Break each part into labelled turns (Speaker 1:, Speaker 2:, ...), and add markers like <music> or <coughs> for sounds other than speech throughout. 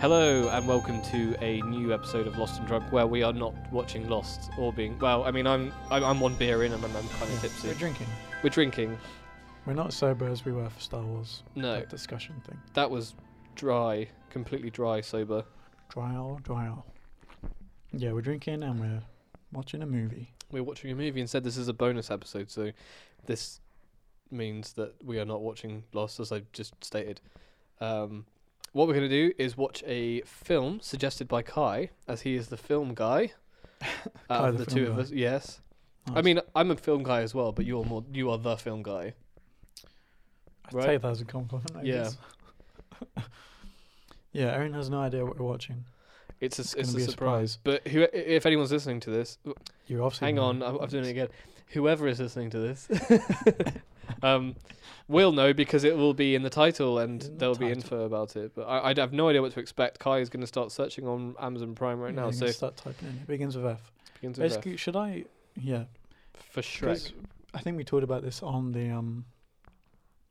Speaker 1: Hello and welcome to a new episode of Lost and Drunk, where we are not watching Lost or being. Well, I mean, I'm I'm, I'm one beer in and I'm, I'm kind of tipsy.
Speaker 2: We're drinking.
Speaker 1: We're drinking.
Speaker 2: We're not sober as we were for Star Wars.
Speaker 1: No,
Speaker 2: That discussion thing.
Speaker 1: that was dry, completely dry sober.
Speaker 2: Trial, trial. Yeah, we're drinking and we're watching a movie.
Speaker 1: We're watching a movie and said this is a bonus episode, so this means that we are not watching Lost, as I just stated. Um, what we're going to do is watch a film suggested by Kai, as he is the film
Speaker 2: <laughs>
Speaker 1: guy. Out
Speaker 2: Kai
Speaker 1: of
Speaker 2: the
Speaker 1: the two
Speaker 2: film
Speaker 1: of
Speaker 2: guy.
Speaker 1: us, yes. I
Speaker 2: Nice.
Speaker 1: mean, I'm a film guy as well, but you're more you are the film guy.
Speaker 2: I'd
Speaker 1: right.
Speaker 2: take that as a compliment. I
Speaker 1: Yeah.
Speaker 2: guess. <laughs> yeah, Erin has no idea what we're watching.
Speaker 1: It's a it's,
Speaker 2: gonna
Speaker 1: a,
Speaker 2: be a
Speaker 1: surprise.
Speaker 2: surprise.
Speaker 1: But who, if anyone's listening to this,
Speaker 2: You're off.
Speaker 1: hang on, I'm, I'm doing it again. Whoever is listening to this, <laughs> um, will know because it will be in the title and
Speaker 2: In the
Speaker 1: there'll be
Speaker 2: title.
Speaker 1: info about it. But I, I'd have no idea what to expect. Kai is going to start searching on Amazon Prime right now, so it
Speaker 2: start typing in. It begins with F.
Speaker 1: begins with
Speaker 2: Basically, should I? Yeah,
Speaker 1: F for
Speaker 2: 'cause
Speaker 1: Shrek.
Speaker 2: I think we talked about this on the um,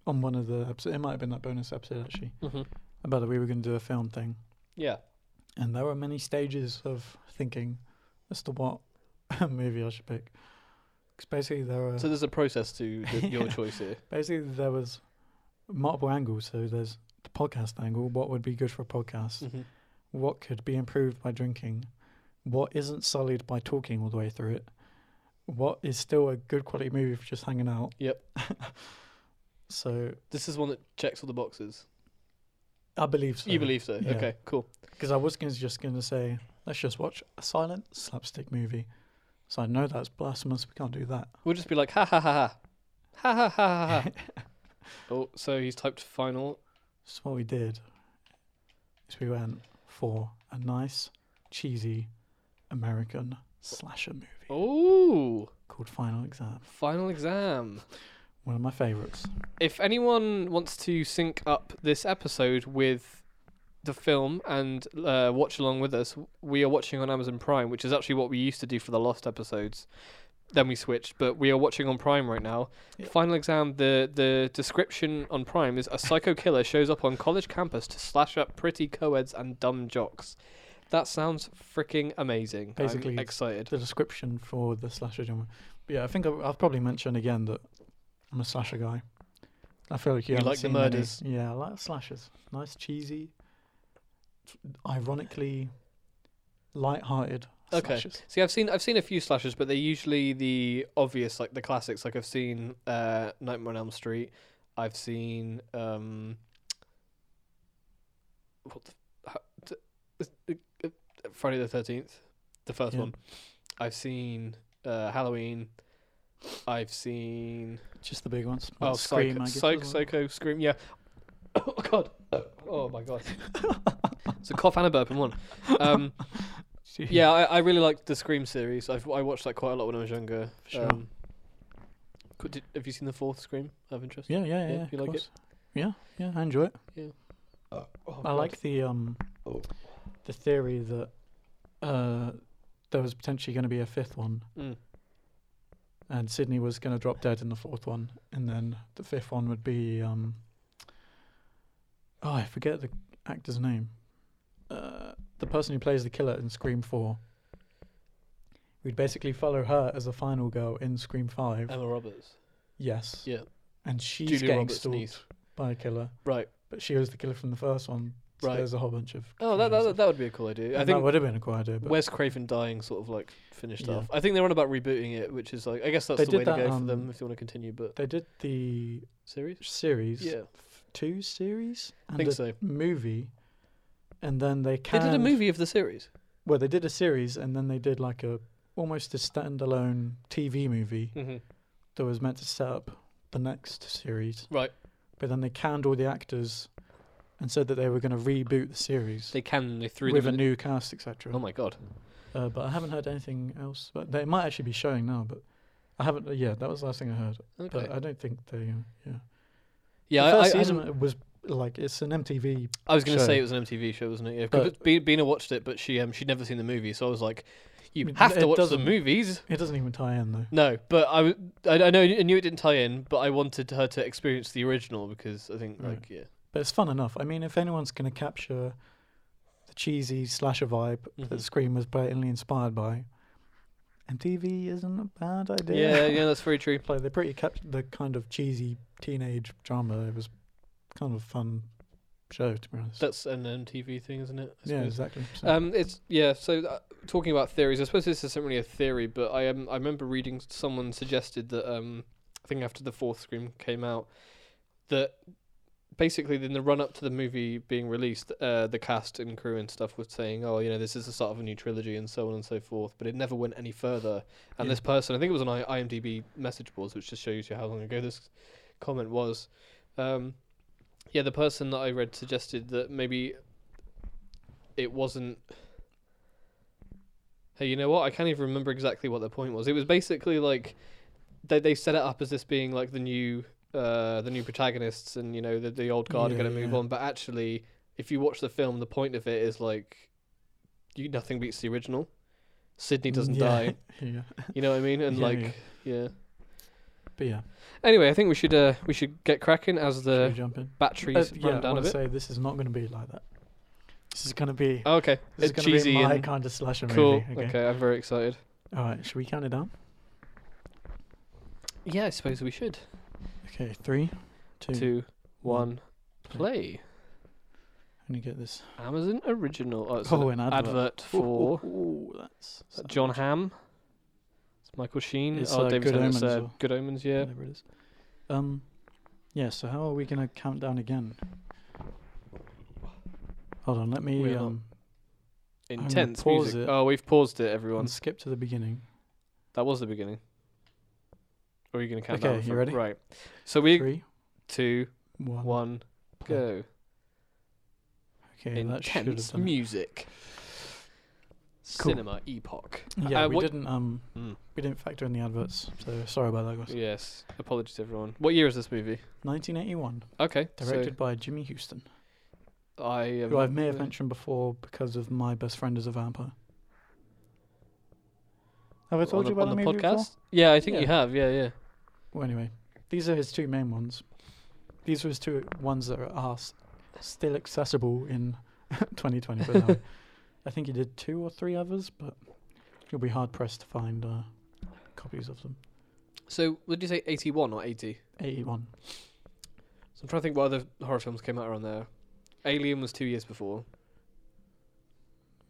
Speaker 2: on one of the episodes. It might have been that bonus episode actually
Speaker 1: hmm
Speaker 2: about that we were going to do a film thing.
Speaker 1: Yeah,
Speaker 2: and there were many stages of thinking as to what <laughs> movie I should pick. 'Cause basically there were
Speaker 1: so there's a process to the, your
Speaker 2: <laughs> Yeah.
Speaker 1: choice here.
Speaker 2: basically there was multiple angles. So there's the podcast angle. What would be good for a podcast?
Speaker 1: Mhm.
Speaker 2: What could be improved by drinking? What isn't sullied by talking all the way through it? What is still a good quality movie for just hanging out?
Speaker 1: Yep.
Speaker 2: <laughs> so
Speaker 1: This is one that checks all the boxes.
Speaker 2: I believe so.
Speaker 1: you believe so?
Speaker 2: yeah.
Speaker 1: Okay, cool.
Speaker 2: Because I was gonna, just going to say, let's just watch a silent slapstick movie. So I know that's blasphemous. We can't do that.
Speaker 1: We'll just be like, ha ha ha ha. Ha ha ha ha. ha. oh, so he's typed final.
Speaker 2: <laughs> So what we did is we went for a nice, cheesy American slasher movie
Speaker 1: Oh,
Speaker 2: called Final Exam.
Speaker 1: final exam.
Speaker 2: One of my favourites.
Speaker 1: If anyone wants to sync up this episode with the film and uh, watch along with us, we are watching on Amazon Prime, which is actually what we used to do for the lost episodes. Then we switched, but we are watching on Prime right now.
Speaker 2: Yeah.
Speaker 1: Final exam. The the description on Prime is a psycho killer shows up on college campus to slash up pretty co-eds and dumb jocks. That sounds freaking amazing. I'm
Speaker 2: Basically,
Speaker 1: excited.
Speaker 2: The description for the slasher genre. But yeah, I think I've, I've probably mentioned again that I'm a slasher guy. I feel like you,
Speaker 1: You
Speaker 2: haven't
Speaker 1: like the
Speaker 2: seen many-
Speaker 1: murders.
Speaker 2: Yeah, I like slashers. Nice, cheesy, ironically light-hearted
Speaker 1: Okay.
Speaker 2: slashers.
Speaker 1: See, I've seen I've seen a few slashers, but they're usually the obvious, like the classics. Like I've seen uh, Nightmare on Elm Street. I've seen um, what the, how, t- is- uh, uh, Friday the Thirteenth, the first
Speaker 2: Yeah.
Speaker 1: one. I've seen uh, Halloween. I've seen
Speaker 2: Just the big ones.
Speaker 1: oh
Speaker 2: Like Scream,
Speaker 1: Psycho,
Speaker 2: I guess,
Speaker 1: Psycho,
Speaker 2: as well.
Speaker 1: Psycho, Scream. Yeah. <coughs> Oh God. Oh my God. It's a cough and a burp in one.
Speaker 2: <laughs>
Speaker 1: Um, yeah, I, I really liked the Scream series. I've, I watched that quite a lot when I was younger. Um,
Speaker 2: For sure.
Speaker 1: could- did- have you seen the fourth Scream? Of interest.
Speaker 2: Yeah, yeah,
Speaker 1: Yeah,
Speaker 2: yeah.
Speaker 1: you
Speaker 2: of
Speaker 1: like it?
Speaker 2: course. Yeah, yeah, I enjoy it.
Speaker 1: Oh,
Speaker 2: I
Speaker 1: God.
Speaker 2: like the um,
Speaker 1: Oh.
Speaker 2: the theory that uh, there was potentially going to be a fifth one,
Speaker 1: Mm.
Speaker 2: and Sydney was going to drop dead in the fourth one, and then the fifth one would be um, oh, I forget the actor's name, uh, the person who plays the killer in Scream Four. We'd basically follow her as the final girl in Scream Five.
Speaker 1: Emma Roberts.
Speaker 2: yes.
Speaker 1: yeah.
Speaker 2: And she's
Speaker 1: Julia
Speaker 2: getting
Speaker 1: Roberts'
Speaker 2: stalked
Speaker 1: niece.
Speaker 2: by a killer.
Speaker 1: Right.
Speaker 2: But she was the killer from the first one. So
Speaker 1: Right.
Speaker 2: there's a whole bunch of.
Speaker 1: Oh, that,
Speaker 2: confusing
Speaker 1: that
Speaker 2: stuff.
Speaker 1: that would be a cool idea. I
Speaker 2: And that
Speaker 1: think
Speaker 2: would have been a cool idea, but
Speaker 1: Wes Craven dying sort of like finished
Speaker 2: Yeah.
Speaker 1: off. I think they're on about rebooting it, which is like I guess that's
Speaker 2: They
Speaker 1: the
Speaker 2: did
Speaker 1: way
Speaker 2: that,
Speaker 1: to go for
Speaker 2: um,
Speaker 1: them if they want to continue. But
Speaker 2: they did the
Speaker 1: series.
Speaker 2: series,
Speaker 1: Yeah,
Speaker 2: f- two series,
Speaker 1: I
Speaker 2: and
Speaker 1: think
Speaker 2: a
Speaker 1: so.
Speaker 2: movie, and then they canned,
Speaker 1: They did a movie of the series.
Speaker 2: Well, they did a series, and then they did like a almost a standalone TV movie
Speaker 1: Mm-hmm.
Speaker 2: that was meant to set up the next series,
Speaker 1: Right.
Speaker 2: but then they canned all the actors and said that they were going to reboot the series
Speaker 1: They can they threw
Speaker 2: with a
Speaker 1: them. in-
Speaker 2: new cast, etc.
Speaker 1: oh my god.
Speaker 2: Uh, but I haven't heard anything else. But they might actually be showing now. But I haven't. Yeah, that was the last thing I heard.
Speaker 1: Okay.
Speaker 2: But I don't think they. uh, Yeah.
Speaker 1: yeah,
Speaker 2: the
Speaker 1: I-
Speaker 2: first
Speaker 1: I, I,
Speaker 2: season it was like it's an MTV.
Speaker 1: I was going to
Speaker 2: show.
Speaker 1: say it was an MTV show, wasn't it? Yeah, 'cause
Speaker 2: But-
Speaker 1: Be- Bina watched it, but she um she'd never seen the movie, so I was like, you
Speaker 2: It-
Speaker 1: have
Speaker 2: it
Speaker 1: to watch the
Speaker 2: doesn't-
Speaker 1: movies.
Speaker 2: It doesn't even tie in though.
Speaker 1: No, but I, w- I- I know I knew it didn't tie in, but I wanted her to experience
Speaker 2: Mm.
Speaker 1: the original because I think
Speaker 2: Right.
Speaker 1: like yeah,
Speaker 2: But it's fun enough. I mean, if anyone's gonna capture cheesy slasher vibe
Speaker 1: Mhm.
Speaker 2: that Scream was blatantly inspired by, MTV isn't a bad
Speaker 1: Yeah,
Speaker 2: idea.
Speaker 1: yeah, that's very true.
Speaker 2: <laughs> like they pretty kept the kind of cheesy teenage drama. It was kind of a fun show to be honest.
Speaker 1: That's an MTV thing, isn't it? I
Speaker 2: yeah,
Speaker 1: suppose.
Speaker 2: exactly. So,
Speaker 1: Um, it's yeah. So uh, talking about theories, I suppose this isn't really a theory, but I um, I remember reading someone suggested that um, I think after the fourth Scream came out, that basically in the run up to the movie being released, uh, the cast and crew and stuff were saying, oh, you know, this is the start of a new trilogy and so on and so forth, but it never went any further. And
Speaker 2: Yeah.
Speaker 1: this person, I think it was on I- IMDb message boards, which just shows you how long ago this comment was. Um, yeah, the person that I read suggested that maybe it wasn't. Hey, you know what? I can't even remember exactly what the point was. It was basically like they they set it up as this being like the new uh, the new protagonists, and you know the the old guard are
Speaker 2: Yeah,
Speaker 1: going to move
Speaker 2: yeah.
Speaker 1: on. But actually, if you watch the film, the point of it is like you nothing beats the original. Sydney doesn't
Speaker 2: Mm, yeah,
Speaker 1: die.
Speaker 2: <laughs> yeah,
Speaker 1: You know what I mean? And
Speaker 2: <laughs> Yeah,
Speaker 1: like,
Speaker 2: yeah.
Speaker 1: yeah.
Speaker 2: but yeah,
Speaker 1: Anyway, I think we should uh, we should get cracking as
Speaker 2: should we
Speaker 1: the
Speaker 2: jump in. Uh,
Speaker 1: batteries
Speaker 2: yeah,
Speaker 1: run
Speaker 2: I
Speaker 1: down a
Speaker 2: want
Speaker 1: bit.
Speaker 2: to say this is not going to be like that. This is going to be
Speaker 1: Oh, okay,
Speaker 2: this
Speaker 1: it's
Speaker 2: is going to
Speaker 1: cheesy
Speaker 2: be my
Speaker 1: and
Speaker 2: kind of slasher
Speaker 1: cool.
Speaker 2: movie.
Speaker 1: Okay. I'm very excited.
Speaker 2: All right, should we count it down?
Speaker 1: Yeah, I suppose we should.
Speaker 2: Okay, three, two.
Speaker 1: Two, one,
Speaker 2: one,
Speaker 1: play.
Speaker 2: Let me get this.
Speaker 1: Amazon original. Oh, it's
Speaker 2: Oh,
Speaker 1: an
Speaker 2: an advert.
Speaker 1: advert, for
Speaker 2: Ooh, ooh, ooh, that's
Speaker 1: uh, John Hamm. It's Michael Sheen.
Speaker 2: It's,
Speaker 1: oh,
Speaker 2: uh,
Speaker 1: David
Speaker 2: Good
Speaker 1: Tennant's,
Speaker 2: Omens
Speaker 1: uh,
Speaker 2: or-
Speaker 1: Good Omens. Yeah.
Speaker 2: Whatever it is. Um, yeah. So how are we gonna count down again? Hold on. Let me
Speaker 1: We're not
Speaker 2: um gonna
Speaker 1: Intense
Speaker 2: pause
Speaker 1: music.
Speaker 2: it.
Speaker 1: Oh, we've paused it,
Speaker 2: and
Speaker 1: everyone.
Speaker 2: skip to the beginning.
Speaker 1: That was the beginning. Or are you going to count down
Speaker 2: Okay, you
Speaker 1: from-
Speaker 2: ready?
Speaker 1: Right. So we
Speaker 2: Three,
Speaker 1: two,
Speaker 2: one.
Speaker 1: one, go.
Speaker 2: Okay, that should have
Speaker 1: Intense
Speaker 2: done it.
Speaker 1: music.
Speaker 2: Cool.
Speaker 1: Cinema epoch.
Speaker 2: Yeah,
Speaker 1: Uh,
Speaker 2: we
Speaker 1: what-
Speaker 2: didn't um
Speaker 1: Mm.
Speaker 2: we didn't factor in the adverts, so sorry about that, guys.
Speaker 1: Yes. Apologies, everyone. What year is this movie?
Speaker 2: 1981,
Speaker 1: Okay. so
Speaker 2: directed by Jimmy Houston,
Speaker 1: I am
Speaker 2: who I may have mentioned before because of my best friend is a vampire. Have I
Speaker 1: on
Speaker 2: told
Speaker 1: the,
Speaker 2: you about
Speaker 1: on
Speaker 2: that
Speaker 1: the
Speaker 2: movie before?
Speaker 1: podcast? Yeah, I think
Speaker 2: Yeah.
Speaker 1: you have. Yeah, yeah.
Speaker 2: Well, anyway, these are his two main ones. These are his two ones that are are s- still accessible in <laughs> 2020. But <laughs> now I think he did two or three others, but you'll be hard pressed to find uh, copies of them.
Speaker 1: So, would you say 81 or 80?
Speaker 2: 81.
Speaker 1: So I'm trying to think what other horror films came out around there. Alien was two years before.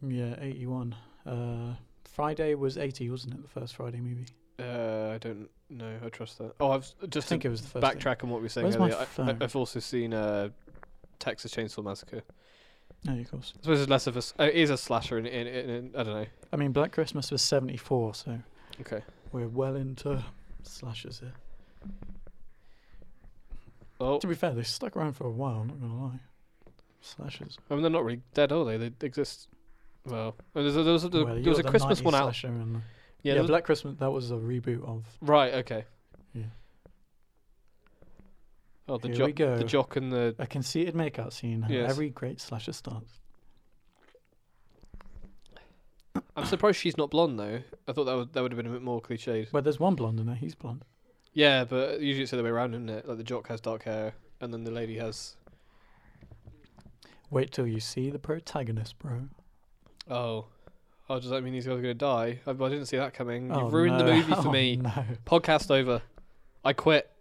Speaker 2: Yeah, 81. Uh, Friday was 80, wasn't it? The first Friday movie.
Speaker 1: Uh, I don't know. I trust that. Oh, I've s- just to
Speaker 2: I think it was the first. thing.
Speaker 1: backtrack on what we were saying
Speaker 2: Where's my
Speaker 1: earlier. I, I,
Speaker 2: phone?
Speaker 1: I've also seen uh, Texas Chainsaw Massacre.
Speaker 2: No, of course.
Speaker 1: I suppose it's less of a. s- Uh, it is a slasher in, in, in, in. I don't know.
Speaker 2: I mean, Black Christmas was 74, so
Speaker 1: Okay.
Speaker 2: we're well into slashers here.
Speaker 1: Oh,
Speaker 2: To be fair, they stuck around for a while, not going to lie. Slashers.
Speaker 1: I mean, they're not really dead, are they? They exist. Well, uh, there's a, there was a, there
Speaker 2: Well,
Speaker 1: was
Speaker 2: you're
Speaker 1: a
Speaker 2: the
Speaker 1: Christmas
Speaker 2: 90s
Speaker 1: one out.
Speaker 2: slasher and-
Speaker 1: Yeah.
Speaker 2: yeah,
Speaker 1: there was-
Speaker 2: Black Christmas. That was a reboot of.
Speaker 1: right. Okay.
Speaker 2: Yeah.
Speaker 1: Oh, the
Speaker 2: Here
Speaker 1: jock,
Speaker 2: we go.
Speaker 1: the jock, and the
Speaker 2: A conceited makeout scene. how
Speaker 1: Yes.
Speaker 2: Every great slasher starts.
Speaker 1: I'm surprised she's not blonde though. I thought that would that would have been a bit more cliched.
Speaker 2: Well, there's one blonde in there. He's blonde.
Speaker 1: Yeah, but usually it's the other way around, isn't it? Like the jock has dark hair, and then the lady has.
Speaker 2: Wait till you see the protagonist, bro.
Speaker 1: Oh, oh, does that mean these guys are gonna die? I, I didn't see that coming.
Speaker 2: Oh,
Speaker 1: You've ruined the
Speaker 2: no.
Speaker 1: movie for
Speaker 2: <laughs> Oh,
Speaker 1: me.
Speaker 2: No.
Speaker 1: Podcast over. I quit.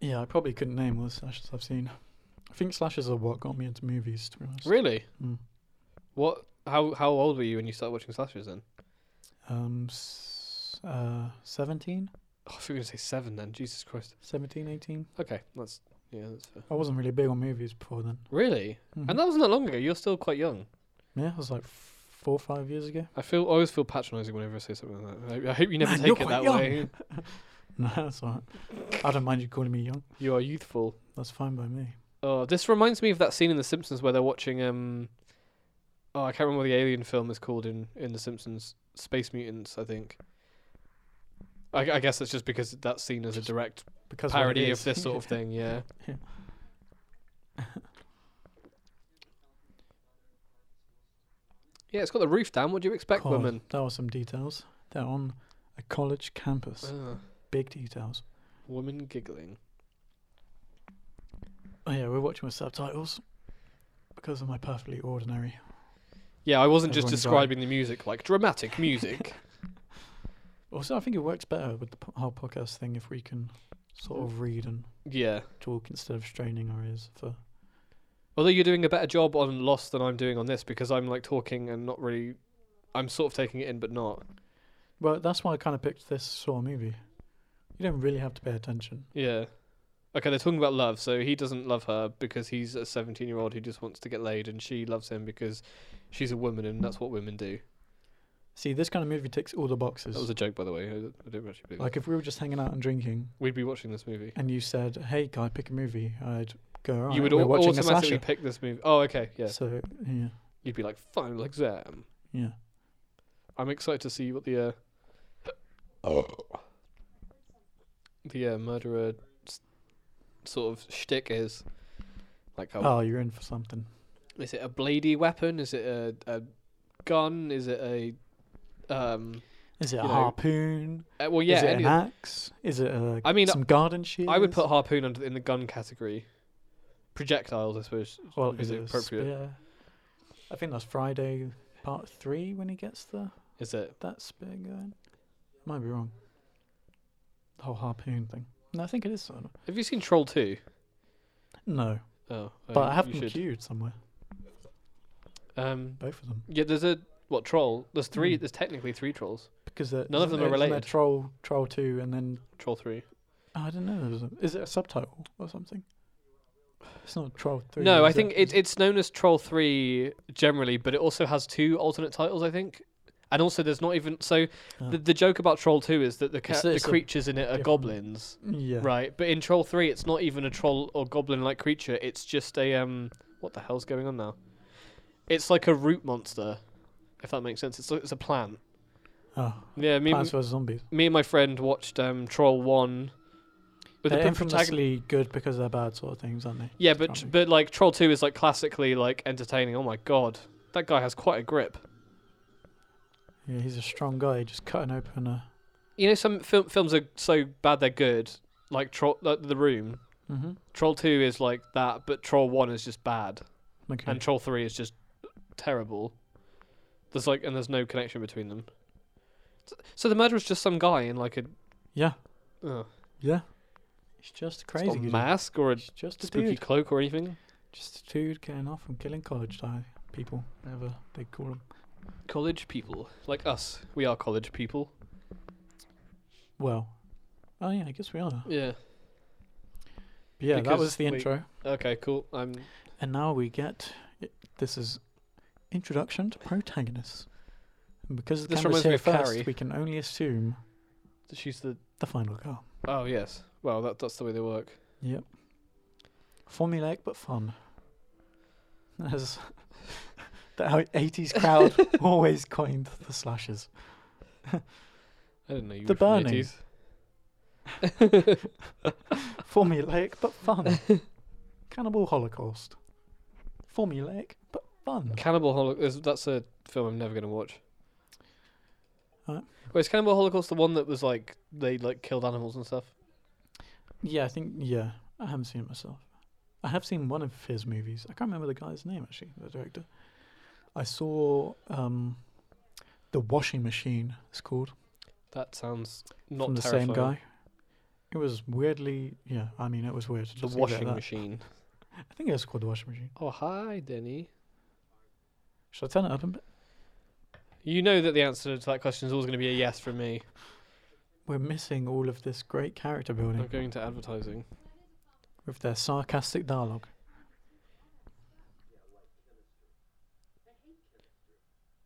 Speaker 2: Yeah, I probably couldn't name all the slashers I've seen. I think slashers are what got me into movies, to be honest.
Speaker 1: Really?
Speaker 2: Mm.
Speaker 1: What? How how old were you when you started watching slashers then?
Speaker 2: Um, s- uh, 17?
Speaker 1: Oh, if you're gonna say seven, then Jesus Christ.
Speaker 2: 17, 18?
Speaker 1: Okay, that's yeah, that's fair. Mm-hmm.
Speaker 2: I wasn't really big on movies before then.
Speaker 1: Really?
Speaker 2: Mhm.
Speaker 1: And that wasn't that long ago. You're still quite young.
Speaker 2: yeah, it was like four or five years ago. <laughs>
Speaker 1: I feel I always feel patronising whenever I say something like that. I, I hope you never
Speaker 2: Man, you're
Speaker 1: take it
Speaker 2: quite
Speaker 1: that <laughs>
Speaker 2: young.
Speaker 1: way.
Speaker 2: No, that's all right. I don't mind you calling me young.
Speaker 1: You are youthful.
Speaker 2: That's fine by me.
Speaker 1: Oh, this reminds me of that scene in The Simpsons where they're watching um oh, I can't remember what the alien film is called in in The Simpsons, Space Mutants, I think. I, I guess that's just because that scene is a direct
Speaker 2: Because what it
Speaker 1: parody of
Speaker 2: is.
Speaker 1: this sort
Speaker 2: <laughs>
Speaker 1: of thing, yeah. yeah, it's got the roof down. What do you expect,
Speaker 2: God,
Speaker 1: woman?
Speaker 2: That was some details. They're on a college campus.
Speaker 1: Ah,
Speaker 2: Big details.
Speaker 1: woman giggling.
Speaker 2: Oh yeah, we're watching with subtitles because of my perfectly ordinary.
Speaker 1: Yeah, I wasn't just
Speaker 2: Everyone's
Speaker 1: describing the music like dramatic
Speaker 2: <laughs>
Speaker 1: music.
Speaker 2: Also, I think it works better with the po- whole podcast thing if we can sort of read and
Speaker 1: yeah.
Speaker 2: talk instead of straining our ears for.
Speaker 1: Although you're doing a better job on Lost than I'm doing on this because I'm like talking and not really. I'm sort of taking it in, but not.
Speaker 2: Well, that's why I kind of picked this sort of movie. You don't really have to pay attention.
Speaker 1: Yeah. Okay, they're talking about love. So he doesn't love her because he's a 17 year old who just wants to get laid, and she loves him because she's a woman and that's what women do.
Speaker 2: See, this kind of movie ticks all the boxes.
Speaker 1: That was a joke, by the way. I don't I don't actually believe it.
Speaker 2: Like if we were just hanging out and drinking,
Speaker 1: We'd be watching this movie.
Speaker 2: and you said, "Hey, can I pick a movie?" I'd go. Right,
Speaker 1: you would
Speaker 2: we're
Speaker 1: au-
Speaker 2: watching a
Speaker 1: automatically
Speaker 2: slasher.
Speaker 1: pick this movie. Oh, okay. Yeah.
Speaker 2: So yeah,
Speaker 1: You'd be like, final exam.
Speaker 2: yeah.
Speaker 1: I'm excited to see what the. Uh,
Speaker 2: Oh.
Speaker 1: The uh, murderer s- sort of shtick is. Like, how
Speaker 2: Oh, you're in for something.
Speaker 1: Is it a bladey weapon? Is it a, a gun? Is it a um?
Speaker 2: Is it
Speaker 1: You
Speaker 2: a
Speaker 1: know,
Speaker 2: harpoon?
Speaker 1: uh, well, yeah.
Speaker 2: Is it
Speaker 1: any
Speaker 2: an
Speaker 1: of-
Speaker 2: axe? Is it a,
Speaker 1: I mean,
Speaker 2: some garden shears?
Speaker 1: I would put harpoon under in the gun category. Projectiles, I suppose.
Speaker 2: Well,
Speaker 1: is it
Speaker 2: a
Speaker 1: appropriate?
Speaker 2: spear? I think that's Friday part three when he gets the
Speaker 1: Is it?
Speaker 2: that spear going. Might be wrong. The whole harpoon thing. No, I think it is sort of.
Speaker 1: Have you seen Troll Two?
Speaker 2: No,
Speaker 1: Oh,
Speaker 2: but I have
Speaker 1: you
Speaker 2: them
Speaker 1: should.
Speaker 2: queued somewhere.
Speaker 1: Um,
Speaker 2: Both of them
Speaker 1: yeah. There's a what troll? There's three.
Speaker 2: Hmm.
Speaker 1: There's technically three trolls.
Speaker 2: because they're,
Speaker 1: None of
Speaker 2: isn't
Speaker 1: them are
Speaker 2: there- isn't there
Speaker 1: related.
Speaker 2: Troll, troll two, and then
Speaker 1: Troll Three.
Speaker 2: oh, I don't know. there was a- Is it a subtitle or something? It's not troll three.
Speaker 1: No, I
Speaker 2: is
Speaker 1: think
Speaker 2: is
Speaker 1: it, it's known as Troll 3 generally, but it also has two alternate titles, I think. And also, there's not even. So,
Speaker 2: Oh.
Speaker 1: the, the joke about Troll 2 is that the, ca-
Speaker 2: It's-
Speaker 1: the
Speaker 2: it's a
Speaker 1: creatures in it are
Speaker 2: different-
Speaker 1: goblins.
Speaker 2: Yeah.
Speaker 1: Right, but in Troll 3, it's not even a troll or goblin like creature. It's just a. um, What the hell's going on now? It's like a root monster, if that makes sense. It's, like- it's a plant.
Speaker 2: Oh,
Speaker 1: Yeah, me,
Speaker 2: Plants vs Zombies.
Speaker 1: me and my friend watched um, Troll 1. With
Speaker 2: they're
Speaker 1: pro- protag-
Speaker 2: infamously good because they're bad sort of things, aren't they?
Speaker 1: Yeah, but
Speaker 2: Zombie.
Speaker 1: but like Troll Two is like classically like entertaining. Oh my god, that guy has quite a grip.
Speaker 2: Yeah, he's a strong guy, just cutting open uh, a.
Speaker 1: You know, some film, films are so bad they're good. Like Troll, like The Room.
Speaker 2: Mm-hmm.
Speaker 1: Troll Two is like that, but Troll One is just bad,
Speaker 2: Okay.
Speaker 1: and Troll Three is just terrible. There's like and there's no connection between them. S- So the murderer's just some guy in like a
Speaker 2: yeah,
Speaker 1: uh,
Speaker 2: yeah. He's just
Speaker 1: it's
Speaker 2: crazy.
Speaker 1: not a
Speaker 2: dude.
Speaker 1: mask or a
Speaker 2: He's just a
Speaker 1: spooky
Speaker 2: dude.
Speaker 1: cloak or anything.
Speaker 2: Just a dude getting off and killing college die people, whatever they call them.
Speaker 1: College people like us, we are college people.
Speaker 2: Well, oh yeah, I guess we are.
Speaker 1: Yeah.
Speaker 2: But yeah, that
Speaker 1: Because
Speaker 2: was the
Speaker 1: we-
Speaker 2: intro,
Speaker 1: Okay. Cool. I'm.
Speaker 2: and now we get this is introduction to protagonists. And because the
Speaker 1: This
Speaker 2: camera's
Speaker 1: reminds me
Speaker 2: here
Speaker 1: of
Speaker 2: first,
Speaker 1: Carrie.
Speaker 2: we can only assume
Speaker 1: She's the
Speaker 2: the final girl.
Speaker 1: Oh yes. Well, that that's the way they work.
Speaker 2: Yep. Formulaic but fun. <laughs> As <laughs> the out- 80s
Speaker 1: <laughs>
Speaker 2: crowd always coined the slashers.
Speaker 1: I didn't know you.
Speaker 2: The
Speaker 1: were from
Speaker 2: Burning.
Speaker 1: 80s.
Speaker 2: <laughs> Formulaic
Speaker 1: <laughs>
Speaker 2: but fun. Cannibal Holocaust. Formulaic but fun.
Speaker 1: Cannibal Holocaust. That's a film I'm never going to watch.
Speaker 2: Alright.
Speaker 1: Wait, is Cannibal Holocaust the one that was like they like killed animals and stuff?
Speaker 2: Yeah, I think, yeah, I haven't seen it myself. I have seen one of his movies. I can't remember the guy's name, actually, the director. I saw um, The Washing Machine, it's called.
Speaker 1: That sounds not
Speaker 2: from the
Speaker 1: terrifying.
Speaker 2: same guy. It was weirdly, yeah. I mean, it was weird.
Speaker 1: The
Speaker 2: just leave it at
Speaker 1: washing
Speaker 2: that.
Speaker 1: machine.
Speaker 2: I think it was called the washing machine.
Speaker 1: Oh hi, Denny.
Speaker 2: Should I turn it up a bit?
Speaker 1: You know that the answer to that question is always going to be a yes from me.
Speaker 2: We're missing all of this great character building
Speaker 1: I'm going to advertising.
Speaker 2: with their sarcastic dialogue.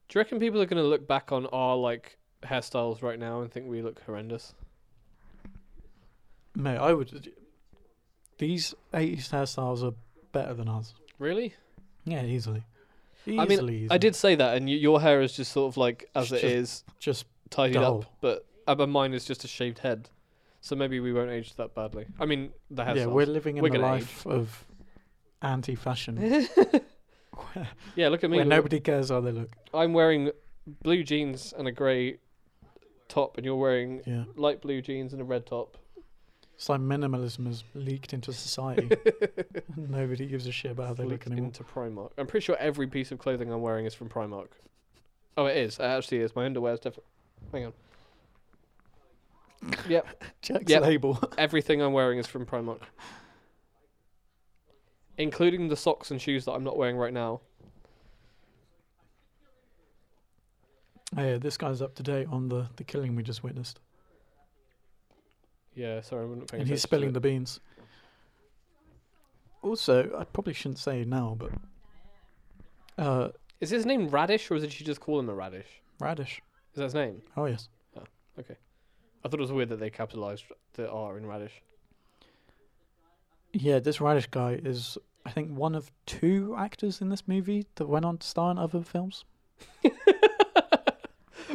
Speaker 1: Do you reckon people are going to look back on our like hairstyles right now and think we look horrendous?
Speaker 2: Mate, I would. These '80s hairstyles are better than ours.
Speaker 1: Really?
Speaker 2: Yeah, easily. Easily,
Speaker 1: I mean, I
Speaker 2: easily.
Speaker 1: did say that, and y- your hair is just sort of like as
Speaker 2: It's
Speaker 1: it
Speaker 2: just-
Speaker 1: is.
Speaker 2: just
Speaker 1: tidied up,
Speaker 2: Dull.
Speaker 1: but uh, but mine is just a shaved head, so maybe we won't age that badly. I mean, the hairstyles.
Speaker 2: yeah. We're living in
Speaker 1: We're
Speaker 2: the
Speaker 1: gonna
Speaker 2: life of
Speaker 1: <laughs>
Speaker 2: anti-fashion, where,
Speaker 1: yeah, look at me.
Speaker 2: where
Speaker 1: look-
Speaker 2: nobody cares how they look.
Speaker 1: I'm wearing blue jeans and a grey top, and you're wearing
Speaker 2: Yeah,
Speaker 1: light blue jeans and a red top.
Speaker 2: It's like minimalism has leaked
Speaker 1: <laughs>
Speaker 2: into society. Nobody gives a shit about how they look
Speaker 1: Looked
Speaker 2: anymore. <laughs>
Speaker 1: into Primark. I'm pretty sure every piece of clothing I'm wearing is from Primark. Oh, it is. It actually is. My underwear is definitely. Hang on. Yep.
Speaker 2: Jack's
Speaker 1: Yep. <laughs>
Speaker 2: label.
Speaker 1: Everything I'm wearing is from Primark, including the socks and shoes that I'm not wearing right now.
Speaker 2: Hey, Oh, this guy's up to date on the, the killing we just witnessed.
Speaker 1: Yeah, sorry, I wasn't paying
Speaker 2: and he's spilling the beans. Also, I probably shouldn't say now, but uh,
Speaker 1: Is his name Radish, or did she just call him a radish?
Speaker 2: radish.
Speaker 1: Is that his name?
Speaker 2: Oh yes,
Speaker 1: I thought it was weird that they capitalized the R in radish.
Speaker 2: yeah. This radish guy is, I think, one of two actors in this movie that went on to star in other films.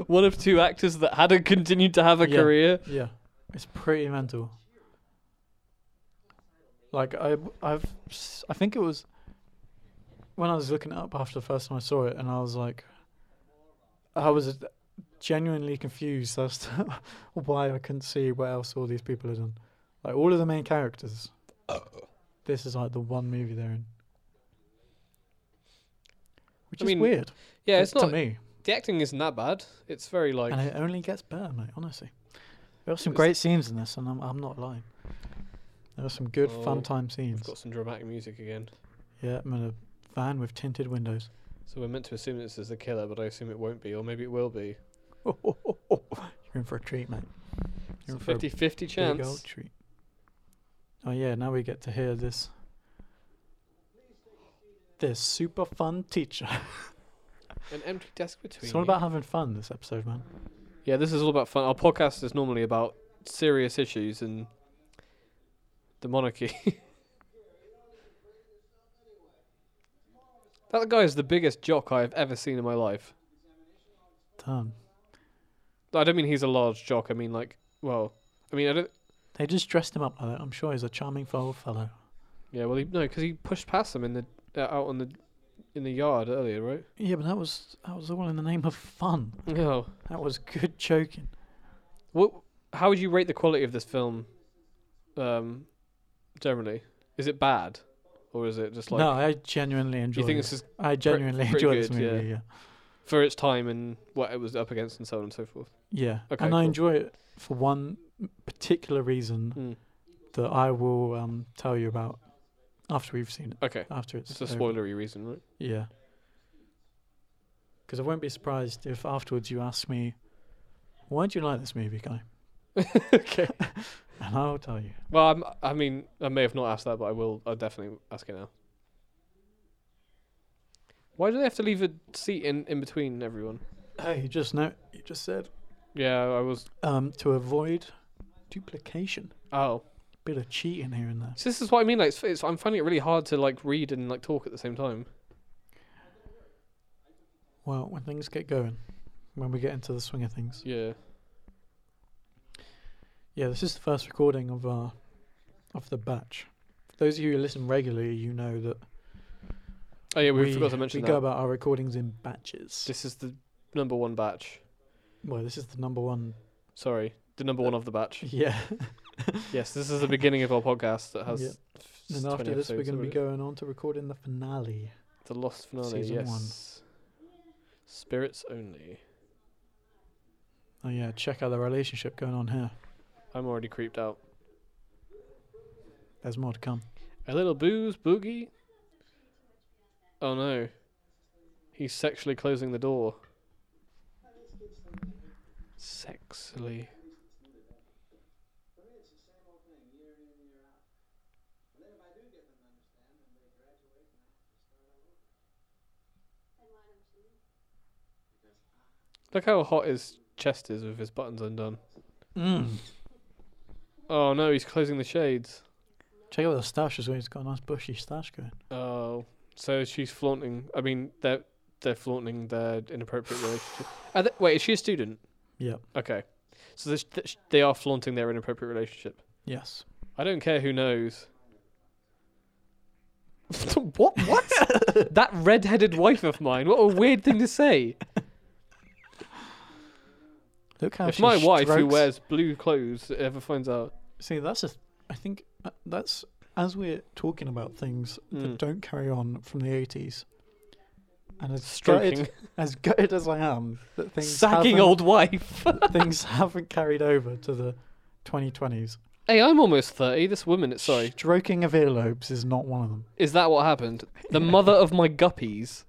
Speaker 1: One of two actors that hadn't continued to have a
Speaker 2: Yeah.
Speaker 1: career.
Speaker 2: Yeah, it's pretty mental. Like I, I've, s- I think it was when I was looking it up after the first time I saw it, and I was like, I was genuinely confused as to <laughs> why I couldn't see what else all these people had done. Like all of the main characters. This is like the one movie they're in, which
Speaker 1: I
Speaker 2: is
Speaker 1: mean,
Speaker 2: weird.
Speaker 1: Yeah,
Speaker 2: to-
Speaker 1: it's
Speaker 2: to
Speaker 1: not.
Speaker 2: me,
Speaker 1: The acting isn't that bad. It's very like.
Speaker 2: and it only gets better, mate. Honestly, there are some
Speaker 1: It was-
Speaker 2: great scenes in this, and I'm I'm not lying. There are some good
Speaker 1: Oh,
Speaker 2: fun time
Speaker 1: We've
Speaker 2: scenes.
Speaker 1: got some dramatic music again.
Speaker 2: Yeah, I'm in a van with tinted windows. <laughs>
Speaker 1: So we're meant to assume this is the killer, but I assume it won't be, or maybe it will be.
Speaker 2: You're in for a treat, mate.
Speaker 1: It's a
Speaker 2: for a
Speaker 1: 50 50
Speaker 2: Big old
Speaker 1: chance.
Speaker 2: treat. Oh yeah, now we get to hear this. This super fun teacher. <laughs>
Speaker 1: An empty desk between.
Speaker 2: it's all
Speaker 1: you.
Speaker 2: about having fun. This episode, man.
Speaker 1: Yeah, this is all about fun. Our podcast is normally about serious issues and the monarchy. <laughs> that guy is the biggest jock I've ever seen in my life.
Speaker 2: Damn.
Speaker 1: I don't mean he's a large jock. I mean like, well, I mean I don't.
Speaker 2: They just dressed him up like that. I'm sure he's a charming old fellow.
Speaker 1: Yeah, well, he, no, because he pushed past them in the uh, out on the in the yard earlier, right?
Speaker 2: Yeah, but that was that was all in the name of fun.
Speaker 1: No.
Speaker 2: That was good joking.
Speaker 1: What? How would you rate the quality of this film? Um, generally, is it bad, or is it just like?
Speaker 2: no, I genuinely
Speaker 1: do
Speaker 2: enjoyed.
Speaker 1: you think
Speaker 2: it.
Speaker 1: this is
Speaker 2: I genuinely
Speaker 1: pretty
Speaker 2: enjoyed this
Speaker 1: good, yeah.
Speaker 2: movie. Yeah,
Speaker 1: for its time and what it was up against and so on and so forth?
Speaker 2: yeah,
Speaker 1: Okay,
Speaker 2: and
Speaker 1: cool.
Speaker 2: I enjoy it for one particular reason
Speaker 1: Mm.
Speaker 2: that I will um, tell you about after we've seen it.
Speaker 1: Okay,
Speaker 2: After it's
Speaker 1: it's a
Speaker 2: over.
Speaker 1: spoilery reason, right?
Speaker 2: Yeah, because I won't be surprised if afterwards you ask me, "Why do you like this movie, guy?"
Speaker 1: <laughs> okay.
Speaker 2: And I'll tell you.
Speaker 1: Well, I'm, I mean, I may have not asked that, but I will. I'll definitely ask it now. Why do they have to leave a seat in in between everyone?
Speaker 2: Hey, you just know you just said
Speaker 1: Yeah, I was.
Speaker 2: um, to avoid duplication.
Speaker 1: Oh,
Speaker 2: Bit of cheating here and there.
Speaker 1: so this is what I mean. Like, it's, it's, I'm finding it really hard to like read and like talk at the same time.
Speaker 2: Well, when things get going, when we get into the swing of things.
Speaker 1: Yeah.
Speaker 2: Yeah, this is the first recording of uh of the batch. For those of you who listen regularly, you know that
Speaker 1: Oh yeah, we,
Speaker 2: we,
Speaker 1: forgot to mention
Speaker 2: we
Speaker 1: that.
Speaker 2: go about our recordings in batches.
Speaker 1: This is the number one batch.
Speaker 2: well, this is the
Speaker 1: <laughs>
Speaker 2: number one. <laughs>
Speaker 1: Sorry, the number one of the <laughs> batch.
Speaker 2: Yeah.
Speaker 1: yes, this is the beginning of our podcast that has.
Speaker 2: Yeah.
Speaker 1: f-
Speaker 2: and
Speaker 1: 20
Speaker 2: after this, we're
Speaker 1: episodes
Speaker 2: going to be
Speaker 1: already.
Speaker 2: going on to recording the finale.
Speaker 1: The Lost Finale.
Speaker 2: season one.
Speaker 1: yes. Spirits only.
Speaker 2: Oh yeah, check out the relationship going on here.
Speaker 1: I'm already creeped out.
Speaker 2: There's more to come.
Speaker 1: A little booze boogie. Oh no. He's sexually closing the door. Sexually. Look how hot his chest is with his buttons undone.
Speaker 2: Mm.
Speaker 1: Oh no, he's closing the shades.
Speaker 2: Check out the stash as well. He's got a nice bushy stash going.
Speaker 1: Oh, so she's flaunting. I mean, they're they're flaunting their inappropriate relationship. Are they, wait, is she a student?
Speaker 2: Yep.
Speaker 1: Okay, so this, th- sh they are flaunting their inappropriate relationship.
Speaker 2: Yes.
Speaker 1: I don't care who knows. <laughs> what?
Speaker 2: <laughs>
Speaker 1: What? that red-headed wife of mine. What a weird thing to say.
Speaker 2: Look how
Speaker 1: if
Speaker 2: she
Speaker 1: my wife, who
Speaker 2: Oh, strokes-
Speaker 1: wears blue clothes, ever finds out,
Speaker 2: See, that's a I think uh, that's as we're talking about things
Speaker 1: Mm.
Speaker 2: that don't carry on from the 80s. And as
Speaker 1: Stroking,
Speaker 2: gutted, as gutted as I am that things
Speaker 1: sacking
Speaker 2: haven't-
Speaker 1: old wife.
Speaker 2: things haven't carried over to the 2020s.
Speaker 1: hey, I'm almost thirty. This woman, it's sorry,
Speaker 2: Stroking of earlobes is not one of them.
Speaker 1: is that what happened? The mother of my guppies.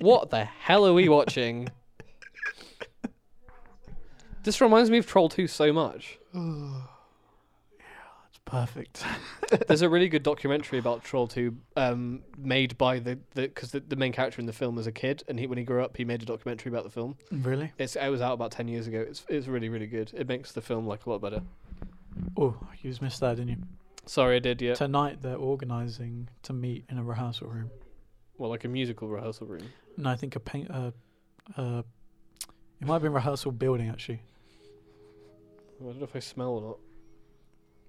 Speaker 1: What the hell are we watching? This reminds me of Troll 2 so much.
Speaker 2: It's perfect. <laughs>
Speaker 1: There's a really good documentary about Troll 2 um, made by the because the, the, main character in the film is a kid, and he when he grew up, he made a documentary about the film.
Speaker 2: really?
Speaker 1: It's it was out about ten years ago. It's it's really really good. It makes the film like a lot better.
Speaker 2: Oh, you just missed that, didn't you?
Speaker 1: Sorry, I did. Yeah.
Speaker 2: Tonight they're organising to meet in a rehearsal room,
Speaker 1: Well, like a musical rehearsal room.
Speaker 2: and I think a paint. Uh, uh, it might have been rehearsal building actually.
Speaker 1: I don't know if I smell or not.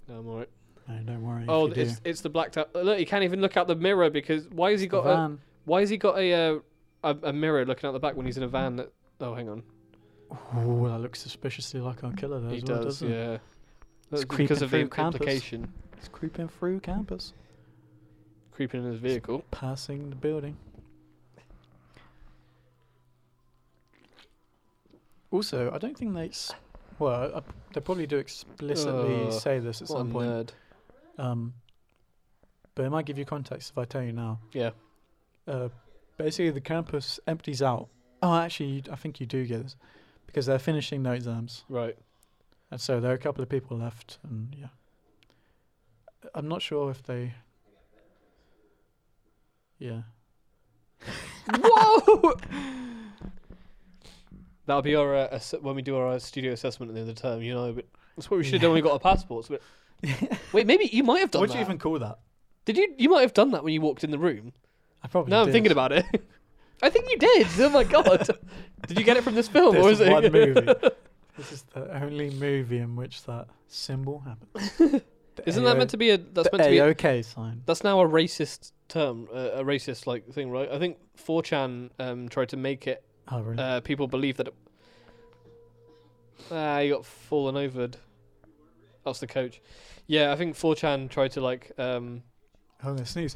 Speaker 1: No, I'm alright.
Speaker 2: No, don't worry. if
Speaker 1: Oh,
Speaker 2: you do.
Speaker 1: it's it's the blacked out. Look, he can't even look out the mirror because why has he
Speaker 2: The
Speaker 1: got a
Speaker 2: van.
Speaker 1: why has he got a uh, a, a mirror looking out the back when he's in a van? That oh, hang on,
Speaker 2: Ooh, that looks suspiciously like our killer there
Speaker 1: he
Speaker 2: as well,
Speaker 1: does.
Speaker 2: doesn't it?
Speaker 1: Yeah, that's
Speaker 2: creeping
Speaker 1: because of the
Speaker 2: through campus.
Speaker 1: implication
Speaker 2: It's creeping through campus,
Speaker 1: creeping in his vehicle.
Speaker 2: passing the building. Also, I don't think they. s well, I, they probably do explicitly
Speaker 1: Ugh,
Speaker 2: say this at
Speaker 1: Uh, What a
Speaker 2: some point.
Speaker 1: nerd.
Speaker 2: Um, but it might give you context if I tell you now.
Speaker 1: Yeah.
Speaker 2: Uh, basically, the campus empties out. Oh, actually, you, I think you do get this because they're finishing their exams,
Speaker 1: Right.
Speaker 2: and so there are a couple of people left, and yeah. I'm not sure if they. Yeah.
Speaker 1: <laughs> Whoa! That'll be our uh, ass- when we do our uh, studio assessment at the end of the term. You know, but that's what we should have done when we got our passports. <laughs> But wait, maybe you might have done
Speaker 2: What do
Speaker 1: that.
Speaker 2: you even call that?
Speaker 1: Did you? You might have done that when you walked in the room.
Speaker 2: I probably.
Speaker 1: now I'm
Speaker 2: Oh, did.
Speaker 1: thinking about it. I think you did. Oh <laughs> my god! did you get it from this film, or is
Speaker 2: This
Speaker 1: it
Speaker 2: one movie. This is the only movie in which that symbol happens.
Speaker 1: <laughs> <laughs>
Speaker 2: The
Speaker 1: Isn't that
Speaker 2: AO
Speaker 1: meant to be a? That's
Speaker 2: the
Speaker 1: meant to be.
Speaker 2: AOK sign.
Speaker 1: That's now a racist term, uh, a racist like thing, right? I think 4chan um, tried to make it
Speaker 2: Oh, really?
Speaker 1: uh, people believe that. It... Ah, you got fallen overed. That's the coach. Yeah, I think 4chan tried to like. Um,
Speaker 2: I'm gonna sneeze.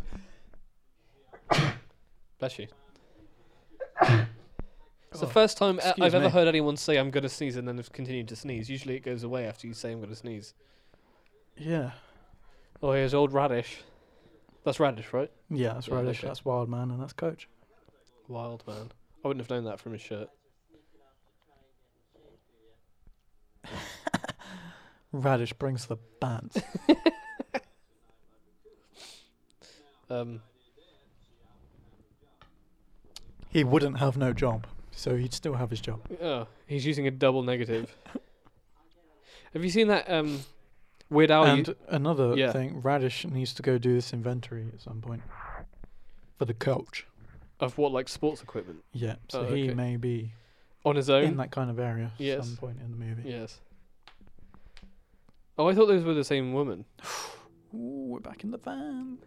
Speaker 1: bless you. It's
Speaker 2: Oh,
Speaker 1: the first time I-
Speaker 2: excuse
Speaker 1: I've ever
Speaker 2: me.
Speaker 1: heard anyone say I'm gonna sneeze and then have continued to sneeze. Usually it goes away after you say I'm gonna sneeze.
Speaker 2: Yeah.
Speaker 1: Oh, here's old radish. That's radish, right?
Speaker 2: Yeah, that's
Speaker 1: Yeah,
Speaker 2: Radish,
Speaker 1: okay.
Speaker 2: that's Wild Man, and that's Coach.
Speaker 1: Wild man. I wouldn't have known that from his shirt.
Speaker 2: Radish brings the band.
Speaker 1: <laughs> Um,
Speaker 2: he wouldn't have no job, so he'd still have his job.
Speaker 1: oh, he's using a double negative. <laughs> have you seen that um, Weird Al?
Speaker 2: and
Speaker 1: u-
Speaker 2: another
Speaker 1: Oh, yeah.
Speaker 2: thing, Radish needs to go do this inventory at some point for the coach.
Speaker 1: of what like sports equipment
Speaker 2: Yeah, so
Speaker 1: Oh,
Speaker 2: he
Speaker 1: okay.
Speaker 2: may be
Speaker 1: on his
Speaker 2: in
Speaker 1: own?
Speaker 2: that kind of area at
Speaker 1: Yes.
Speaker 2: some point in the movie.
Speaker 1: yes. Oh, I thought those were the same woman.
Speaker 2: Ooh, we're back in the van.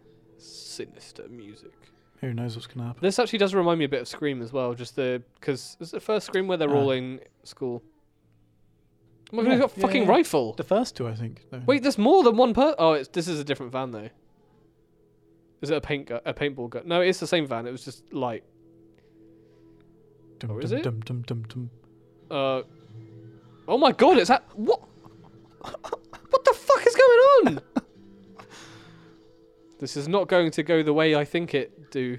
Speaker 1: Sinister music.
Speaker 2: Who knows what's gonna happen?
Speaker 1: This actually does remind me a bit of Scream as well, just the because it's the first Scream where they're all
Speaker 2: Ah.
Speaker 1: in school. Oh my
Speaker 2: Yeah,
Speaker 1: god, he's got a
Speaker 2: yeah,
Speaker 1: fucking
Speaker 2: yeah.
Speaker 1: rifle.
Speaker 2: The first two, I think. though.
Speaker 1: Wait, there's more than one per. Oh, it's this is a different van though. Is it a paint gu- a paintball gun? No, it's the same van. It was just light.
Speaker 2: Dum,
Speaker 1: or oh, is
Speaker 2: dum,
Speaker 1: it?
Speaker 2: Dum, dum, dum, dum.
Speaker 1: Uh, oh my god, it's that what? <laughs> what the fuck is going on? <laughs> this is not going to go the way I think it do.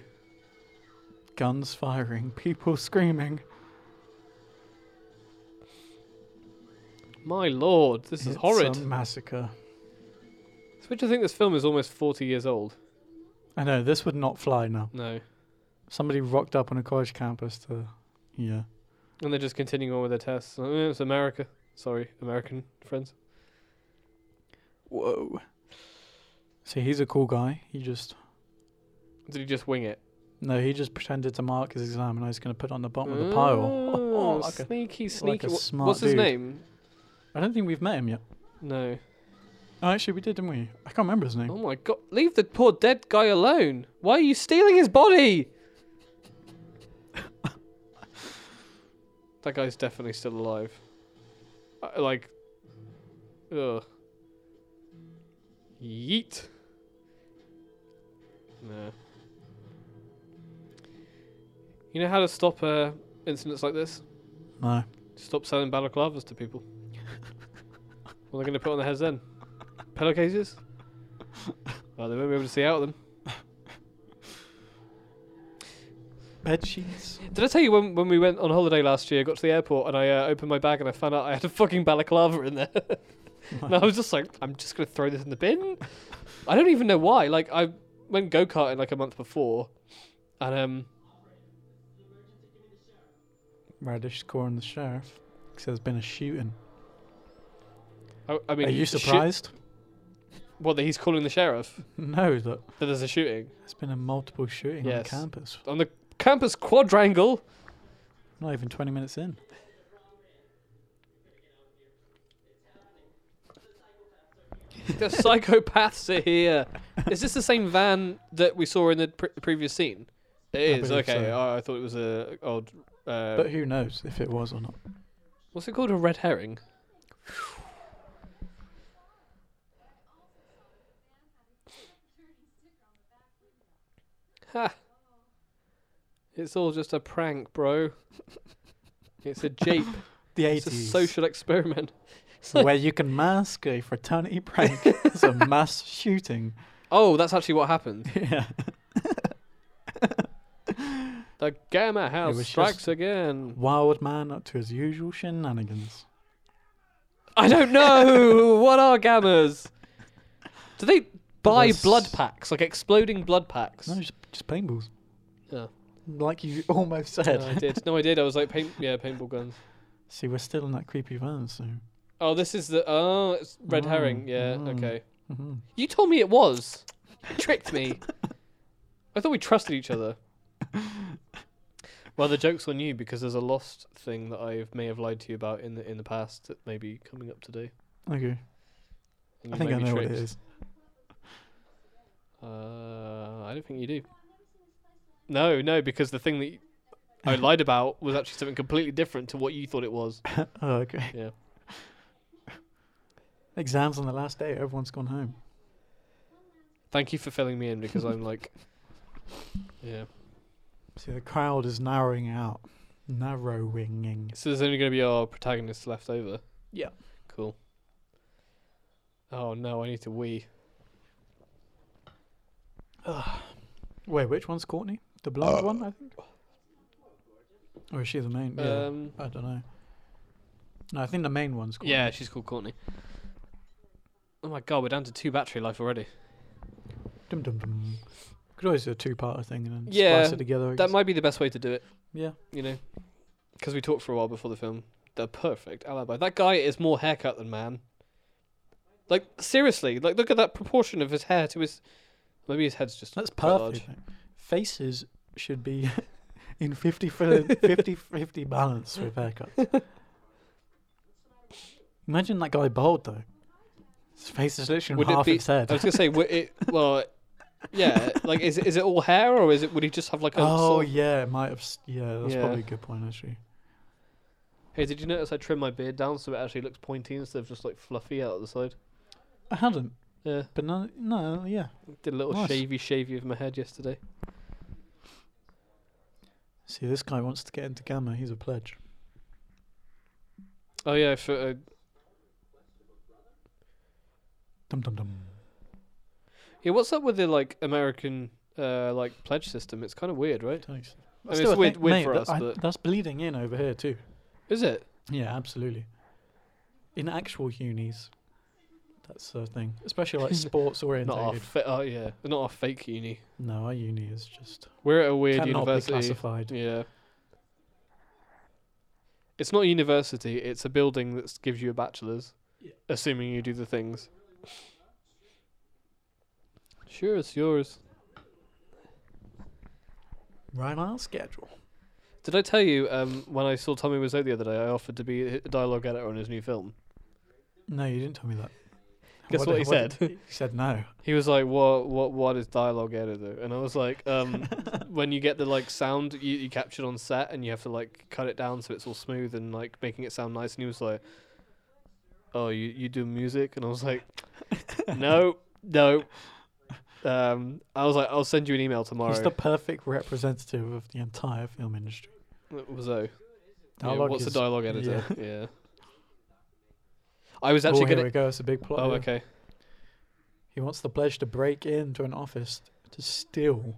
Speaker 2: Guns firing, <laughs> people screaming.
Speaker 1: My lord, this is
Speaker 2: It's a
Speaker 1: horrid.
Speaker 2: massacre.
Speaker 1: It's weird to think this film is almost forty years old.
Speaker 2: I know this would not fly now.
Speaker 1: No,
Speaker 2: Somebody rocked up on a college campus to, yeah.
Speaker 1: and they're just continuing on with their tests. Uh, it's America. Sorry, American friends.
Speaker 2: Whoa. See, he's a cool guy. He just
Speaker 1: Did he just wing it?
Speaker 2: no, he just pretended to mark his exam, and I was going to put it on the bottom of the pile. <laughs>
Speaker 1: Oh,
Speaker 2: Like a-
Speaker 1: sneaky, sneaky.
Speaker 2: a
Speaker 1: Wha-
Speaker 2: smart
Speaker 1: What's his
Speaker 2: dude.
Speaker 1: name?
Speaker 2: I don't think we've met him yet.
Speaker 1: No.
Speaker 2: Oh, actually, we did, didn't we? I can't remember his
Speaker 1: Oh
Speaker 2: name.
Speaker 1: my god! Leave the poor dead guy alone. Why are you stealing his body? that guy's definitely Uh, still alive. I, like, ugh. Yeet. No. You know how to stop uh, incidents like this?
Speaker 2: No.
Speaker 1: Stop selling balaclavas to people. what are they going to put on their heads then? Pillowcases? Well, they won't be able to see out of them. <laughs>
Speaker 2: Bed sheets.
Speaker 1: Did I tell you when, when we went on holiday last year, got to the airport and I uh, opened my bag and I found out I had a fucking balaclava in there? <laughs> and I was just like, I'm just going to throw this in the bin. I don't even know why. Like, I went go karting like a month before and, um,
Speaker 2: <laughs> Radish scoring the sheriff. Because there's been a shooting.
Speaker 1: I, I mean,
Speaker 2: Are you
Speaker 1: shit-
Speaker 2: surprised? <laughs>
Speaker 1: what, that he's calling the sheriff?
Speaker 2: No, that
Speaker 1: That there's a shooting?
Speaker 2: there's been a multiple shooting on
Speaker 1: Yes.
Speaker 2: campus.
Speaker 1: On the campus quadrangle?
Speaker 2: Not even 20 minutes in.
Speaker 1: The psychopaths are here. Is this the same van that we saw in the pre- previous scene? It
Speaker 2: I
Speaker 1: is.
Speaker 2: believe
Speaker 1: Okay.
Speaker 2: so.
Speaker 1: Oh, I thought it was a old. Uh,
Speaker 2: but who knows if it was or not?
Speaker 1: what's it called? A red herring. ha! It's all just a prank, bro. <laughs> It's a jape.
Speaker 2: The 80s.
Speaker 1: it's a social experiment.
Speaker 2: <laughs> where you can mask
Speaker 1: <laughs>
Speaker 2: a fraternity prank as a mass shooting. <laughs>
Speaker 1: Oh, that's actually what happened.
Speaker 2: Yeah.
Speaker 1: The Gamma House
Speaker 2: was
Speaker 1: strikes
Speaker 2: just-
Speaker 1: again.
Speaker 2: Wild man up to his usual shenanigans.
Speaker 1: I don't <laughs> know. what are gammas? Do they buy
Speaker 2: there's-
Speaker 1: blood packs, like exploding blood packs?
Speaker 2: No, just, just paintballs.
Speaker 1: Yeah.
Speaker 2: Like you <laughs> almost said.
Speaker 1: No, I did. No, I did. I was like, paint, yeah, paintball guns.
Speaker 2: <laughs> See, we're still in that creepy van, so.
Speaker 1: Oh, this is the oh, it's red herring.
Speaker 2: Mm,
Speaker 1: Yeah,
Speaker 2: mm.
Speaker 1: okay.
Speaker 2: Mhm.
Speaker 1: You told me it was. You tricked me. I thought we trusted each other. Well, the joke's on you because there's a lost thing that I may have lied to you about in the in the past that may be coming up today.
Speaker 2: Okay.
Speaker 1: and you
Speaker 2: I think
Speaker 1: may
Speaker 2: I
Speaker 1: be
Speaker 2: know what it
Speaker 1: tricked.
Speaker 2: is.
Speaker 1: Uh, I don't think you do. No, no, because the thing that y-
Speaker 2: <laughs>
Speaker 1: I lied about was actually something completely different to what you thought it was.
Speaker 2: oh, okay.
Speaker 1: Yeah.
Speaker 2: <laughs> Exams on the last day, everyone's gone home.
Speaker 1: Thank you for filling me in because I'm
Speaker 2: <laughs>
Speaker 1: like, yeah.
Speaker 2: See, the crowd is narrowing out. Narrowing.
Speaker 1: So there's only going to be our protagonists left over.
Speaker 2: Yeah.
Speaker 1: Cool. Oh no, I need to wee.
Speaker 2: Wait, which one's Courtney? The blonde one, I think? Or is she the main? Yeah.
Speaker 1: Um,
Speaker 2: I don't know. No, I think the main one's Courtney.
Speaker 1: yeah, she's called Courtney. Oh my god, we're down to two battery life already.
Speaker 2: Dum dum dum. Could always do a two-parter thing and then
Speaker 1: Yeah,
Speaker 2: splice it together. I
Speaker 1: That
Speaker 2: guess.
Speaker 1: might be the best way to do it.
Speaker 2: yeah.
Speaker 1: you know, because we talked for a while before the film. The perfect alibi. That guy is more haircut than man. Like seriously, like look at that proportion of his hair to his. Maybe his head's just
Speaker 2: That's
Speaker 1: quite
Speaker 2: perfect. mate. Faces should be <laughs> in 50 50-50 balance with haircuts. Imagine that guy bald though. His face is literally
Speaker 1: Would it
Speaker 2: half
Speaker 1: be-
Speaker 2: its head. <laughs>
Speaker 1: I was gonna say, would it, well, yeah, like is it- is it all hair or is it? Would he just have like a?
Speaker 2: oh
Speaker 1: sort of-
Speaker 2: yeah, it might have. s- Yeah, that's
Speaker 1: Yeah.
Speaker 2: probably a good point actually.
Speaker 1: Hey, did you notice I trimmed my beard down so it actually looks pointy instead of just like fluffy out the side?
Speaker 2: I hadn't,
Speaker 1: Yeah,
Speaker 2: but no, no, yeah.
Speaker 1: did a little
Speaker 2: Nice.
Speaker 1: shavy shavy of my head yesterday.
Speaker 2: See, this guy wants to get into gamma. He's a pledge.
Speaker 1: Oh yeah, for uh,
Speaker 2: Dum dum dum.
Speaker 1: yeah. What's up with the like American uh like pledge system? It's kind of weird, right?
Speaker 2: Thanks.
Speaker 1: I mean, it's weird, weird for us, but
Speaker 2: that's bleeding in over here too.
Speaker 1: is it?
Speaker 2: Yeah, absolutely. In actual unis, that's the thing. Especially
Speaker 1: <laughs>
Speaker 2: like sports
Speaker 1: Not our
Speaker 2: oriented.
Speaker 1: fa- oh yeah, not our fake uni.
Speaker 2: No, our uni is just
Speaker 1: We're at a weird
Speaker 2: cannot be
Speaker 1: university.
Speaker 2: classified.
Speaker 1: Yeah. It's not a university. It's a building that gives you a bachelor's,
Speaker 2: Yeah.
Speaker 1: assuming you do the things. Sure, it's yours.
Speaker 2: Right on our schedule.
Speaker 1: Did I tell you um, when I saw Tommy Wiseau the other day? I offered to be a dialogue editor on his new film.
Speaker 2: No, you didn't tell me that.
Speaker 1: Guess what, he
Speaker 2: did-
Speaker 1: said?
Speaker 2: did- he
Speaker 1: <laughs>
Speaker 2: said no.
Speaker 1: He was like, "What? What? What is dialogue editor?" And I was like,
Speaker 2: <laughs>
Speaker 1: um, "When you get the like sound you, you captured on set, and you have to like cut it down so it's all smooth and like making it sound
Speaker 2: <laughs>
Speaker 1: nice." And he was like, "Oh, you you do music?" And I was like, "No, No. Um, I was like, I'll send you an email tomorrow.
Speaker 2: He's the perfect representative of the entire film industry.
Speaker 1: What was that? Yeah,
Speaker 2: Dialogue
Speaker 1: what's the
Speaker 2: is-
Speaker 1: dialogue editor? <laughs> Yeah. I was
Speaker 2: oh,
Speaker 1: actually
Speaker 2: here
Speaker 1: gonna.
Speaker 2: we go. It's a big plot.
Speaker 1: Oh,
Speaker 2: here.
Speaker 1: okay.
Speaker 2: He wants the pledge to break into an office to steal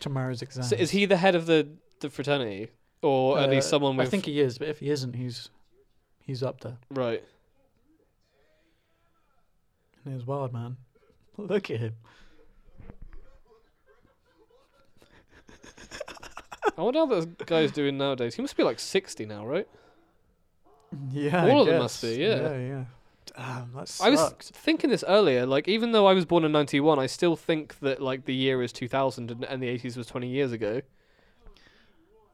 Speaker 2: tomorrow's exam.
Speaker 1: So is he the head of the the fraternity, or at least someone with?
Speaker 2: Uh, I think he is, but if he isn't, he's he's up there.
Speaker 1: right.
Speaker 2: And he's wild, man. Look at him.
Speaker 1: I wonder how this guy's doing nowadays. He must be like sixty now, right?
Speaker 2: Yeah.
Speaker 1: All
Speaker 2: I
Speaker 1: of them must
Speaker 2: guess.
Speaker 1: be, yeah.
Speaker 2: Yeah, yeah. Damn, that sucks.
Speaker 1: I was thinking this earlier. Like, even though I was born in '91, I still think that like the year is 2000 and, and the '80s was 20 years ago.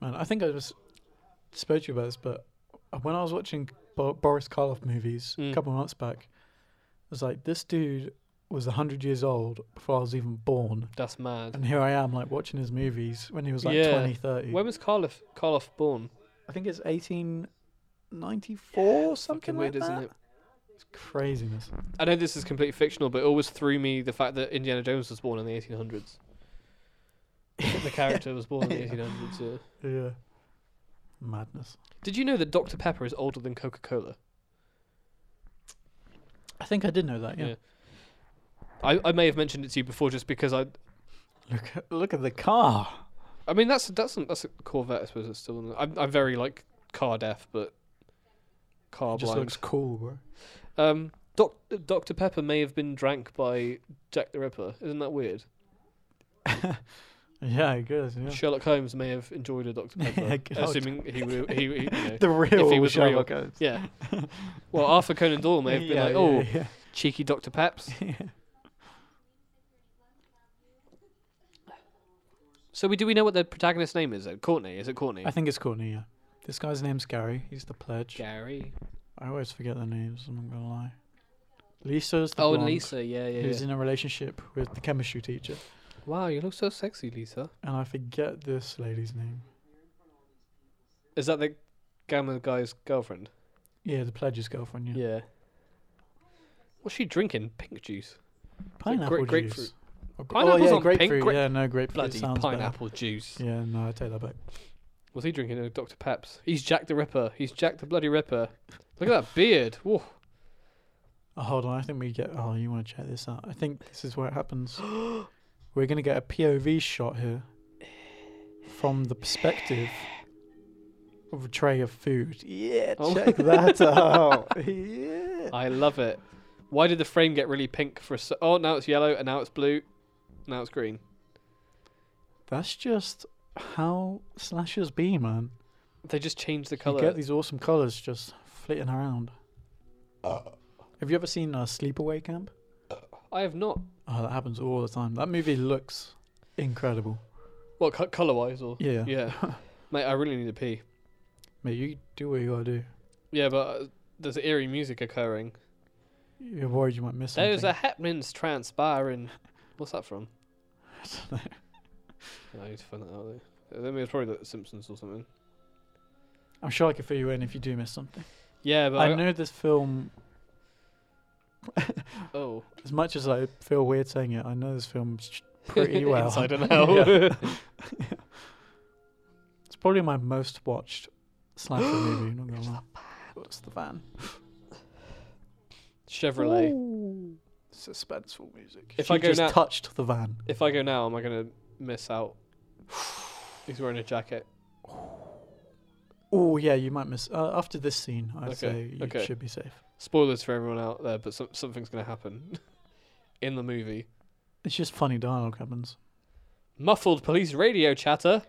Speaker 2: Man, I think I was spoke to you about this, but when I was watching Bo- Boris Karloff movies
Speaker 1: Mm.
Speaker 2: a couple of months back, I was like, this dude was 100 years old before I was even born.
Speaker 1: That's mad.
Speaker 2: And here I am, like, watching his movies when he was like
Speaker 1: Yeah.
Speaker 2: twenty, thirty. 20, 30.
Speaker 1: When was Karloff Karloff born?
Speaker 2: I think it's 1894, something
Speaker 1: Fucking
Speaker 2: like
Speaker 1: weird,
Speaker 2: that.
Speaker 1: isn't it?
Speaker 2: It's craziness.
Speaker 1: I know this is completely fictional, but it always threw me the fact that Indiana Jones was born in the 1800s. the character was born in the
Speaker 2: <laughs> Yeah.
Speaker 1: 1800s. Yeah.
Speaker 2: Yeah. Madness.
Speaker 1: Did you know that Dr Pepper is older than Coca Cola?
Speaker 2: I think I did know that, yeah.
Speaker 1: Yeah. I, I may have mentioned it to you before, just because I
Speaker 2: Look, at, look at the car.
Speaker 1: I mean that's that's a, that's a Corvette. I suppose it's still. In the, I'm I'm very like car deaf, but car
Speaker 2: It just
Speaker 1: blind.
Speaker 2: looks cool, bro.
Speaker 1: Um, Doc, Dr. Pepper may have been drank by Jack the Ripper. Isn't that weird?
Speaker 2: Yeah, I guess, yeah.
Speaker 1: Sherlock Holmes may have enjoyed a Dr.
Speaker 2: <laughs> Yeah,
Speaker 1: Pepper,
Speaker 2: God.
Speaker 1: assuming he would. He, he, you know.
Speaker 2: <laughs> The real
Speaker 1: he was real.
Speaker 2: Sherlock Holmes.
Speaker 1: Yeah. Well, Arthur Conan Doyle may have been
Speaker 2: Yeah,
Speaker 1: like,
Speaker 2: yeah,
Speaker 1: "Oh,
Speaker 2: yeah.
Speaker 1: cheeky Dr.
Speaker 2: <laughs>
Speaker 1: Peps." So we do we know what the protagonist's name is? Though? Courtney? Is it Courtney?
Speaker 2: I think it's Courtney, yeah. This guy's name's Gary. He's the pledge.
Speaker 1: Gary.
Speaker 2: I always forget their names, I'm not going to lie. Lisa's the
Speaker 1: Oh, and
Speaker 2: blonde,
Speaker 1: Lisa. Yeah, yeah.
Speaker 2: who's
Speaker 1: yeah.
Speaker 2: in a relationship with the chemistry teacher.
Speaker 1: Wow, you look so sexy, Lisa.
Speaker 2: And I forget this lady's name.
Speaker 1: Is that the Gamma guy's girlfriend?
Speaker 2: Yeah, the pledge's girlfriend, yeah.
Speaker 1: What's she drinking? Pink juice.
Speaker 2: Pineapple
Speaker 1: grape-
Speaker 2: juice.
Speaker 1: grapefruit.
Speaker 2: Or gr-
Speaker 1: Pineapple's
Speaker 2: oh,
Speaker 1: not
Speaker 2: yeah,
Speaker 1: pink,
Speaker 2: grapefruit.
Speaker 1: grape-
Speaker 2: yeah, no, grapefruit
Speaker 1: Bloody
Speaker 2: sounds better.
Speaker 1: pineapple juice.
Speaker 2: Yeah, no, I take that back.
Speaker 1: Was he drinking a Dr. Peps? He's Jack the Ripper. He's Jack the Bloody Ripper. Look at that beard. Whoa.
Speaker 2: Oh, hold on, I think we get. Oh, you want to check this out? I think this is where it happens. We're gonna get a POV shot here from the perspective of a tray of food. Yeah,
Speaker 1: Oh.
Speaker 2: check that out. Yeah.
Speaker 1: I love it. Why did the frame get really pink for a se- Oh, now it's yellow, and now it's blue. Now it's green.
Speaker 2: That's just how slashers be, man.
Speaker 1: They just changed the
Speaker 2: You get
Speaker 1: colour.
Speaker 2: these awesome colors just flitting around. Have you ever seen uh, Sleepaway Camp?
Speaker 1: I have not.
Speaker 2: Oh, that happens all the time. That movie looks incredible.
Speaker 1: What, co- colour-wise? or?
Speaker 2: Yeah.
Speaker 1: Yeah.
Speaker 2: <laughs>
Speaker 1: Mate, I really need to pee.
Speaker 2: Mate, you do what you gotta do.
Speaker 1: Yeah, but uh, there's eerie music occurring.
Speaker 2: You're worried you might miss
Speaker 1: There's
Speaker 2: something.
Speaker 1: a happenings transpiring. What's that
Speaker 2: <laughs>
Speaker 1: from? <laughs> I need to find that out. Though. I think it was probably The Simpsons or something.
Speaker 2: I'm sure I could fill you in if you do miss something.
Speaker 1: Yeah, but
Speaker 2: I
Speaker 1: I,
Speaker 2: know this film,
Speaker 1: <laughs> oh,
Speaker 2: as much as I feel weird saying it, I know this film's ch-
Speaker 1: <laughs>
Speaker 2: pretty well.
Speaker 1: Inside and
Speaker 2: <laughs> Yeah.
Speaker 1: out.
Speaker 2: It's probably my most watched
Speaker 1: <gasps>
Speaker 2: slasher movie. Not gonna lie. What's the van?
Speaker 1: <laughs> Chevrolet.
Speaker 2: Ooh. Suspenseful music.
Speaker 1: If
Speaker 2: she
Speaker 1: I go
Speaker 2: just
Speaker 1: now-
Speaker 2: touched the van.
Speaker 1: If I go now, am I gonna miss out? <sighs> He's wearing a jacket.
Speaker 2: Oh yeah, you might miss. Uh, after this scene, I'd
Speaker 1: Okay,
Speaker 2: say you
Speaker 1: okay.
Speaker 2: should be safe.
Speaker 1: Spoilers for everyone out there, but some, something's gonna happen <laughs> in the movie.
Speaker 2: It's just funny dialogue happens.
Speaker 1: Muffled police radio chatter.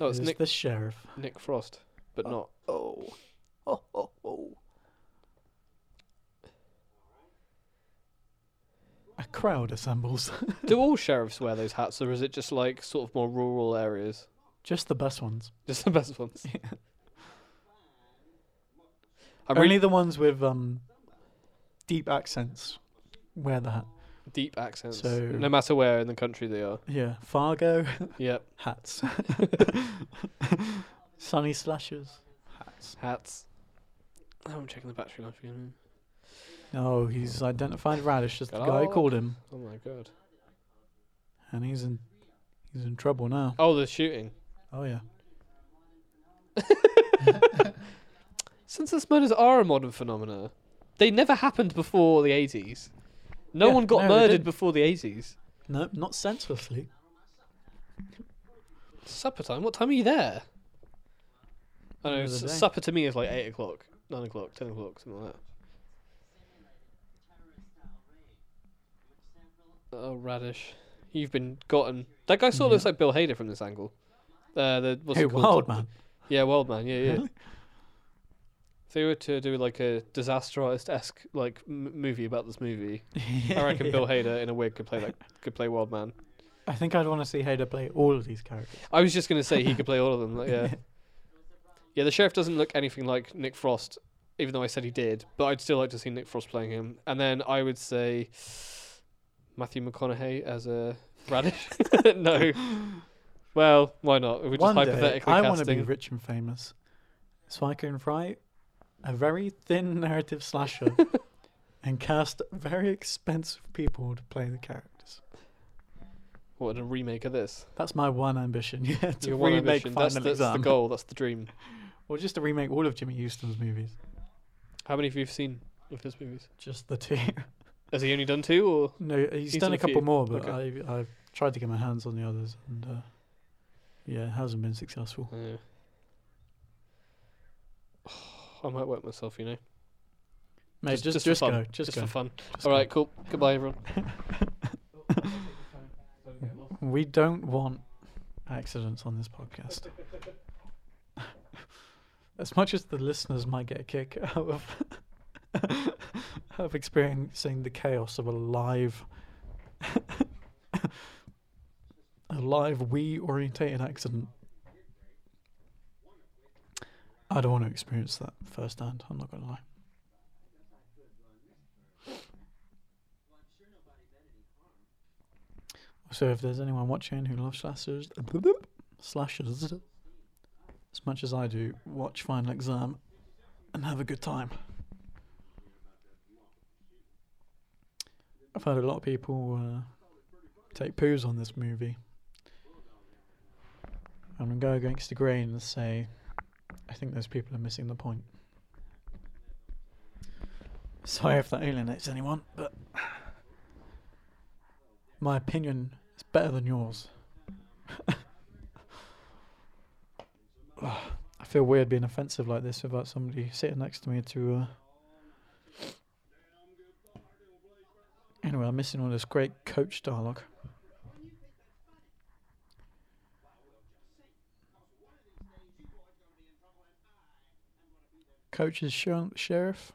Speaker 1: Oh, it's
Speaker 2: There's
Speaker 1: Nick
Speaker 2: the sheriff.
Speaker 1: Nick Frost, but
Speaker 2: Oh.
Speaker 1: not.
Speaker 2: Oh. <laughs> Oh, oh, oh. A crowd assembles. <laughs>
Speaker 1: Do all sheriffs wear those hats, or is it just like sort of more rural areas?
Speaker 2: Just the best ones.
Speaker 1: Just the best
Speaker 2: <laughs>
Speaker 1: ones. I'm
Speaker 2: Only
Speaker 1: really
Speaker 2: the ones with um, deep accents wear the hat.
Speaker 1: deep accents.
Speaker 2: So-
Speaker 1: no matter where in the country they are.
Speaker 2: Yeah, Fargo <laughs>
Speaker 1: Yep,
Speaker 2: hats. <laughs> Sunny slashers hats.
Speaker 1: hats. Oh, I'm checking the battery life again.
Speaker 2: No, he's identified Radish as the guy
Speaker 1: Oh.
Speaker 2: who called him,
Speaker 1: Oh my god.
Speaker 2: and he's in he's in trouble now.
Speaker 1: Oh, the shooting.
Speaker 2: Oh yeah.
Speaker 1: Senseless murders are a modern phenomena. They never happened before the 80s. No
Speaker 2: Yeah,
Speaker 1: one got
Speaker 2: no, they
Speaker 1: murdered
Speaker 2: didn't.
Speaker 1: before the 80s.
Speaker 2: No, not senselessly.
Speaker 1: Supper time? What time are you there? I know,
Speaker 2: End of the
Speaker 1: s-
Speaker 2: day.
Speaker 1: supper to me is like 8 o'clock, 9 o'clock, 10 o'clock, something like that. Oh, Radish. You've been gotten. That guy sort of
Speaker 2: Yeah.
Speaker 1: looks like Bill Hader from this angle. Uh, the, what's
Speaker 2: hey,
Speaker 1: it called?
Speaker 2: wild man.
Speaker 1: Yeah, Wild Man. Yeah, yeah.
Speaker 2: <laughs> Really?
Speaker 1: If they were to do like a disaster artist esque like m- movie about this movie,
Speaker 2: <laughs>
Speaker 1: I reckon Bill Hader in a wig could play that could play Wild Man.
Speaker 2: I think I'd want to see Hader play all of these characters.
Speaker 1: I was just gonna say he could play all of them. Like,
Speaker 2: <laughs>
Speaker 1: yeah, yeah. The sheriff doesn't look anything like Nick Frost, even though I said he did. But I'd still like to see Nick Frost playing him. And then I would say Matthew McConaughey as a radish. <laughs> no. Well, why not? We're just
Speaker 2: One day,
Speaker 1: hypothetically
Speaker 2: I want to
Speaker 1: casting.
Speaker 2: be rich and famous, so I can write a very thin narrative
Speaker 1: <laughs>
Speaker 2: slasher and cast very expensive people to play the characters.
Speaker 1: What a remake of this!
Speaker 2: That's my one ambition. <laughs> Yeah, to
Speaker 1: Your one
Speaker 2: remake
Speaker 1: ambition.
Speaker 2: Final
Speaker 1: That's, that's the
Speaker 2: Exam,
Speaker 1: goal. That's the dream.
Speaker 2: or just to remake all of Jimmy Houston's movies,
Speaker 1: How many of you have seen of his movies?
Speaker 2: just the two. <laughs>
Speaker 1: Has he only done two or? <sighs>
Speaker 2: no, he's,
Speaker 1: He's done
Speaker 2: done a
Speaker 1: a few.
Speaker 2: couple more, but I, I've tried to get my hands on the others, and uh, yeah, it hasn't been successful.
Speaker 1: Yeah. <sighs> I might work myself, you know.
Speaker 2: Mate, just just,
Speaker 1: for fun.
Speaker 2: go, just, go.
Speaker 1: for fun.
Speaker 2: just
Speaker 1: All
Speaker 2: go.
Speaker 1: right, cool. Goodbye, everyone.
Speaker 2: We don't want accidents on this podcast. as much as the listeners might get a kick out of, of experiencing the chaos of a live, a live we orientated accident, I don't want to experience that firsthand. I'm not gonna lie. So if there's anyone watching who loves slashers, slashers, as much as I do, watch Final Exam and have a good time. I've heard a lot of people uh, take poos on this movie. I'm going to go against the grain and say, I think those people are missing the point. Sorry if that alienates anyone, but my opinion is better than yours. <sighs> Ugh, I feel weird being offensive like this without somebody sitting next to me to. Uh... Anyway, I'm missing all this great coach dialogue. Coach is sheriff- sheriff.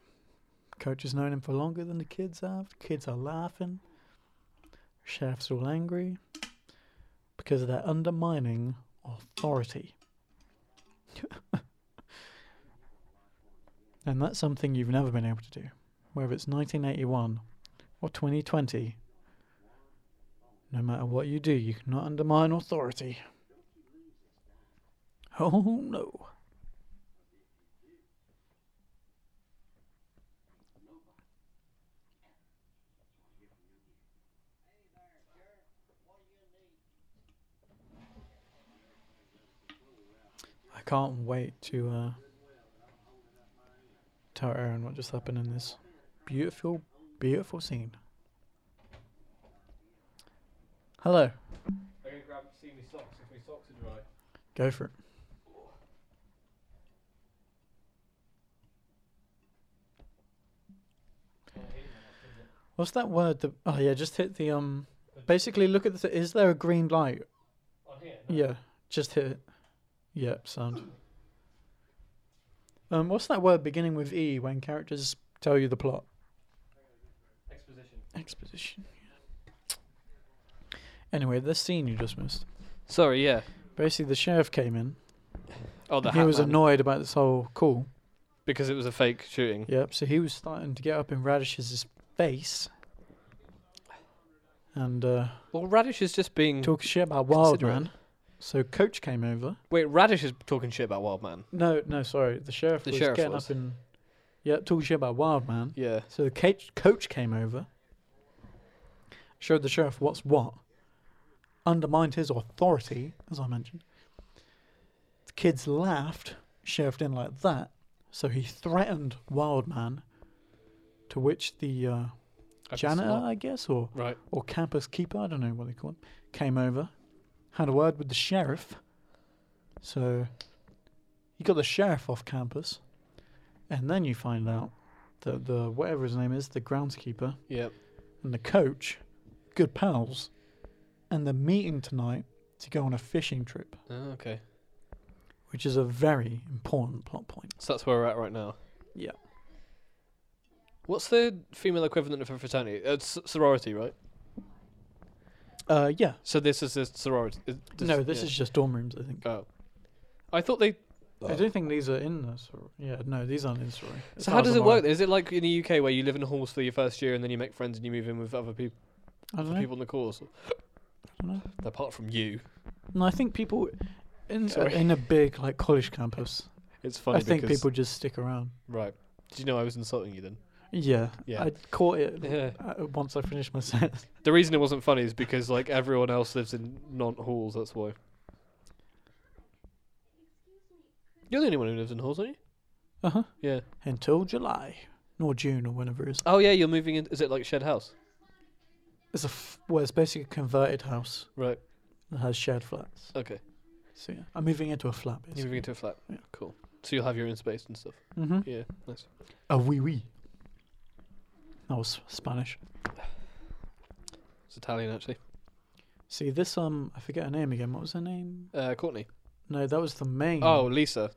Speaker 2: Coach has known him for longer than the kids have. The kids are laughing. Sheriff's all angry because they're undermining authority. <laughs> and that's something you've never been able to do, whether it's 1981 or 2020. No matter what you do, you cannot undermine authority. Oh no. I can't wait to uh, tell Aaron what just happened in this beautiful, beautiful scene. Hello.
Speaker 1: I'm gonna grab see me socks if my socks are dry.
Speaker 2: Go for it. What's that word? That, oh yeah, just hit the um. Basically, look at the. Is there a green light?
Speaker 1: On here.
Speaker 2: Yeah, just hit it. Yeah, sound. Um, what's that word beginning with E when characters tell you the plot?
Speaker 1: Exposition.
Speaker 2: Exposition. Anyway, this scene you just missed.
Speaker 1: Sorry, yeah.
Speaker 2: Basically, the sheriff came in.
Speaker 1: Oh, the
Speaker 2: he
Speaker 1: hat
Speaker 2: was
Speaker 1: man.
Speaker 2: annoyed about this whole call.
Speaker 1: because it was a fake shooting.
Speaker 2: Yep. So he was starting to get up in Radish's face and uh,
Speaker 1: Well, Radish is just being.
Speaker 2: talk shit about Wild
Speaker 1: Mm. Considerate.
Speaker 2: Man. So Coach came over.
Speaker 1: Wait, Radish is talking shit about Wild Man.
Speaker 2: No, no, sorry. The sheriff
Speaker 1: The
Speaker 2: was
Speaker 1: sheriff
Speaker 2: getting
Speaker 1: was.
Speaker 2: up in. Yeah, talking shit about Wildman.
Speaker 1: Yeah.
Speaker 2: So the coach, coach came over, showed the sheriff what's what, undermined his authority, as I mentioned. The kids laughed, sheriff didn't like that, so he threatened Wildman, to which the uh,
Speaker 1: I can
Speaker 2: janitor,
Speaker 1: smell-
Speaker 2: I guess, or,
Speaker 1: Right.
Speaker 2: or campus keeper, I don't know what they call him, came over, had a word with the sheriff. So he got the sheriff off campus, and then you find out that the whatever his name is, the groundskeeper
Speaker 1: Yep.
Speaker 2: and the coach, good pals, and they're meeting tonight to go on a fishing trip,
Speaker 1: Oh, okay.
Speaker 2: which is a very important plot point.
Speaker 1: So that's where we're at right now.
Speaker 2: Yeah.
Speaker 1: What's the female equivalent of a fraternity? It's sorority, right?
Speaker 2: Uh, yeah.
Speaker 1: So this is a sorority. is-
Speaker 2: no, this
Speaker 1: yeah.
Speaker 2: is just dorm rooms, I think.
Speaker 1: Oh. I thought they.
Speaker 2: I don't think these are in the soror. Yeah, no, these aren't in soror.
Speaker 1: Uh,
Speaker 2: as
Speaker 1: So
Speaker 2: far
Speaker 1: how
Speaker 2: as
Speaker 1: does
Speaker 2: I'm
Speaker 1: it
Speaker 2: aware.
Speaker 1: work? Is it like in the UK where you live in halls for your first year and then you make friends and you move in with other people,
Speaker 2: I don't know.
Speaker 1: people in the course,
Speaker 2: I don't know.
Speaker 1: apart from you?
Speaker 2: No, I think people in
Speaker 1: Sorry.
Speaker 2: in a big like college campus.
Speaker 1: It's funny.
Speaker 2: I think
Speaker 1: because,
Speaker 2: people just stick around.
Speaker 1: Right. Did you know I was insulting you then?
Speaker 2: Yeah,
Speaker 1: Yeah.
Speaker 2: I caught
Speaker 1: <laughs>
Speaker 2: it
Speaker 1: Yeah.
Speaker 2: uh, once I finished my <laughs> set.
Speaker 1: The reason it wasn't funny is because like everyone else lives in non halls. That's why. You're the only one who lives in halls, aren't you?
Speaker 2: Uh huh.
Speaker 1: Yeah.
Speaker 2: Until July, nor June, or whenever it is.
Speaker 1: Oh yeah, you're moving in. Is it like shared house?
Speaker 2: It's a f- well, it's basically a converted house
Speaker 1: Right.
Speaker 2: that has shared flats.
Speaker 1: Okay.
Speaker 2: So yeah, I'm moving into a flat.
Speaker 1: You're
Speaker 2: Basically.
Speaker 1: moving into a flat.
Speaker 2: Yeah.
Speaker 1: Cool. So you'll have your own space and stuff.
Speaker 2: Mm-hmm.
Speaker 1: Yeah. Nice.
Speaker 2: A wee wee. That was Spanish.
Speaker 1: It's Italian actually.
Speaker 2: See this um, I forget her name again. What was her name?
Speaker 1: Uh, Courtney.
Speaker 2: No, that was the main.
Speaker 1: Oh, Lisa.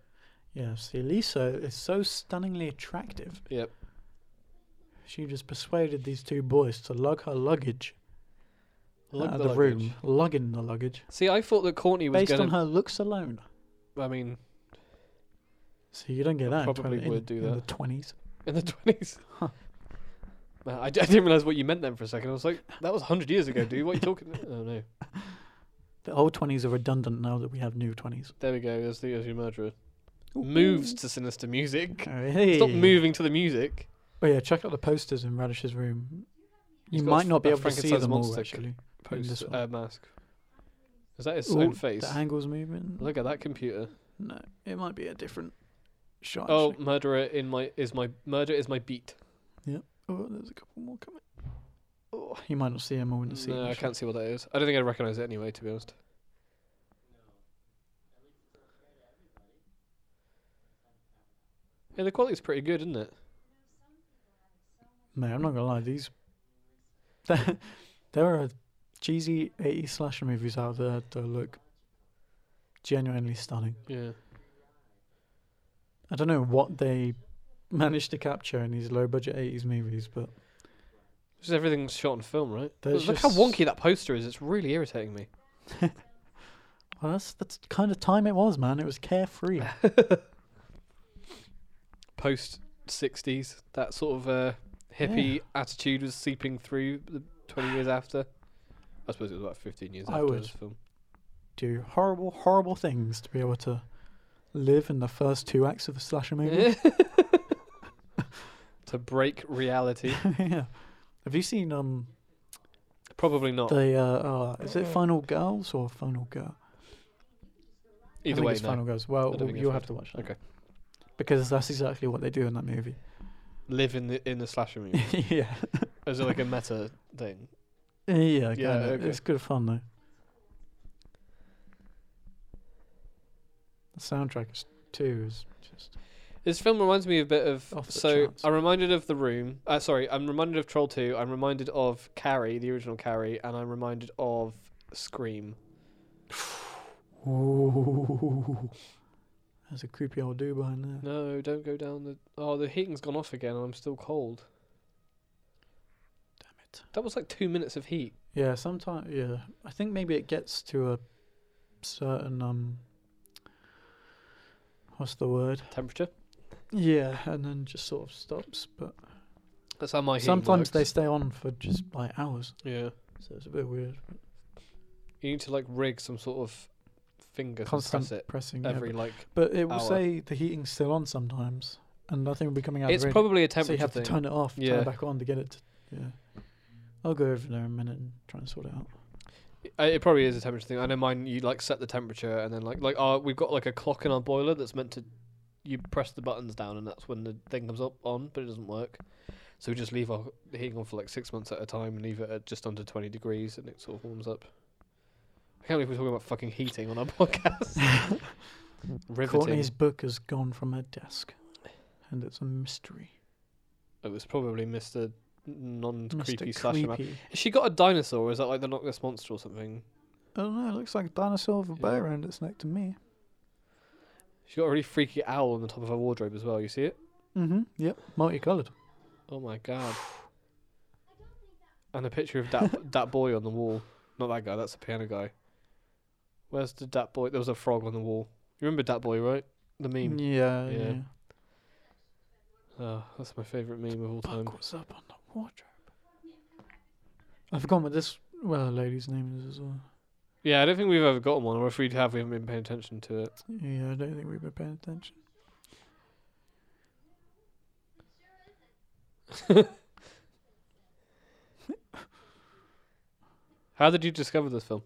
Speaker 2: Yeah, see, Lisa is so stunningly attractive.
Speaker 1: Yep.
Speaker 2: She just persuaded these two boys to lug her luggage
Speaker 1: Lug
Speaker 2: out
Speaker 1: the
Speaker 2: of the
Speaker 1: luggage.
Speaker 2: room, lugging the luggage,
Speaker 1: See, I thought that Courtney was
Speaker 2: based
Speaker 1: gonna.
Speaker 2: on her looks alone.
Speaker 1: I mean,
Speaker 2: So you don't get
Speaker 1: I
Speaker 2: that. in
Speaker 1: probably
Speaker 2: 20 in,
Speaker 1: would do
Speaker 2: in
Speaker 1: that.
Speaker 2: the twenties.
Speaker 1: in
Speaker 2: <laughs>
Speaker 1: the twenties. I, d- I didn't realize what you meant then for a second. I was like, that was hundred years ago, dude. What are you talking? <laughs> oh no.
Speaker 2: The old twenties are redundant now that we have new twenties.
Speaker 1: There we go. There's the there's your murderer. Moves to sinister music.
Speaker 2: Hey.
Speaker 1: Stop moving to the music.
Speaker 2: Oh yeah, check out the posters in Radish's room.
Speaker 1: He's
Speaker 2: You
Speaker 1: got a
Speaker 2: might
Speaker 1: f-
Speaker 2: not be
Speaker 1: a
Speaker 2: able to see
Speaker 1: Frankenstein's
Speaker 2: them all
Speaker 1: monster
Speaker 2: actually.
Speaker 1: Post
Speaker 2: this one.
Speaker 1: uh, mask. Is that his
Speaker 2: Ooh,
Speaker 1: own face?
Speaker 2: The angles moving.
Speaker 1: Look at that computer.
Speaker 2: No, it might be a different shot.
Speaker 1: Oh,
Speaker 2: actually.
Speaker 1: murderer in my is my murder is my beat.
Speaker 2: oh, there's a couple more coming. Oh, you might not see them all in the scene.
Speaker 1: No, I
Speaker 2: actually.
Speaker 1: can't see what that is. I don't think I'd recognize it anyway, to be honest. Yeah, the quality's pretty good, isn't it?
Speaker 2: Man, I'm not gonna lie, these <laughs> there are cheesy 80 slasher movies out there that look genuinely stunning.
Speaker 1: Yeah.
Speaker 2: I don't know what they managed to capture in these low budget 80s movies, but
Speaker 1: Just everything's shot on film, right?
Speaker 2: There's
Speaker 1: Look how
Speaker 2: just-
Speaker 1: wonky that poster is. It's really irritating me.
Speaker 2: well, that's that's the kind of time it was, man. It was carefree.
Speaker 1: Post 60s, that sort of uh, hippie attitude was seeping through the 20
Speaker 2: <sighs>
Speaker 1: years after. I suppose it was about 15 years
Speaker 2: I
Speaker 1: after
Speaker 2: would-
Speaker 1: this film.
Speaker 2: Do horrible, horrible things to be able to live in the first two acts of a slasher movie.
Speaker 1: Eh. <laughs> to break reality.
Speaker 2: <laughs> yeah. Have you seen um
Speaker 1: Probably not.
Speaker 2: the uh, uh is it Final Girls or Final Girl? I
Speaker 1: Either
Speaker 2: think
Speaker 1: way,
Speaker 2: it's
Speaker 1: no.
Speaker 2: Final Girls. Well,
Speaker 1: I don't think I've
Speaker 2: you'll
Speaker 1: heard.
Speaker 2: have to watch that.
Speaker 1: Okay.
Speaker 2: Because that's exactly what they do in
Speaker 1: <laughs>
Speaker 2: that movie. <laughs>
Speaker 1: Live in the in the slasher movie.
Speaker 2: yeah.
Speaker 1: Is it like a meta thing?
Speaker 2: Yeah, yeah,
Speaker 1: Yeah, okay.
Speaker 2: it's good fun though. The soundtrack is too is just
Speaker 1: This film reminds me a bit of.
Speaker 2: Off the
Speaker 1: so
Speaker 2: charts.
Speaker 1: I'm reminded of The Room. Uh, sorry, I'm reminded of Troll Two. I'm reminded of Carrie, the original Carrie, and I'm reminded of Scream.
Speaker 2: Ooh. There's a creepy old dude behind there.
Speaker 1: No, don't go down the. Oh, the heating's gone off again, and I'm still cold.
Speaker 2: Damn it.
Speaker 1: That was like two minutes of heat.
Speaker 2: Yeah, sometimes yeah. I think maybe it gets to a certain um what's the word?
Speaker 1: Temperature.
Speaker 2: Yeah, and then just sort of stops, but
Speaker 1: That's how my heating
Speaker 2: sometimes they
Speaker 1: works.
Speaker 2: stay on for just like hours.
Speaker 1: Yeah.
Speaker 2: So it's a bit weird.
Speaker 1: You need to like rig some sort of finger to press
Speaker 2: Constant
Speaker 1: it
Speaker 2: pressing yeah,
Speaker 1: every like.
Speaker 2: But it will
Speaker 1: hour.
Speaker 2: say the heating's still on sometimes, and nothing will be coming out.
Speaker 1: It's
Speaker 2: of the radio.
Speaker 1: probably a
Speaker 2: so you
Speaker 1: temperature
Speaker 2: have
Speaker 1: thing.
Speaker 2: to turn it off, turn
Speaker 1: Yeah.
Speaker 2: it back on to get it. To, yeah, I'll go over there in a minute and try and sort it out.
Speaker 1: Uh, It probably is a temperature thing. I know mine. You like set the temperature, and then like like our we've got like a clock in our boiler that's meant to. You press the buttons down, and that's when the thing comes up on, but it doesn't work. So we just leave our heating on for like six months at a time, and leave it at just under twenty degrees, and it sort of warms up. I can't believe we're talking about fucking heating on our <laughs> podcast. Riveting.
Speaker 2: Courtney's book has gone from her desk, and it's a mystery.
Speaker 1: It was probably Mister Non
Speaker 2: Mr.
Speaker 1: Creepy Slasher Man.
Speaker 2: Creepy.
Speaker 1: Has she got a dinosaur? Or is that like the Loch Ness monster or something?
Speaker 2: I don't know. Oh, It looks like a dinosaur with a bow
Speaker 1: Yeah.
Speaker 2: around its neck to me.
Speaker 1: She got a really freaky owl on the top of her wardrobe as well. You see it?
Speaker 2: Mm-hmm. Yep. Multicolored.
Speaker 1: Oh my god. And a picture of
Speaker 2: <laughs>
Speaker 1: that that boy on the wall. Not that guy, that's the piano guy. Where's the dat boy? There was a frog on the wall. You remember dat boy, right? The meme.
Speaker 2: Yeah.
Speaker 1: Yeah.
Speaker 2: Yeah.
Speaker 1: Oh, that's my favourite meme of all time.
Speaker 2: Buck was up on the wardrobe. I've forgotten what this well lady's name is as well.
Speaker 1: Yeah, I don't think we've ever gotten one, or if we have, we haven't been paying attention to it.
Speaker 2: Yeah, I don't think we've been paying attention.
Speaker 1: How did you discover this film?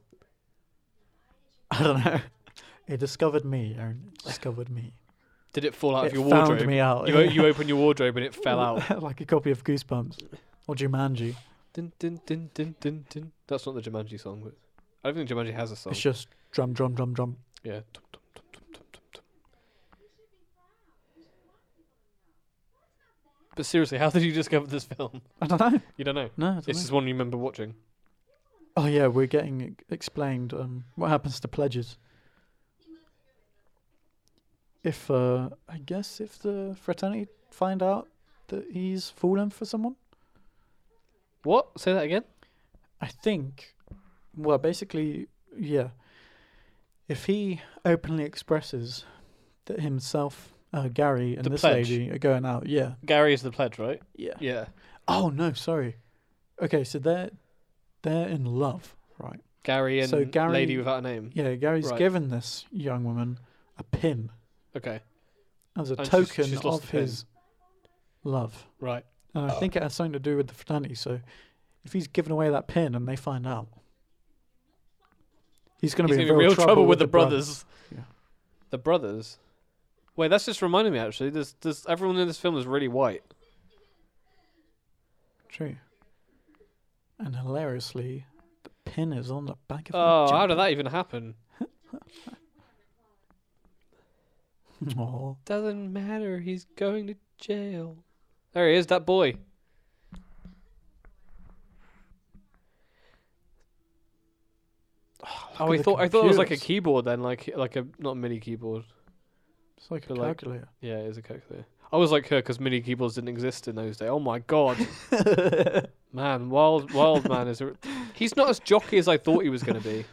Speaker 2: <laughs> I don't know. <laughs> It discovered me, Aaron. It discovered me.
Speaker 1: Did it fall out
Speaker 2: it
Speaker 1: of your
Speaker 2: found
Speaker 1: wardrobe?
Speaker 2: me out.
Speaker 1: You o- you open your wardrobe
Speaker 2: <laughs>
Speaker 1: and it fell out.
Speaker 2: like a copy of Goosebumps or Jumanji.
Speaker 1: Dun, dun, dun, dun, dun, dun. That's not the Jumanji song, but I don't think Jumanji has a song.
Speaker 2: It's just drum, drum, drum, drum.
Speaker 1: Yeah. But seriously, how did you discover this film?
Speaker 2: I don't know.
Speaker 1: You don't know.
Speaker 2: No, I don't
Speaker 1: It's
Speaker 2: know.
Speaker 1: just one you remember watching.
Speaker 2: Oh yeah, we're getting ex- explained um, what happens to pledges. If uh, I guess if the fraternity find out that he's fallen for someone,
Speaker 1: What? Say that again?
Speaker 2: I think, well, basically, yeah. If he openly expresses that himself, uh, Gary, and
Speaker 1: The
Speaker 2: this
Speaker 1: pledge.
Speaker 2: lady are going out, yeah,
Speaker 1: Gary is the pledge, right?
Speaker 2: yeah.
Speaker 1: Yeah.
Speaker 2: Oh no, sorry. Okay, so they're they're in love, right?
Speaker 1: Gary and
Speaker 2: So Gary-
Speaker 1: Lady Without a Name.
Speaker 2: Yeah, Gary's
Speaker 1: Right.
Speaker 2: given this young woman a pin.
Speaker 1: Okay.
Speaker 2: as a
Speaker 1: And Oh, she's-
Speaker 2: token
Speaker 1: she's lost
Speaker 2: of
Speaker 1: the pin.
Speaker 2: his love.
Speaker 1: Right.
Speaker 2: And I
Speaker 1: Oh.
Speaker 2: think it has something to do with the fraternity. So if he's given away that pin and they find out, he's going to
Speaker 1: He's
Speaker 2: be
Speaker 1: gonna
Speaker 2: in
Speaker 1: be in real trouble, with, the
Speaker 2: brother.
Speaker 1: brothers.
Speaker 2: Yeah.
Speaker 1: The brothers? Wait, that's just reminding me actually. This this everyone in this film is really white.
Speaker 2: True. And hilariously, the pin is on the back of
Speaker 1: Oh,
Speaker 2: her
Speaker 1: how did
Speaker 2: jumper.
Speaker 1: that even happen?
Speaker 2: <laughs>
Speaker 1: Oh,
Speaker 2: Aw.
Speaker 1: Doesn't matter, he's going to jail. There he is, that boy. Oh,
Speaker 2: Look
Speaker 1: I
Speaker 2: at the
Speaker 1: thought I thought it was like a
Speaker 2: computers.
Speaker 1: keyboard then, like like a not mini keyboard.
Speaker 2: It's like a
Speaker 1: but, like-
Speaker 2: calculator. <laughs>
Speaker 1: Yeah, it is a calculator. I was like her because mini keyboards didn't exist in those days. Oh my god, man, wild wild man is. A, he's not as jockey as I thought he was going to be.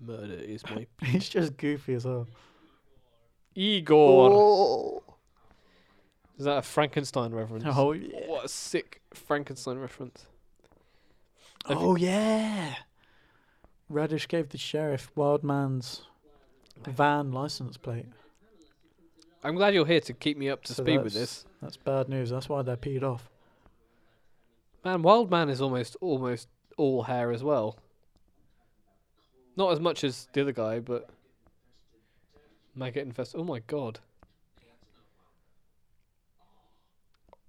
Speaker 1: Murder is my
Speaker 2: He's just goofy as hell.
Speaker 1: <laughs> Igor.
Speaker 2: Oh,
Speaker 1: Is that a Frankenstein reference?
Speaker 2: oh yeah.
Speaker 1: What a sick Frankenstein reference. Have you-
Speaker 2: Oh yeah. Radish gave the sheriff Wildman's van license plate.
Speaker 1: I'm glad you're here to keep me up to
Speaker 2: So
Speaker 1: speed with
Speaker 2: that's-
Speaker 1: this.
Speaker 2: That's bad news. That's why they're peed off.
Speaker 1: Man, Wild Man is almost almost all hair as well. Not as much as the other guy, but maggot infest. Oh my god.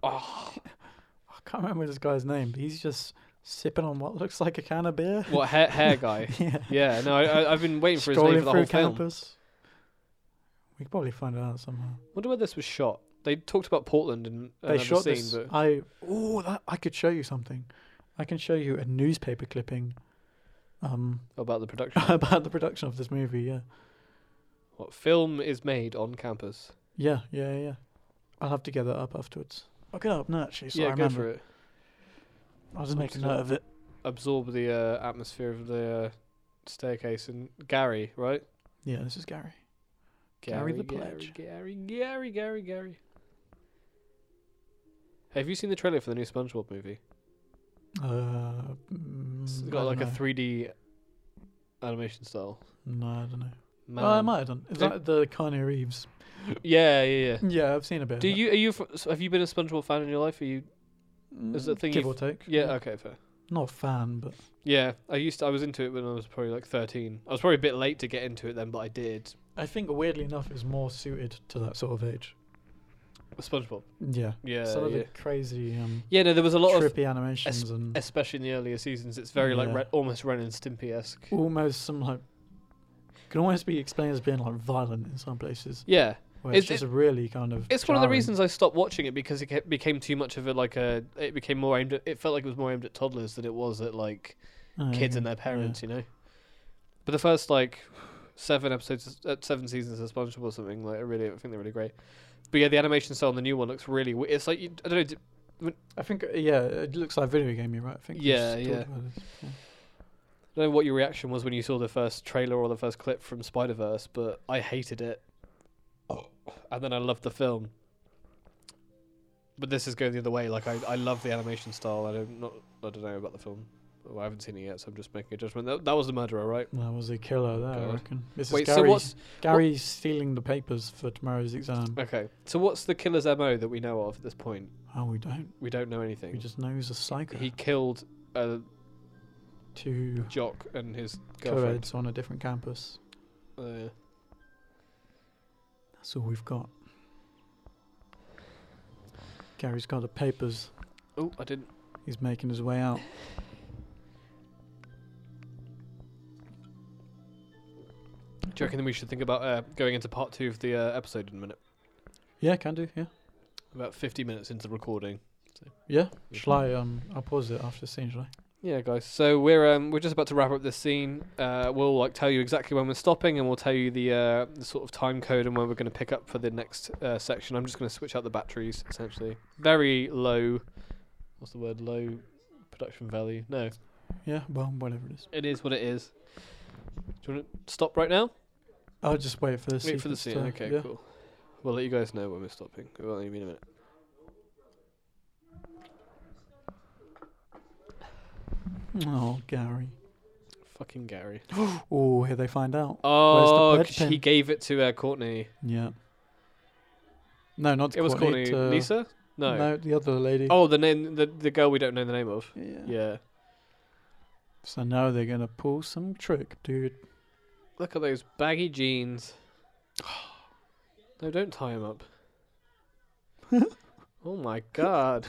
Speaker 1: Oh,
Speaker 2: I can't remember this guy's name, but he's just sipping on what looks like a can of beer.
Speaker 1: what hair hair guy?
Speaker 2: <laughs>
Speaker 1: <laughs>
Speaker 2: yeah.
Speaker 1: Yeah, no, I, I, I've been waiting for his name for
Speaker 2: Strolling
Speaker 1: the
Speaker 2: through
Speaker 1: whole film.
Speaker 2: campus. We could probably find it out somehow.
Speaker 1: Wonder where this was shot. They talked about Portland in
Speaker 2: They
Speaker 1: another
Speaker 2: shot
Speaker 1: scene,
Speaker 2: this.
Speaker 1: but
Speaker 2: I oh, that I could show you something. I can show you a newspaper clipping, um, <laughs>
Speaker 1: about the production.
Speaker 2: about the production of this movie. Yeah.
Speaker 1: what film is made on campus?
Speaker 2: Yeah, yeah, yeah. I'll have to get that up afterwards. I'll get it up now, actually. So
Speaker 1: yeah,
Speaker 2: I
Speaker 1: go
Speaker 2: remember.
Speaker 1: for it.
Speaker 2: I'll just make a
Speaker 1: Absolutely.
Speaker 2: note of it.
Speaker 1: Absorb the uh, atmosphere of the uh, staircase and Gary, right?
Speaker 2: Yeah, this is Gary. Gary the Pledge.
Speaker 1: Gary, Gary, Gary, Gary. Have you seen the trailer for the new SpongeBob movie?
Speaker 2: Uh,
Speaker 1: It's
Speaker 2: mm, I
Speaker 1: got like
Speaker 2: dunno.
Speaker 1: a 3D animation style.
Speaker 2: No, I don't know.
Speaker 1: Man.
Speaker 2: Oh, I might have done. Is
Speaker 1: Yeah.
Speaker 2: that the Keanu Reeves?
Speaker 1: Yeah, yeah, yeah.
Speaker 2: Yeah, I've seen a bit.
Speaker 1: Do
Speaker 2: of
Speaker 1: you are you fr- so have you been a SpongeBob fan in your life? Are you?
Speaker 2: It.
Speaker 1: is the
Speaker 2: Mm,
Speaker 1: thing
Speaker 2: Give
Speaker 1: you-
Speaker 2: or take.
Speaker 1: Yeah. uh, Okay. Fair.
Speaker 2: Not a fan, but
Speaker 1: Yeah, I used to, I was into it when I was probably like 13. I was probably a bit late to get into it then, but I did.
Speaker 2: I think weirdly enough, it's more suited to that sort of age.
Speaker 1: SpongeBob.
Speaker 2: Yeah.
Speaker 1: Yeah.
Speaker 2: Some of
Speaker 1: yeah.
Speaker 2: the crazy, um,
Speaker 1: yeah, no, there was a lot of
Speaker 2: trippy animations and
Speaker 1: especially in the earlier seasons, it's very like
Speaker 2: Yeah.
Speaker 1: re- almost Ren and Stimpy esque.
Speaker 2: almost some like can almost be explained as being like violent in some places.
Speaker 1: Yeah,
Speaker 2: Where it's,
Speaker 1: It's-
Speaker 2: just really kind of.
Speaker 1: it's one of the
Speaker 2: jarring.
Speaker 1: reasons I stopped watching it because it ke- became too much of a like a. It became more aimed. At, it felt like it was more aimed at toddlers than it was at like
Speaker 2: Oh,
Speaker 1: kids and
Speaker 2: yeah.
Speaker 1: their parents, you know. But the first like seven episodes, uh, seven seasons of SpongeBob or something, like I really, I think they're really great. But yeah, the animation style on the new one looks really. W- it's like you, I don't know.
Speaker 2: I think uh, yeah, it looks like a video game. You're right. I think. we
Speaker 1: Yeah,
Speaker 2: just talked about this.
Speaker 1: I don't know what your reaction was when you saw the first trailer or the first clip from Spider Verse, but I hated it.
Speaker 2: Oh.
Speaker 1: And then I loved the film. But this is going the other way. Like I, I love the animation style. I don't not I don't know about the film. Well, I haven't seen it yet, so I'm just making a judgment. That, that was the murderer, right?
Speaker 2: That was a killer there. I
Speaker 1: Oh, God.
Speaker 2: reckon. This
Speaker 1: Wait,
Speaker 2: is
Speaker 1: so
Speaker 2: Gary.
Speaker 1: what's
Speaker 2: Gary's stealing the papers for tomorrow's exam.
Speaker 1: okay? So what's the killer's mo that we know of at this point?
Speaker 2: Oh, we don't.
Speaker 1: We don't know
Speaker 2: We
Speaker 1: anything.
Speaker 2: just know he's a psycho.
Speaker 1: He killed a
Speaker 2: Two
Speaker 1: jock and his girlfriend.
Speaker 2: co-eds on a different campus.
Speaker 1: Uh,
Speaker 2: That's all we've got. Gary's got the papers.
Speaker 1: oh, I didn't.
Speaker 2: He's making his way out.
Speaker 1: Do you reckon we should think about uh, going into part two of the uh, episode in a minute?
Speaker 2: Yeah, can do. Yeah.
Speaker 1: About 50 minutes into recording.
Speaker 2: Yeah. Shall I? Um, I'll pause it after the scene, shall I?
Speaker 1: Yeah, guys. So we're um, we're just about to wrap up this scene. Uh, we'll like tell you exactly when we're stopping, and we'll tell you the uh, the sort of time code and when we're going to pick up for the next uh, section. I'm just going to switch out the batteries essentially. Very low. What's the word? Low production value. No,
Speaker 2: Yeah. Well, whatever it is.
Speaker 1: it is what it is. Do you want to stop right now?
Speaker 2: I'll just wait for the scene.
Speaker 1: Wait for the scene. Okay,
Speaker 2: yeah.
Speaker 1: cool. We'll let you guys know when we're stopping. It will only be in a minute.
Speaker 2: Oh, Gary.
Speaker 1: Fucking Gary.
Speaker 2: Oh, here they find out.
Speaker 1: Oh,
Speaker 2: bird
Speaker 1: 'cause
Speaker 2: pen?
Speaker 1: he gave it to uh, Courtney.
Speaker 2: Yeah. No, not
Speaker 1: It was Courtney.
Speaker 2: to- uh,
Speaker 1: Lisa? No.
Speaker 2: the other lady.
Speaker 1: Oh, the name, the, the girl we don't know the name of.
Speaker 2: Yeah.
Speaker 1: Yeah.
Speaker 2: So now they're gonna pull some trick, dude.
Speaker 1: Look at those baggy jeans. <gasps> No, don't tie him
Speaker 2: <laughs>
Speaker 1: up. oh my god.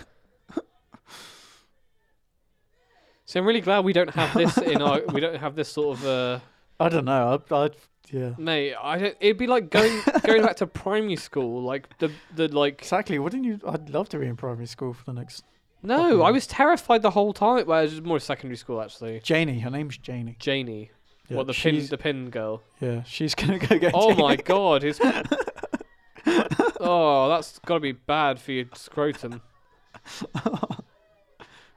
Speaker 1: So I'm really glad we don't have this in our. We don't have this sort of. Uh,
Speaker 2: I don't know. I, I, yeah.
Speaker 1: mate, I don't, it'd be like going going back to primary school, like the the like.
Speaker 2: Exactly. Wouldn't you? I'd love to be in primary school for the next.
Speaker 1: No, I was terrified the whole time. Well, it was more secondary school actually.
Speaker 2: Janie. Her name's Janie.
Speaker 1: Janie,
Speaker 2: Yeah,
Speaker 1: what the pin
Speaker 2: she's,
Speaker 1: the pin girl?
Speaker 2: Yeah, she's <laughs> gonna go
Speaker 1: <laughs>
Speaker 2: get.
Speaker 1: Oh
Speaker 2: Janie.
Speaker 1: my god, it's Oh, that's gotta be bad for your scrotum.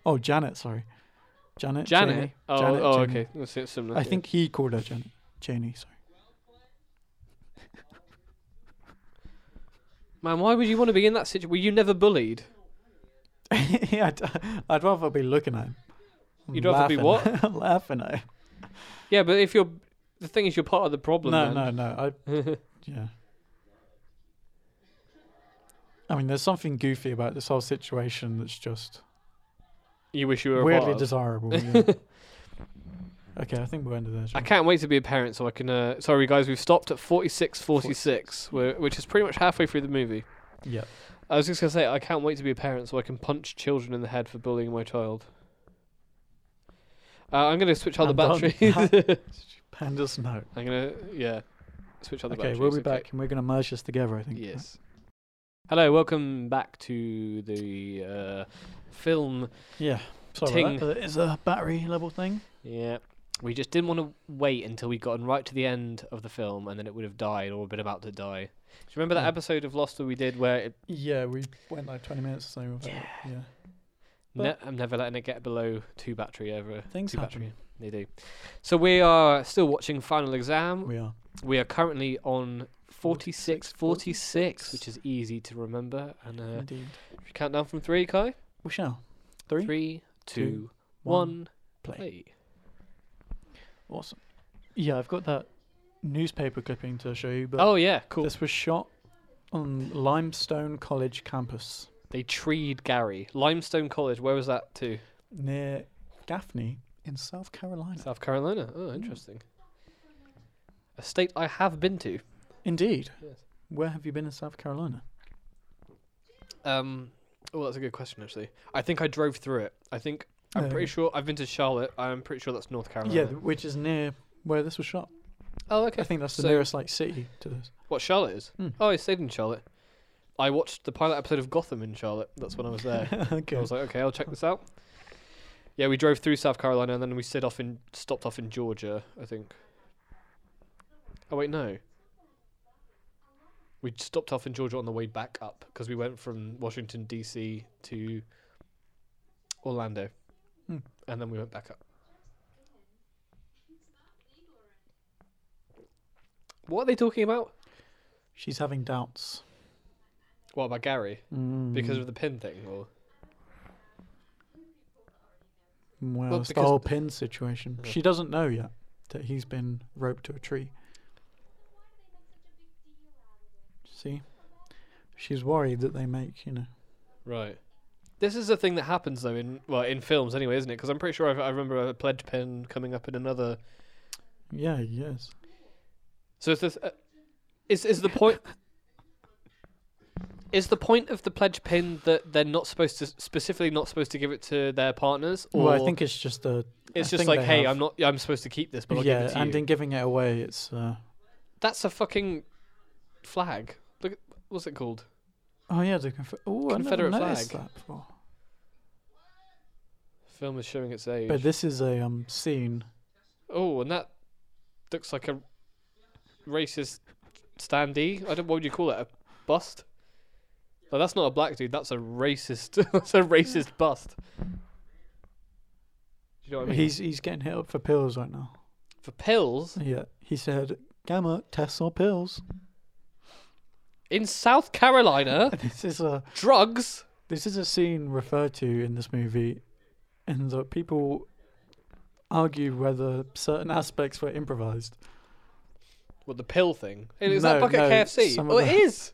Speaker 2: oh, Janet. Sorry, Janet.
Speaker 1: Janet.
Speaker 2: Janie,
Speaker 1: Oh,
Speaker 2: Janet,
Speaker 1: oh
Speaker 2: Janie.
Speaker 1: okay. That's it, similar.
Speaker 2: I
Speaker 1: yeah.
Speaker 2: think he called her Janet. Janie. Sorry. <laughs>
Speaker 1: Man, why would you want to be in that situation? Were you never bullied?
Speaker 2: yeah, I'd, I'd rather be looking at him. I'm
Speaker 1: You'd rather be
Speaker 2: laughing. I'm <laughs> laughing at him.
Speaker 1: Yeah, but if you're the thing is you're part of the problem.
Speaker 2: no,
Speaker 1: man.
Speaker 2: no, no. I, yeah. I mean, there's something goofy about this whole situation that's just
Speaker 1: <laughs> you wish you were a
Speaker 2: weirdly
Speaker 1: part of.
Speaker 2: <laughs> desirable. yeah. okay, I think we'll end it there.
Speaker 1: I
Speaker 2: shall we?
Speaker 1: can't wait to be a parent so I can uh, sorry guys, we've stopped at forty six forty six, which is pretty much halfway through the movie.
Speaker 2: Yeah.
Speaker 1: I was just gonna say I can't wait to be a parent so I can punch children in the head for bullying my child. Uh, I'm gonna switch out the
Speaker 2: I'm done.
Speaker 1: batteries. <laughs>
Speaker 2: Pandas, no.
Speaker 1: I'm gonna yeah. Switch on the
Speaker 2: Okay,
Speaker 1: batteries.
Speaker 2: we'll be back and we're going to merge this together, I think. right?
Speaker 1: Yes. Hello, welcome back to the uh, film.
Speaker 2: Yeah. Sorry,
Speaker 1: Ting.
Speaker 2: about that, but it is a battery level thing.
Speaker 1: Yeah. We just didn't want to wait until we'd gotten right to the end of the film and then it would have died or been about to die. Do you remember that
Speaker 2: Yeah.
Speaker 1: episode of Lost where we did where it,
Speaker 2: Yeah, we went like 20 minutes or so.
Speaker 1: it,
Speaker 2: Yeah.
Speaker 1: ne-
Speaker 2: But-
Speaker 1: I'm never letting it get below two battery ever.
Speaker 2: Things
Speaker 1: two
Speaker 2: happen.
Speaker 1: battery. They do. So we are still watching Final Exam.
Speaker 2: We are.
Speaker 1: We are currently on 46
Speaker 2: 46,
Speaker 1: 46, which is easy to remember. And uh,
Speaker 2: Indeed.
Speaker 1: count down from three, Kai?
Speaker 2: We shall.
Speaker 1: Three,
Speaker 2: Three,
Speaker 1: two, one.
Speaker 2: two,
Speaker 1: play.
Speaker 2: Awesome. Yeah, I've got that newspaper clipping to show you, but
Speaker 1: oh yeah, cool.
Speaker 2: this was shot on Limestone College campus
Speaker 1: They treed Gary. Limestone College. Where was that too?
Speaker 2: near Gaffney in South Carolina.
Speaker 1: South Carolina. Oh,
Speaker 2: Mm.
Speaker 1: interesting. A state I have been to.
Speaker 2: Indeed.
Speaker 1: Yes.
Speaker 2: Where have you been in South Carolina?
Speaker 1: Um. Oh, that's a good question. Actually, I think I drove through it. I think I'm
Speaker 2: Uh,
Speaker 1: pretty sure I've been to Charlotte. I'm pretty sure that's North Carolina.
Speaker 2: Yeah, th- which is near where this was shot.
Speaker 1: Oh, okay.
Speaker 2: I think that's the
Speaker 1: So-
Speaker 2: nearest like city to this.
Speaker 1: What Charlotte is?
Speaker 2: Hmm.
Speaker 1: Oh, I stayed in Charlotte. I watched the pilot episode of Gotham in Charlotte. That's when I was there.
Speaker 2: okay.
Speaker 1: I was like, <laughs> okay, I'll check this out. Yeah, we drove through South Carolina and then we stopped off in stopped off in Georgia, I think. Oh wait, no. We stopped off in Georgia on the way back up because we went from Washington D.C. to Orlando,
Speaker 2: Hmm.
Speaker 1: and then we went back up. What are they talking about?
Speaker 2: She's having doubts Mm.
Speaker 1: What about Gary? Because of the pin thing, or
Speaker 2: well,
Speaker 1: Well,
Speaker 2: it's the
Speaker 1: because-
Speaker 2: whole pin situation.
Speaker 1: Yeah.
Speaker 2: She doesn't know yet that he's been roped to a tree. See, she's worried that they make you know.
Speaker 1: Right. This is a thing that happens though in well in films anyway, isn't it? Because I'm pretty sure I've, I remember a pledge pin coming up in another.
Speaker 2: Yeah, yes.
Speaker 1: So is this uh, is is the point? <laughs> is the point of the pledge pin that they're not supposed to specifically not supposed to give it to their partners? Or
Speaker 2: well, I think it's just a.
Speaker 1: it's
Speaker 2: I
Speaker 1: just
Speaker 2: think
Speaker 1: like,
Speaker 2: they
Speaker 1: hey,
Speaker 2: have-
Speaker 1: I'm not I'm supposed to keep this, but I'll
Speaker 2: yeah,
Speaker 1: give it to
Speaker 2: and
Speaker 1: you.
Speaker 2: in giving it away, it's. Uh,
Speaker 1: That's a fucking flag. Look, at, what's it called?
Speaker 2: oh yeah, the conf- oh,
Speaker 1: Confederate
Speaker 2: I never noticed
Speaker 1: flag.
Speaker 2: that before.
Speaker 1: Film is showing its age.
Speaker 2: But this is a um scene.
Speaker 1: oh, and that looks like a racist standee. I don't. What would you call it? A bust? Like, that's not a black dude. That's a racist. <laughs> that's a racist bust. Do you know what I mean?
Speaker 2: He's he's getting hit up for pills right now.
Speaker 1: For pills
Speaker 2: Yeah, he said gamma tests or pills. <laughs>
Speaker 1: in South
Speaker 2: <laughs>
Speaker 1: Carolina,
Speaker 2: This is a
Speaker 1: drugs.
Speaker 2: this is a scene referred to in this movie, and that people argue whether certain aspects were improvised.
Speaker 1: What the pill thing? Hey, is that
Speaker 2: No,
Speaker 1: bucket
Speaker 2: no,
Speaker 1: KFC?
Speaker 2: some of
Speaker 1: Oh, it
Speaker 2: the-
Speaker 1: is.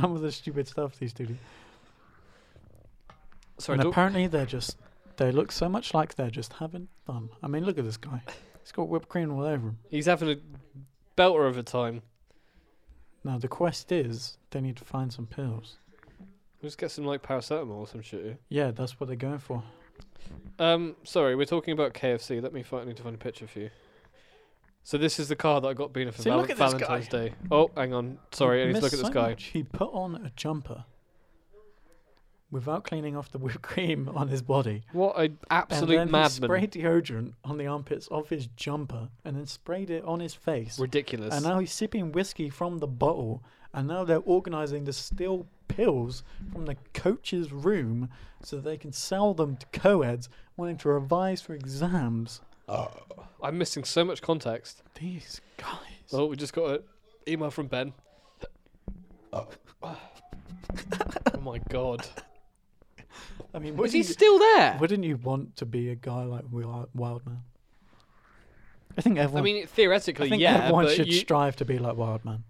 Speaker 2: Some of the stupid stuff these do.
Speaker 1: Sorry,
Speaker 2: and
Speaker 1: do-
Speaker 2: apparently they're just they look so much like they're just having fun. I mean, look at this guy. He's got whipped cream all over him.
Speaker 1: he's having a belter of a time.
Speaker 2: Now the quest is they need to find some pills.
Speaker 1: Let's get some like paracetamol or some shit. here.
Speaker 2: Yeah, that's what they're going for.
Speaker 1: Um, sorry, we're talking about KFC. Let me find. I need to find a picture for you. So this is the car that I got Bina for
Speaker 2: See,
Speaker 1: Val-
Speaker 2: look at this guy.
Speaker 1: Valentine's Day. Oh, hang on. Sorry, I need to
Speaker 2: missed
Speaker 1: look at this
Speaker 2: so
Speaker 1: guy.
Speaker 2: much. He put on a jumper without cleaning off the whipped <laughs> cream on his body.
Speaker 1: What a
Speaker 2: and
Speaker 1: absolute
Speaker 2: then he
Speaker 1: madman!
Speaker 2: sprayed deodorant on the armpits of his jumper and then sprayed it on his face.
Speaker 1: Ridiculous.
Speaker 2: And now he's sipping whiskey from the bottle. And now they're organizing to steal pills from the coach's room so they can sell them to co-eds wanting to revise for exams.
Speaker 1: I'm missing so much context.
Speaker 2: These guys.
Speaker 1: Oh, we just got an email from Ben. <laughs> oh my god!
Speaker 2: I mean,
Speaker 1: Is he
Speaker 2: wouldn't you,
Speaker 1: still there?
Speaker 2: wouldn't you want to be a guy like Wil- Wildman? I think everyone.
Speaker 1: I mean,
Speaker 2: I
Speaker 1: theoretically,
Speaker 2: think
Speaker 1: yeah,
Speaker 2: everyone
Speaker 1: but
Speaker 2: should
Speaker 1: you-
Speaker 2: strive to be like Wildman.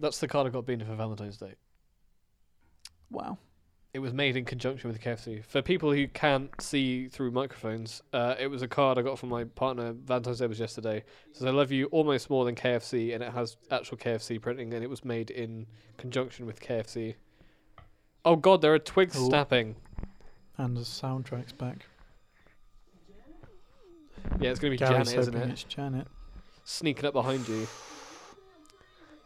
Speaker 1: that's the car that got Bina for Valentine's Day.
Speaker 2: Wow.
Speaker 1: it was made in conjunction with KFC. For people who can't see through microphones, uh, it was a card I got from my partner. Valentine's Day was yesterday. It says I love you almost more than KFC, and it has actual KFC printing, and it was made in conjunction with KFC. Oh God, there are twigs
Speaker 2: Ooh.
Speaker 1: snapping.
Speaker 2: And the soundtrack's back.
Speaker 1: Yeah, it's gonna be
Speaker 2: Gary's
Speaker 1: Janet, isn't
Speaker 2: hoping
Speaker 1: it?
Speaker 2: it's Janet.
Speaker 1: Sneaking up behind you.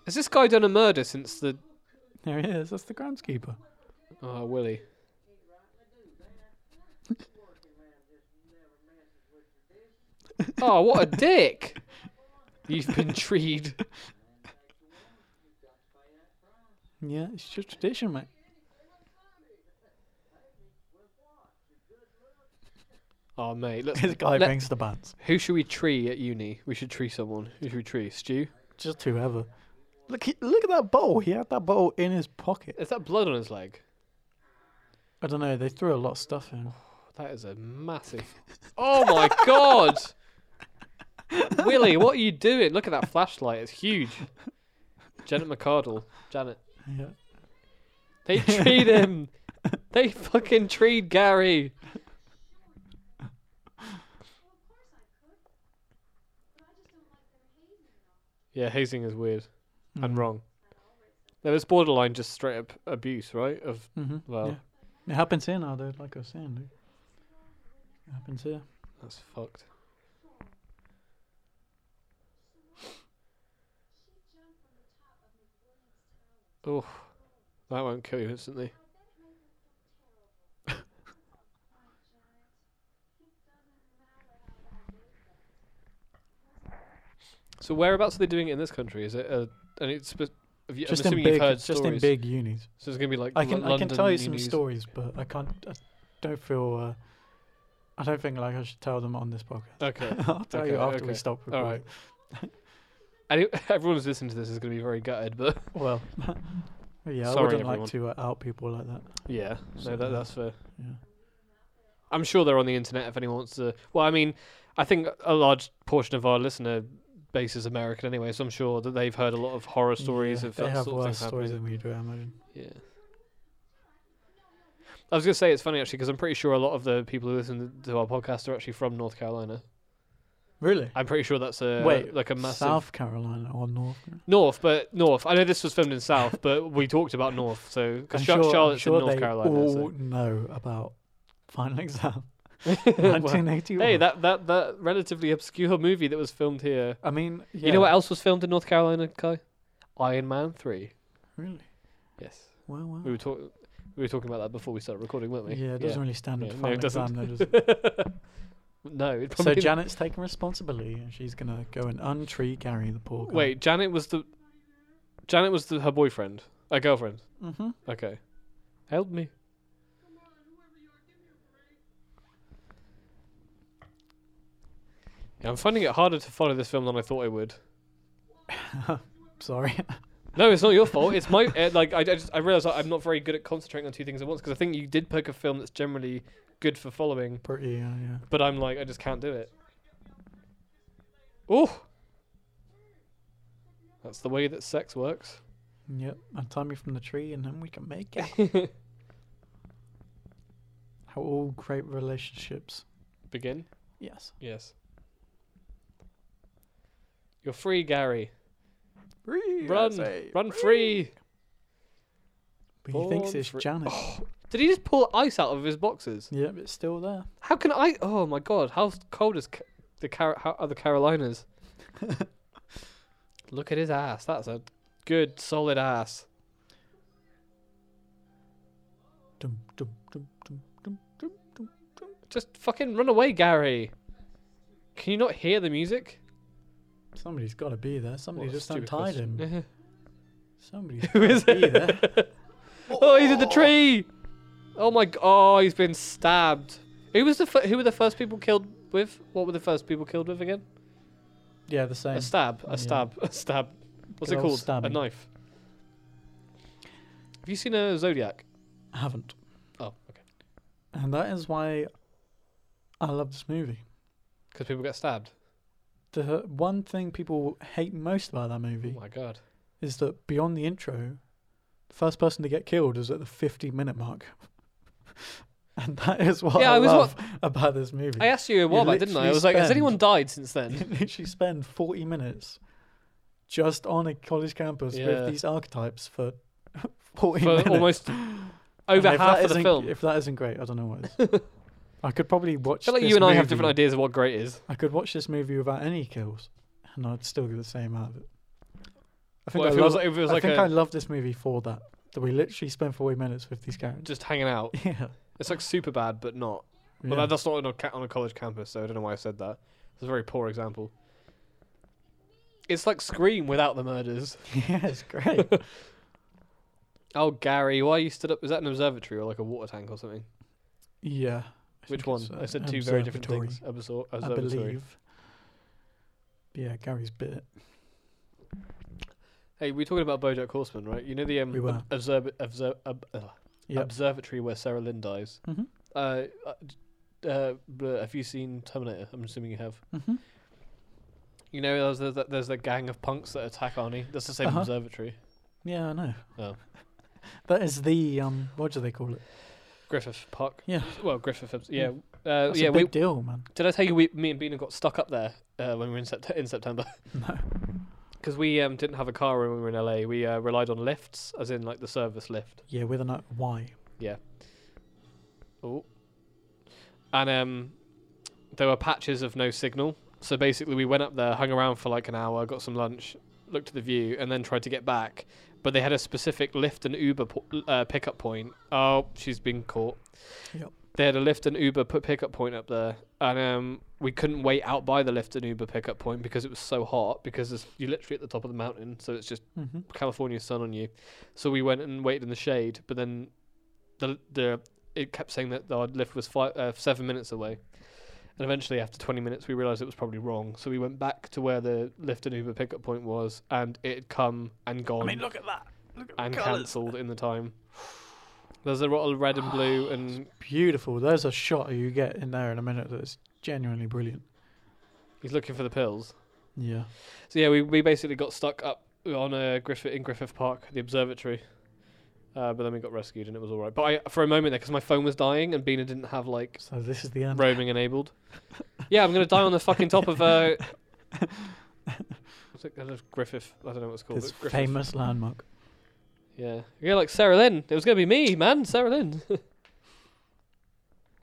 Speaker 1: Has this guy done a murder since the?
Speaker 2: There he is. That's the groundskeeper.
Speaker 1: Oh, Willie. oh, what a dick! You've been
Speaker 2: <laughs>
Speaker 1: treed.
Speaker 2: Yeah, it's just
Speaker 1: <laughs>
Speaker 2: tradition, mate.
Speaker 1: Oh mate, look,
Speaker 2: This guy
Speaker 1: Let-
Speaker 2: brings the bands.
Speaker 1: who should we tree at uni? We should tree someone. Who should we tree? Stu?
Speaker 2: Just whoever. Look, he- look at that bowl. He had that bowl in his pocket.
Speaker 1: Is that blood on his leg?
Speaker 2: I don't know. They threw a lot of stuff in.
Speaker 1: <laughs> That is a massive. Oh my god! Willie, what are you doing? Look at that flashlight. It's huge. Janet McCardle. Janet.
Speaker 2: Yeah.
Speaker 1: They treat him. They fucking treat Gary. Yeah, hazing is weird and wrong. Now it's borderline just straight up abuse, right? Of
Speaker 2: Mm-hmm.
Speaker 1: Well.
Speaker 2: yeah. it happens here now, dude. Like I was saying, dude. it happens here.
Speaker 1: that's fucked. Oh, that won't kill you instantly. <laughs> so whereabouts are they doing it in this country? Is it a? And it's spe- have you,
Speaker 2: Just
Speaker 1: I'm
Speaker 2: in
Speaker 1: assuming
Speaker 2: big,
Speaker 1: you've heard
Speaker 2: just
Speaker 1: stories.
Speaker 2: in big unis.
Speaker 1: So it's gonna be like
Speaker 2: I can
Speaker 1: L-
Speaker 2: I can tell you some
Speaker 1: London unis.
Speaker 2: stories, but I can't. I don't feel. Uh, I don't think like I should tell them on this podcast. <laughs>
Speaker 1: Okay. <laughs>
Speaker 2: I'll tell you
Speaker 1: Okay,
Speaker 2: after
Speaker 1: okay.
Speaker 2: we stop
Speaker 1: All
Speaker 2: recording.
Speaker 1: right. Any, everyone who's listening to this is going to be very gutted, but
Speaker 2: Well, <laughs> yeah, I
Speaker 1: Sorry,
Speaker 2: wouldn't
Speaker 1: everyone.
Speaker 2: like to uh, out people like that.
Speaker 1: yeah, no,
Speaker 2: So-
Speaker 1: that, that's fair.
Speaker 2: Yeah.
Speaker 1: I'm sure they're on the internet if anyone wants to. Well, I mean, I think a large portion of our listener base is American anyway, so I'm sure that they've heard a lot of horror stories
Speaker 2: Yeah,
Speaker 1: of
Speaker 2: they
Speaker 1: that
Speaker 2: have
Speaker 1: sort of
Speaker 2: worse
Speaker 1: things happening.
Speaker 2: stories than we do. I imagine.
Speaker 1: Yeah. I was going to say it's funny actually because I'm pretty sure a lot of the people who listen to our podcast are actually from North Carolina.
Speaker 2: Really?
Speaker 1: I'm pretty sure that's a
Speaker 2: Wait,
Speaker 1: like a massive
Speaker 2: South Carolina or North? Carolina?
Speaker 1: North, but North. I know this was filmed in South, but we talked about North, so because
Speaker 2: I'm
Speaker 1: Char-
Speaker 2: sure- I'm
Speaker 1: Charlotte's
Speaker 2: sure
Speaker 1: in North
Speaker 2: they
Speaker 1: Carolina.
Speaker 2: all
Speaker 1: so-
Speaker 2: know about final <laughs> exam.
Speaker 1: <laughs>
Speaker 2: <laughs>
Speaker 1: Well,
Speaker 2: 1981.
Speaker 1: Hey, that, that that relatively obscure movie that was filmed here.
Speaker 2: I mean,
Speaker 1: You know
Speaker 2: yeah,
Speaker 1: what else was filmed in North Carolina, Kai? Iron Man three.
Speaker 2: Really?
Speaker 1: Yes,
Speaker 2: Wow, wow.
Speaker 1: we were talking we were talking about that before we started recording, weren't we?
Speaker 2: Yeah, it doesn't really stand up
Speaker 1: Yeah,
Speaker 2: for
Speaker 1: no,
Speaker 2: final
Speaker 1: it doesn't.
Speaker 2: exam, though, does
Speaker 1: <laughs>
Speaker 2: it?
Speaker 1: no, it
Speaker 2: So
Speaker 1: probably.
Speaker 2: Janet's taking responsibility, and she's gonna go and untree Gary the poor guy.
Speaker 1: wait, Janet was the Janet was the, her boyfriend, her girlfriend.
Speaker 2: Mm-hmm.
Speaker 1: Okay, help me. Yeah, I'm finding it harder to follow this film than I thought I would.
Speaker 2: Sorry. <laughs>
Speaker 1: No, it's not your fault. It's my uh, like I, I just I realize I'm not very good at concentrating on two things at once because I think you did pick a film that's generally good for following,
Speaker 2: Pretty. Uh, yeah.
Speaker 1: but I'm like I just can't do it. Oh, that's the way that sex works.
Speaker 2: Yep. Untie me from the tree, and then we can make it.
Speaker 1: <laughs>
Speaker 2: How all great relationships.
Speaker 1: Begin.
Speaker 2: Yes.
Speaker 1: Yes. You're free, Gary. Run, run free.
Speaker 2: But he thinks
Speaker 1: Born
Speaker 2: it's
Speaker 1: free- Oh.
Speaker 2: Janet.
Speaker 1: Did he just pull ice out of his boxes?
Speaker 2: Yep, it's still there.
Speaker 1: How can I? Oh my god! How cold is ca- the Car- how are the
Speaker 2: <laughs>
Speaker 1: Carolinas? Look at his ass. That's a good, solid ass.
Speaker 2: Dum, dum, dum, dum, dum, dum, dum.
Speaker 1: Just fucking run away, Gary. Can you not hear the music?
Speaker 2: Somebody's got to be there. Somebody
Speaker 1: What a
Speaker 2: just
Speaker 1: stupid
Speaker 2: untied
Speaker 1: <laughs> question.
Speaker 2: him. Somebody's
Speaker 1: Who is
Speaker 2: got to be there.
Speaker 1: it? <laughs> oh, he's in the tree. Oh my! g- Oh, he's been stabbed. Who was the? F- who were the first people killed with? What were the first people killed with again?
Speaker 2: Yeah, the
Speaker 1: <laughs>
Speaker 2: same.
Speaker 1: A stab.
Speaker 2: Yeah.
Speaker 1: A stab. A stab. What's
Speaker 2: Good
Speaker 1: it
Speaker 2: old
Speaker 1: called?
Speaker 2: stabbing.
Speaker 1: A knife. Have you seen a Zodiac?
Speaker 2: I haven't.
Speaker 1: Oh, okay.
Speaker 2: And that is why I love this movie.
Speaker 1: Because people get stabbed.
Speaker 2: The one thing people hate most about that
Speaker 1: Oh
Speaker 2: movie
Speaker 1: my god.
Speaker 2: is that beyond the intro, the first person to get killed is at the 50 minute mark. <laughs> and that is what
Speaker 1: Yeah,
Speaker 2: I,
Speaker 1: I was wa-
Speaker 2: love about this movie.
Speaker 1: I
Speaker 2: <laughs>
Speaker 1: asked you a while back, didn't I? I
Speaker 2: literally
Speaker 1: was like, has
Speaker 2: spend-
Speaker 1: anyone died since then?
Speaker 2: <laughs> you literally spend 40 minutes just on a college campus
Speaker 1: Yeah.
Speaker 2: with these archetypes for <laughs> 40
Speaker 1: For
Speaker 2: minutes.
Speaker 1: almost
Speaker 2: And
Speaker 1: over half
Speaker 2: if that
Speaker 1: of the
Speaker 2: isn't-
Speaker 1: film. I
Speaker 2: If that isn't great, I don't know what is.
Speaker 1: <laughs>
Speaker 2: I could probably watch.
Speaker 1: feel like
Speaker 2: this
Speaker 1: you and I have
Speaker 2: movie-
Speaker 1: different ideas of what great is.
Speaker 2: I could watch this movie without any kills, and I'd still get the same out of it. I think
Speaker 1: Well,
Speaker 2: I
Speaker 1: if it was
Speaker 2: love-
Speaker 1: like, if it was
Speaker 2: I
Speaker 1: like
Speaker 2: think
Speaker 1: a-
Speaker 2: I love this movie for that. That we literally spend 40 minutes with these characters.
Speaker 1: just hanging out.
Speaker 2: <laughs> Yeah.
Speaker 1: It's like super bad, but not. Well,
Speaker 2: Yeah.
Speaker 1: that, that's not on a, ca- on a college campus, so I don't know why I said that. It's a very poor example. It's like Scream without the murders.
Speaker 2: <laughs> yeah,
Speaker 1: <laughs>
Speaker 2: it's great.
Speaker 1: Oh, Gary, why you stood up? Is that an observatory or like a water tank or something?
Speaker 2: yeah. I
Speaker 1: Which
Speaker 2: think
Speaker 1: one?
Speaker 2: it's, uh,
Speaker 1: I said two very different
Speaker 2: Observatory,
Speaker 1: things. Absor-
Speaker 2: I
Speaker 1: observatory.
Speaker 2: believe. But yeah, Gary's bit.
Speaker 1: Hey, we're talking about BoJack Horseman, right? You know the um,
Speaker 2: We were.
Speaker 1: observ- observ- ob- uh,
Speaker 2: Yep.
Speaker 1: observatory where Sarah Lynn dies.
Speaker 2: Mhm.
Speaker 1: Uh, uh, d- uh, bleh, have you seen Terminator? I'm assuming you have.
Speaker 2: Mm-hmm.
Speaker 1: You know, there's the, there's the gang of punks that attack Arnie. That's the same
Speaker 2: Uh-huh.
Speaker 1: observatory.
Speaker 2: Yeah, I know.
Speaker 1: Oh.
Speaker 2: <laughs> that is the um. What do they call it?
Speaker 1: Griffith Park.
Speaker 2: Yeah.
Speaker 1: Well, Griffith. Yeah. Uh,
Speaker 2: Mm. That's
Speaker 1: yeah.
Speaker 2: a
Speaker 1: We,
Speaker 2: big deal, man. <laughs>
Speaker 1: did I tell you we, me and Bina got stuck up there uh, when we were in, sept- in September?
Speaker 2: No.
Speaker 1: Because we um, didn't have a car when we were in LA. We uh, relied on lifts, as in like the service lift.
Speaker 2: Yeah, with an uh, Y.
Speaker 1: Oh. And um, there were patches of no signal. So basically, we went up there, hung around for like an hour, got some lunch, looked at the view, and then tried to get back. But they had a specific Lyft and Uber po- uh, pickup point. Oh, she's been caught.
Speaker 2: Yep.
Speaker 1: They had a Lyft and Uber put pickup point up there, and um, we couldn't wait out by the Lyft and Uber pickup point because it was so hot. Because it's, you're literally at the top of the mountain, so it's just
Speaker 2: Mm-hmm.
Speaker 1: California sun on you. So we went and waited in the shade, but then the the it kept saying that our lift was five, uh, seven minutes away. And eventually, after 20 minutes, we realized it was probably wrong. So we went back to where the lift and Uber pickup point was, and it had come and gone
Speaker 2: I mean, look at that. Look at the
Speaker 1: and
Speaker 2: colours.
Speaker 1: cancelled in the time. There's a lot of red and blue, and
Speaker 2: Beautiful. There's a shot you get in there in a minute that's genuinely brilliant.
Speaker 1: he's looking for the pills.
Speaker 2: Yeah.
Speaker 1: So yeah, we, we basically got stuck up on a Griffith in Griffith Park, the observatory. Uh, but then we got rescued and it was all right. But I, for a moment there, because my phone was dying and Bina didn't have
Speaker 2: <laughs>
Speaker 1: like
Speaker 2: So this is the end.
Speaker 1: roaming enabled. Yeah, I'm gonna die on the fucking top of uh, what's it called? Griffith. I don't know what it's called.
Speaker 2: This
Speaker 1: but Griffith.
Speaker 2: famous landmark.
Speaker 1: Yeah, yeah, like Sarah Lynn. It was gonna be me, man, Sarah Lynn. <laughs>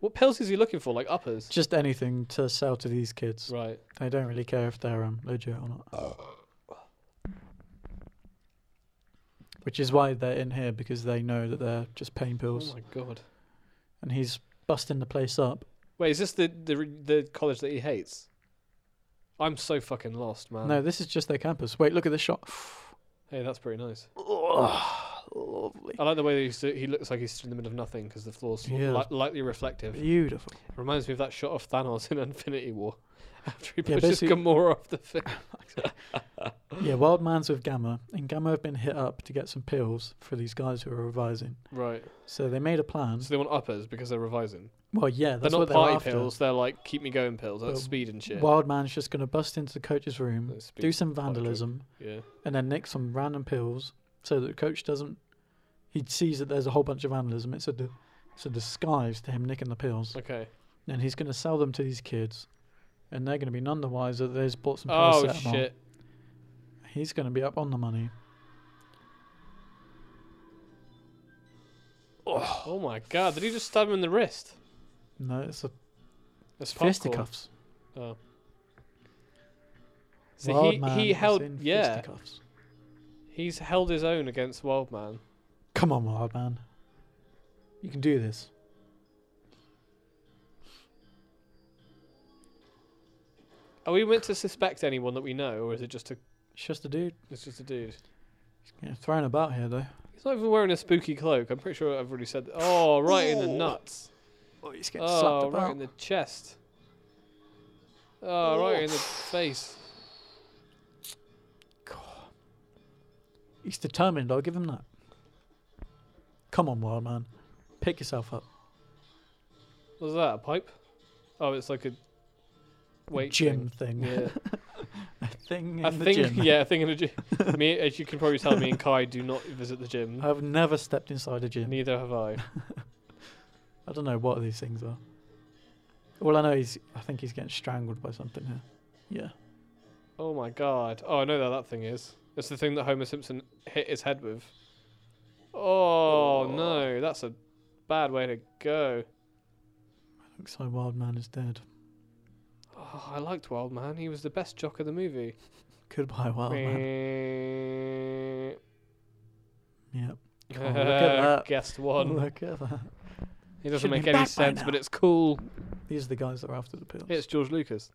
Speaker 1: what pills is he looking for? Like uppers.
Speaker 2: Just anything to sell to these kids.
Speaker 1: Right.
Speaker 2: They don't really care if they're um, legit or not. Which is why they're in here because they know that they're just pain
Speaker 1: Oh
Speaker 2: pills.
Speaker 1: my god.
Speaker 2: and he's busting the place up.
Speaker 1: Wait, is this the the re- the college that he hates? I'm so fucking lost, man.
Speaker 2: no, this is just their campus. Wait, look at this shot. <sighs>
Speaker 1: Hey, that's pretty nice.
Speaker 2: lovely.
Speaker 1: I like the way that he's, he looks like he's stood in the middle of nothing because the floor's li-
Speaker 2: Yeah.
Speaker 1: li- lightly reflective.
Speaker 2: Beautiful.
Speaker 1: <gasps> Reminds me of that shot of Thanos in <laughs> Infinity War after he
Speaker 2: Yeah,
Speaker 1: pushes
Speaker 2: basically-
Speaker 1: Gamora off the thing.
Speaker 2: Yeah, Wild Man's with Gamma, and Gamma have been hit up to get some pills for these guys who are revising.
Speaker 1: Right.
Speaker 2: So they made a plan.
Speaker 1: So they want uppers because they're revising.
Speaker 2: Well, yeah, that's
Speaker 1: they're not
Speaker 2: what they're
Speaker 1: party
Speaker 2: after.
Speaker 1: pills. They're like keep me going pills. That's
Speaker 2: Well,
Speaker 1: speed and shit.
Speaker 2: Wild Man's just going to bust into the coach's room,
Speaker 1: That's
Speaker 2: do
Speaker 1: speed.
Speaker 2: some vandalism,
Speaker 1: Yeah.
Speaker 2: and then nick some random pills so that the coach doesn't. He sees that there's a whole bunch of vandalism. It's a, di- it's a disguise to him nicking the pills.
Speaker 1: Okay.
Speaker 2: And he's going to sell them to these kids, and they're going to be none the wiser that they've bought some
Speaker 1: Oh
Speaker 2: paracetamol.
Speaker 1: shit.
Speaker 2: He's going to be up on the money.
Speaker 1: Oh my god. Did he just stab him in the wrist?
Speaker 2: No, it's a
Speaker 1: That's popcorn.
Speaker 2: fisticuffs.
Speaker 1: Oh.
Speaker 2: Wild
Speaker 1: So he,
Speaker 2: man
Speaker 1: he
Speaker 2: is
Speaker 1: held
Speaker 2: in
Speaker 1: yeah
Speaker 2: Fisticuffs.
Speaker 1: he's held his own against Wildman.
Speaker 2: Come on, wild man. You can do this.
Speaker 1: Are we meant to suspect anyone that we know, or is it just a
Speaker 2: It's just a dude.
Speaker 1: it's just a dude?
Speaker 2: He's getting thrown about here, though.
Speaker 1: He's not even wearing a spooky cloak. I'm pretty sure I've already said that. Oh, right in the nuts.
Speaker 2: Oh, he's getting
Speaker 1: Oh, right in the chest. Oh, right in the face.
Speaker 2: He's determined. I'll give him that. Come on, wild man. Pick yourself up.
Speaker 1: What's that? A pipe? Oh, it's like a weight
Speaker 2: gym
Speaker 1: thing.
Speaker 2: thing.
Speaker 1: Yeah,
Speaker 2: a <laughs> thing in
Speaker 1: I
Speaker 2: the
Speaker 1: think
Speaker 2: gym.
Speaker 1: yeah, a thing in a
Speaker 2: <laughs>
Speaker 1: gym. me, as you can probably tell, me and Kai do not visit the gym.
Speaker 2: I've never stepped inside a gym.
Speaker 1: Neither have I.
Speaker 2: I don't know what these things are. All I know is I think he's getting strangled by something here. Yeah.
Speaker 1: Oh my god. Oh, I know that that thing is. It's the thing that Homer Simpson hit his head with. Oh,
Speaker 2: Oh.
Speaker 1: no, that's a bad way to go.
Speaker 2: Looks like wild man is dead.
Speaker 1: Oh, I liked Wild Man. He was the best jock of the movie.
Speaker 2: Goodbye, wild Oh, man. Yeah. Oh, look
Speaker 1: <laughs>
Speaker 2: at that.
Speaker 1: Guessed one.
Speaker 2: <laughs> Look at that.
Speaker 1: It doesn't
Speaker 2: Should've
Speaker 1: make
Speaker 2: been
Speaker 1: any
Speaker 2: back by
Speaker 1: sense, but
Speaker 2: now.
Speaker 1: it's cool.
Speaker 2: These are the guys that are after the pills.
Speaker 1: It's George Lucas.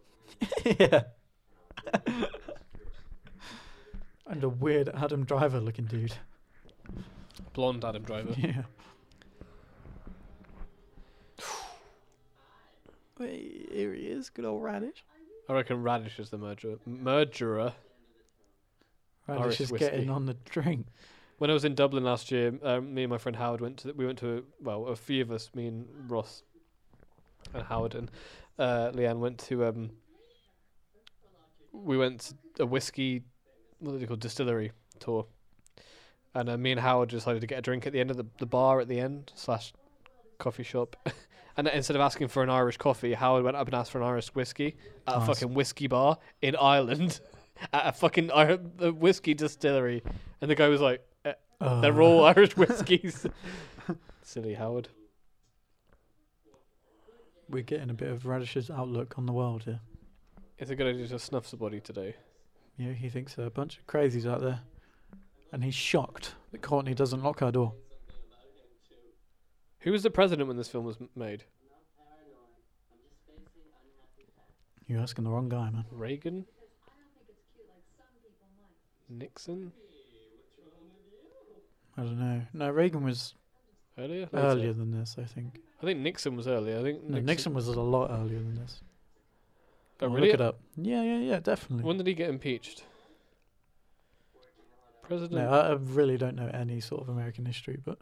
Speaker 2: <laughs> yeah. <laughs> and a weird Adam Driver looking dude.
Speaker 1: Blonde Adam Driver.
Speaker 2: <laughs> Yeah.
Speaker 1: <sighs>
Speaker 2: Wait, here he is, good old Radish.
Speaker 1: I reckon Radish is the murderer. Murderer.
Speaker 2: Radish
Speaker 1: Irish
Speaker 2: is
Speaker 1: whiskey.
Speaker 2: getting on the drink.
Speaker 1: When I was in Dublin last year, um, me and my friend Howard went to we went to well a few of us, me and Ross and Howard and uh, Leanne went to um, we went to a whiskey, what do they call distillery tour, and uh, me and Howard decided to get a drink at the end of the, the bar at the end slash coffee shop, <laughs> and then instead of asking for an Irish coffee, Howard went up and asked for an Irish whiskey at a
Speaker 2: Nice.
Speaker 1: fucking whiskey bar in Ireland, <laughs> at a fucking Ir- the whiskey distillery, and the guy was like, "Eh, "They're
Speaker 2: Uh,
Speaker 1: all Irish whiskies." <laughs> Silly Howard.
Speaker 2: We're getting a bit of Radish's outlook on the world here.
Speaker 1: It's a good idea to snuff somebody today.
Speaker 2: Yeah, he thinks there are a bunch of crazies out there. And he's shocked that Courtney doesn't lock her door.
Speaker 1: Who was the president when this film was m- made?
Speaker 2: You're asking the wrong guy, man.
Speaker 1: Reagan? Nixon?
Speaker 2: I don't know. No, Reagan was
Speaker 1: Earlier? Later.
Speaker 2: earlier than this, I think.
Speaker 1: I think Nixon was earlier. I think
Speaker 2: No,
Speaker 1: Nixon.
Speaker 2: Nixon was a lot earlier than this.
Speaker 1: Oh,
Speaker 2: I'll
Speaker 1: really?
Speaker 2: Look it up. Yeah, yeah, yeah, definitely.
Speaker 1: When did he get impeached? President.
Speaker 2: no, I, I really don't know any sort of American history, but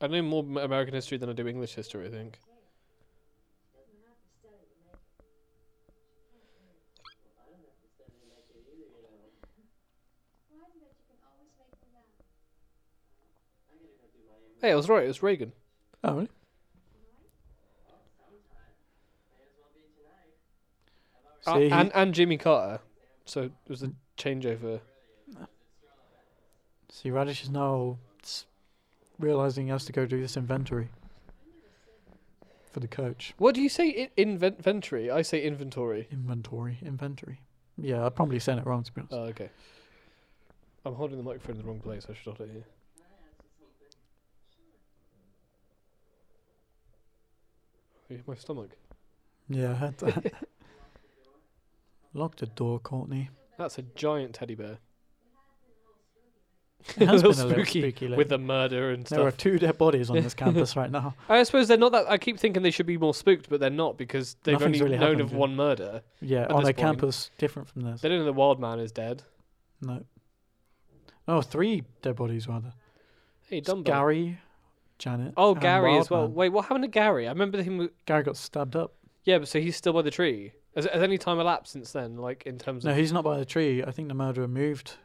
Speaker 1: I know more m- American history than I do English history. I think. Hey, I was right. It was Reagan.
Speaker 2: oh, really?
Speaker 1: Uh,
Speaker 2: See, he-
Speaker 1: and and Jimmy Carter. So it was a changeover.
Speaker 2: see, Radish is now s- realizing he has to go do this inventory for the coach.
Speaker 1: What do you say? I- inventory. I say inventory.
Speaker 2: Inventory, inventory. Yeah, I probably said it wrong to be honest.
Speaker 1: Oh, okay. I'm holding the microphone in the wrong place. I should hold it here. Hey, My stomach.
Speaker 2: yeah, I
Speaker 1: <laughs>
Speaker 2: had that. Lock the door, Courtney.
Speaker 1: That's a giant teddy bear.
Speaker 2: It
Speaker 1: <laughs>
Speaker 2: has
Speaker 1: little
Speaker 2: been a little
Speaker 1: spooky
Speaker 2: spooky
Speaker 1: with
Speaker 2: lately.
Speaker 1: the murder and
Speaker 2: There are
Speaker 1: stuff.
Speaker 2: two dead
Speaker 1: <laughs>
Speaker 2: bodies on this campus right now.
Speaker 1: I suppose they're not that. I keep thinking they should be more spooked, but they're not because they've
Speaker 2: Nothing's
Speaker 1: only
Speaker 2: really
Speaker 1: known of
Speaker 2: happened, yeah.
Speaker 1: one murder.
Speaker 2: Yeah,
Speaker 1: At
Speaker 2: on a
Speaker 1: this point.
Speaker 2: campus different from this.
Speaker 1: They don't know the wild man is dead.
Speaker 2: No. Oh, three dead bodies rather.
Speaker 1: Hey,
Speaker 2: It's
Speaker 1: Dumbo.
Speaker 2: Gary, Janet.
Speaker 1: Oh,
Speaker 2: and
Speaker 1: Gary as well.
Speaker 2: Wildman.
Speaker 1: Wait, what happened to Gary? I remember him. with-
Speaker 2: Gary got stabbed up.
Speaker 1: Yeah, but so he's still by the tree. Has, has any time elapsed since then? Like in terms
Speaker 2: No,
Speaker 1: of
Speaker 2: he's not by the tree. I think the murderer moved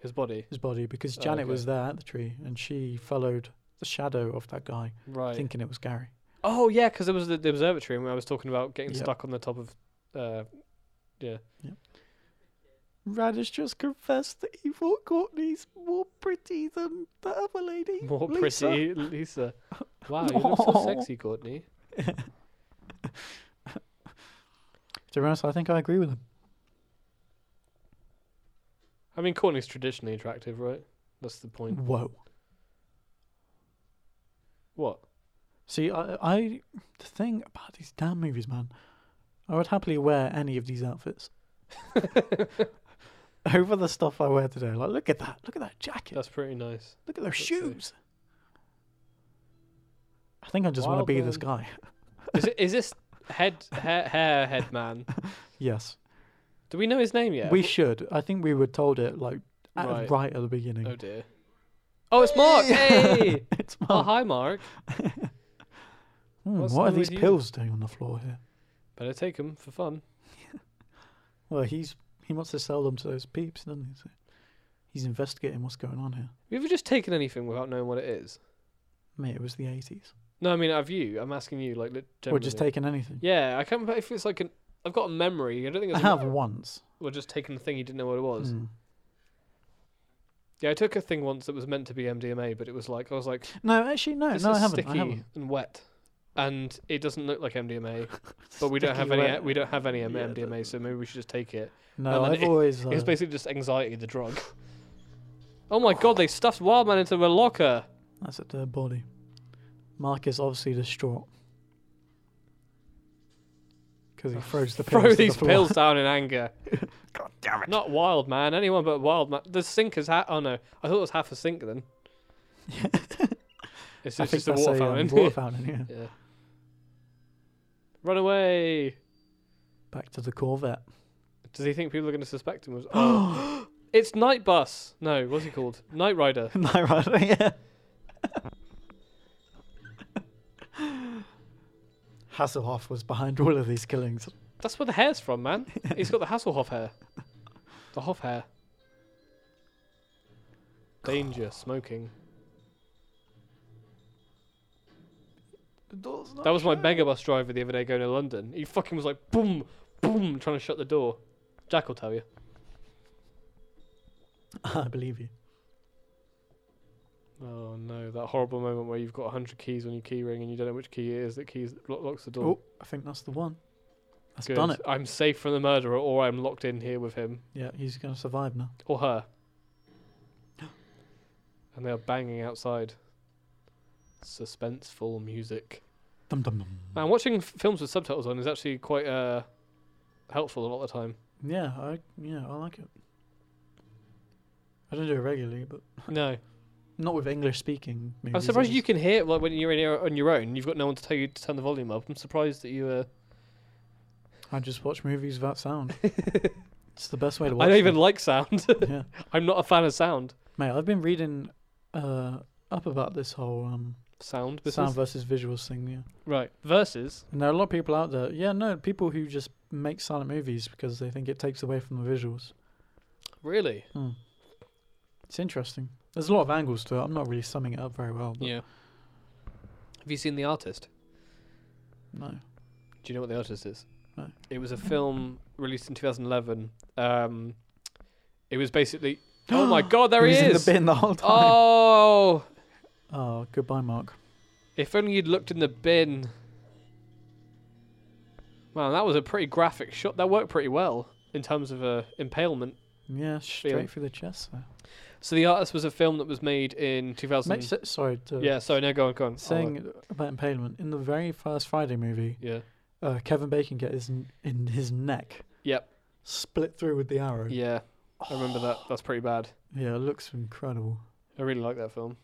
Speaker 1: his body.
Speaker 2: his body because
Speaker 1: Oh,
Speaker 2: Janet
Speaker 1: okay.
Speaker 2: was there at the tree and she followed the shadow of that guy,
Speaker 1: Right.
Speaker 2: thinking it was Gary.
Speaker 1: Oh yeah, because there was the, the observatory, and I was talking about getting
Speaker 2: Yep.
Speaker 1: stuck on the top of. Uh,
Speaker 2: Radish just confessed that he thought Courtney's more pretty than the other lady.
Speaker 1: more
Speaker 2: <laughs>
Speaker 1: pretty Lisa. Wow, you look so
Speaker 2: Aw.
Speaker 1: sexy, Courtney.
Speaker 2: To be honest, I think I agree with him.
Speaker 1: I mean, Courtney's traditionally attractive, right? That's the point.
Speaker 2: Whoa.
Speaker 1: What?
Speaker 2: See, I, I, the thing about these damn movies, man, I would happily wear any of
Speaker 1: <laughs>
Speaker 2: these outfits <laughs> over the stuff I wear today. Like, look at that! Look at that jacket!
Speaker 1: That's pretty nice.
Speaker 2: look at those
Speaker 1: that's it.
Speaker 2: shoes! I think I just want to be this guy. <laughs>
Speaker 1: Is it? Is this head hair, hair head man?
Speaker 2: Yes,
Speaker 1: Do we know his name yet?
Speaker 2: we should. I think we were told it like at,
Speaker 1: Right.
Speaker 2: right. at the beginning.
Speaker 1: oh dear. Oh, it's
Speaker 2: <laughs>
Speaker 1: Mark. Hey.
Speaker 2: it's
Speaker 1: oh,
Speaker 2: Mark.
Speaker 1: hi, Mark.
Speaker 2: Hmm,
Speaker 1: what's
Speaker 2: what are
Speaker 1: wrong with
Speaker 2: these
Speaker 1: you?
Speaker 2: pills doing on the floor here?
Speaker 1: Better take him for fun.
Speaker 2: Well, he's he wants to sell them to those peeps, doesn't he? So he's investigating what's going on here.
Speaker 1: Have you ever just taken anything without knowing what it is?
Speaker 2: Mate, it was the eighties.
Speaker 1: No, I mean, have you? I'm asking you, like, lit-
Speaker 2: We're just
Speaker 1: generally.
Speaker 2: taking anything.
Speaker 1: Yeah, I can't remember if it's like an. I've got a memory. I don't think
Speaker 2: I
Speaker 1: it's.
Speaker 2: have once.
Speaker 1: We're just taking a thing you didn't know what it was.
Speaker 2: Mm.
Speaker 1: Yeah, I took a thing once that was meant to be MDMA, but it was like I was like,
Speaker 2: No, actually, no,
Speaker 1: this
Speaker 2: no,
Speaker 1: is
Speaker 2: I haven't.
Speaker 1: sticky
Speaker 2: I haven't.
Speaker 1: and wet, and it doesn't look like
Speaker 2: <laughs>
Speaker 1: MDMA, but we don't have any. We don't have any
Speaker 2: Yeah, that-
Speaker 1: MDMA, so maybe we should just take it.
Speaker 2: No,
Speaker 1: and
Speaker 2: I've
Speaker 1: it-
Speaker 2: always. Uh,
Speaker 1: It's basically just anxiety, the drug. Oh my god, they stuffed Wildman into a locker.
Speaker 2: that's a dead body. Mark is obviously distraught because he throws
Speaker 1: <laughs>
Speaker 2: the pills.
Speaker 1: Throw Oh.
Speaker 2: to
Speaker 1: these
Speaker 2: the floor.
Speaker 1: pills down in anger.
Speaker 2: <laughs> God damn
Speaker 1: Not wild man. Anyone but wild man. The sinker's hat. Oh no, I thought it was half a sink
Speaker 2: <laughs>
Speaker 1: then. it's,
Speaker 2: I
Speaker 1: it's
Speaker 2: think
Speaker 1: just a
Speaker 2: that's
Speaker 1: water
Speaker 2: a, um,
Speaker 1: fountain. <laughs>
Speaker 2: water fountain. Yeah.
Speaker 1: yeah. Run away.
Speaker 2: Back to the Corvette.
Speaker 1: <gasps>
Speaker 2: <laughs>
Speaker 1: Does he think people are going to suspect
Speaker 2: <gasps>
Speaker 1: him? Of, oh, it's Night Bus. No, what's he called? Night Rider.
Speaker 2: Night Rider. <laughs> Yeah. Hasselhoff was behind all of these killings. <laughs>
Speaker 1: That's where the hair's from, man. He's got the Hasselhoff hair. The Hoff hair. Danger, smoking.
Speaker 2: The door's not
Speaker 1: That was my
Speaker 2: shut.
Speaker 1: mega bus driver the other day going to London. He fucking was like boom, boom, trying to shut the door. Jack will tell you.
Speaker 2: <laughs> I believe you.
Speaker 1: Oh no, that horrible moment where you've got 100 keys on your key ring and you don't know which key it is that keys lo- locks the door.
Speaker 2: Oh, I think that's the one. That's done
Speaker 1: Good.
Speaker 2: it.
Speaker 1: I'm safe from the murderer or I'm locked in here with him
Speaker 2: Yeah, he's gonna survive now.
Speaker 1: or
Speaker 2: <gasps>
Speaker 1: her. and they are banging outside. Suspenseful music.
Speaker 2: Dum dum dum.
Speaker 1: Man, watching f- films with subtitles on is actually quite uh, helpful a lot of the
Speaker 2: <laughs>
Speaker 1: time.
Speaker 2: Yeah, I yeah, I like it. I don't do it regularly, but
Speaker 1: No,
Speaker 2: not with English speaking
Speaker 1: I'm
Speaker 2: movies. I
Speaker 1: surprised you
Speaker 2: just-
Speaker 1: can hear it, like when you're in here on your own. You've got no one to tell you to turn the volume up. I'm surprised that you.
Speaker 2: <laughs>
Speaker 1: Uh,
Speaker 2: I just watch movies without
Speaker 1: <laughs>
Speaker 2: sound. it's the best way to watch.
Speaker 1: I don't even
Speaker 2: them.
Speaker 1: like sound. <laughs>
Speaker 2: yeah,
Speaker 1: I'm not a fan of sound.
Speaker 2: mate. I've been reading uh, up about this whole um,
Speaker 1: Sound, business?
Speaker 2: sound versus visuals thing. Yeah,
Speaker 1: right? Versus,
Speaker 2: and there are a lot of people out there. Yeah, no, people who just make silent movies because they think it takes away from the visuals.
Speaker 1: really?
Speaker 2: Hmm. It's interesting. There's a lot of angles to it. I'm not really summing it up very well. But
Speaker 1: Yeah. Have you seen the artist?
Speaker 2: No.
Speaker 1: Do you know what the artist is?
Speaker 2: No.
Speaker 1: It was a film released in 2011. Um, it was
Speaker 2: <gasps>
Speaker 1: basically. Oh my god, there he
Speaker 2: He's
Speaker 1: is!
Speaker 2: in the bin the whole time.
Speaker 1: Oh,
Speaker 2: Oh, goodbye, Mark.
Speaker 1: if only you'd looked in the bin. Wow, that was a pretty graphic shot. That worked pretty well in terms of uh, impalement.
Speaker 2: Yeah, straight
Speaker 1: Feeling.
Speaker 2: through the chest. There.
Speaker 1: So the artist was a film that was made in 2000.
Speaker 2: Mate, so- sorry to
Speaker 1: yeah, sorry, no, go on, go on. I'll, uh,
Speaker 2: saying about impalement. In the very first Friday movie,
Speaker 1: Oh, yeah,
Speaker 2: uh, Kevin Bacon get his n- in his neck.
Speaker 1: Yep.
Speaker 2: Split through with the arrow.
Speaker 1: yeah, I remember that. That's pretty bad.
Speaker 2: Yeah, it looks incredible.
Speaker 1: I really like that film.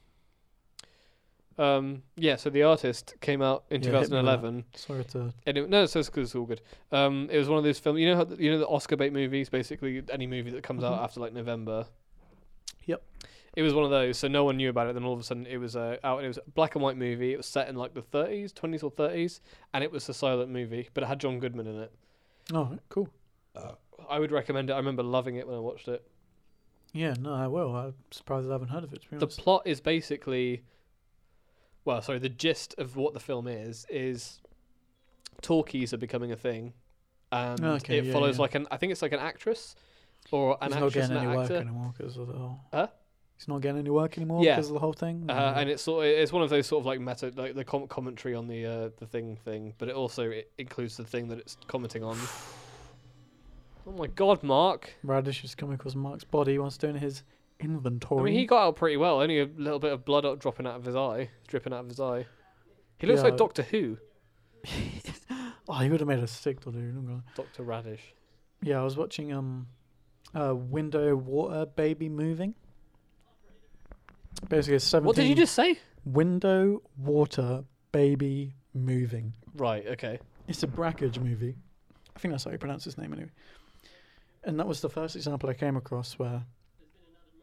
Speaker 1: Um, yeah, so the artist came out in
Speaker 2: Yeah, hit me with that.
Speaker 1: 2011.
Speaker 2: Sorry to.
Speaker 1: Anyway, no, so it's, it's all good. Um, it was one of those films. You know how th- you know the Oscar bait movies, basically any movie that comes out
Speaker 2: Mhm.
Speaker 1: after like November.
Speaker 2: Yep.
Speaker 1: It was one of those, so no one knew about it. Then all of a sudden, it was uh, out. And it was a black and white movie. It was set in like the 30s, 20s or 30s, and it was a silent movie, but it had John Goodman in it.
Speaker 2: Oh, cool.
Speaker 1: I would recommend it. I remember loving it when I watched it.
Speaker 2: Yeah, no, I will. I'm surprised I haven't heard of it. To be
Speaker 1: the
Speaker 2: honest.
Speaker 1: plot is basically well sorry the gist of what the film is is talkies are becoming a thing and
Speaker 2: Oh, Okay,
Speaker 1: it
Speaker 2: yeah,
Speaker 1: follows
Speaker 2: yeah.
Speaker 1: like an i think it's like an actress or an
Speaker 2: He's not
Speaker 1: actress
Speaker 2: getting
Speaker 1: and
Speaker 2: any
Speaker 1: an
Speaker 2: work
Speaker 1: actor
Speaker 2: anymore because of the whole.
Speaker 1: Huh?
Speaker 2: He's not getting any work anymore
Speaker 1: Yeah.
Speaker 2: because of the whole thing.
Speaker 1: uh, and it's sort of, it's one of those sort of like meta like the com- commentary on the uh, the thing thing but it also it includes the thing that it's commenting on <sighs> oh my god mark
Speaker 2: Radish is coming across Mark's body whilst doing his
Speaker 1: i
Speaker 2: inventory.
Speaker 1: mean he got out pretty well only a little bit of blood up dropping out of his eye dripping out of his eye he looks
Speaker 2: Yeah.
Speaker 1: like doctor who
Speaker 2: oh, he would have made a sick to do. I'm gonna-
Speaker 1: dr radish
Speaker 2: Yeah, I was watching um, uh, Window Water Baby Moving. Basically, it's seventeen.
Speaker 1: what did you just say
Speaker 2: Window Water Baby Moving.
Speaker 1: Right. Okay. <laughs>
Speaker 2: It's a Brackage movie. I think that's how you pronounce his name anyway. And that was the first example I came across where,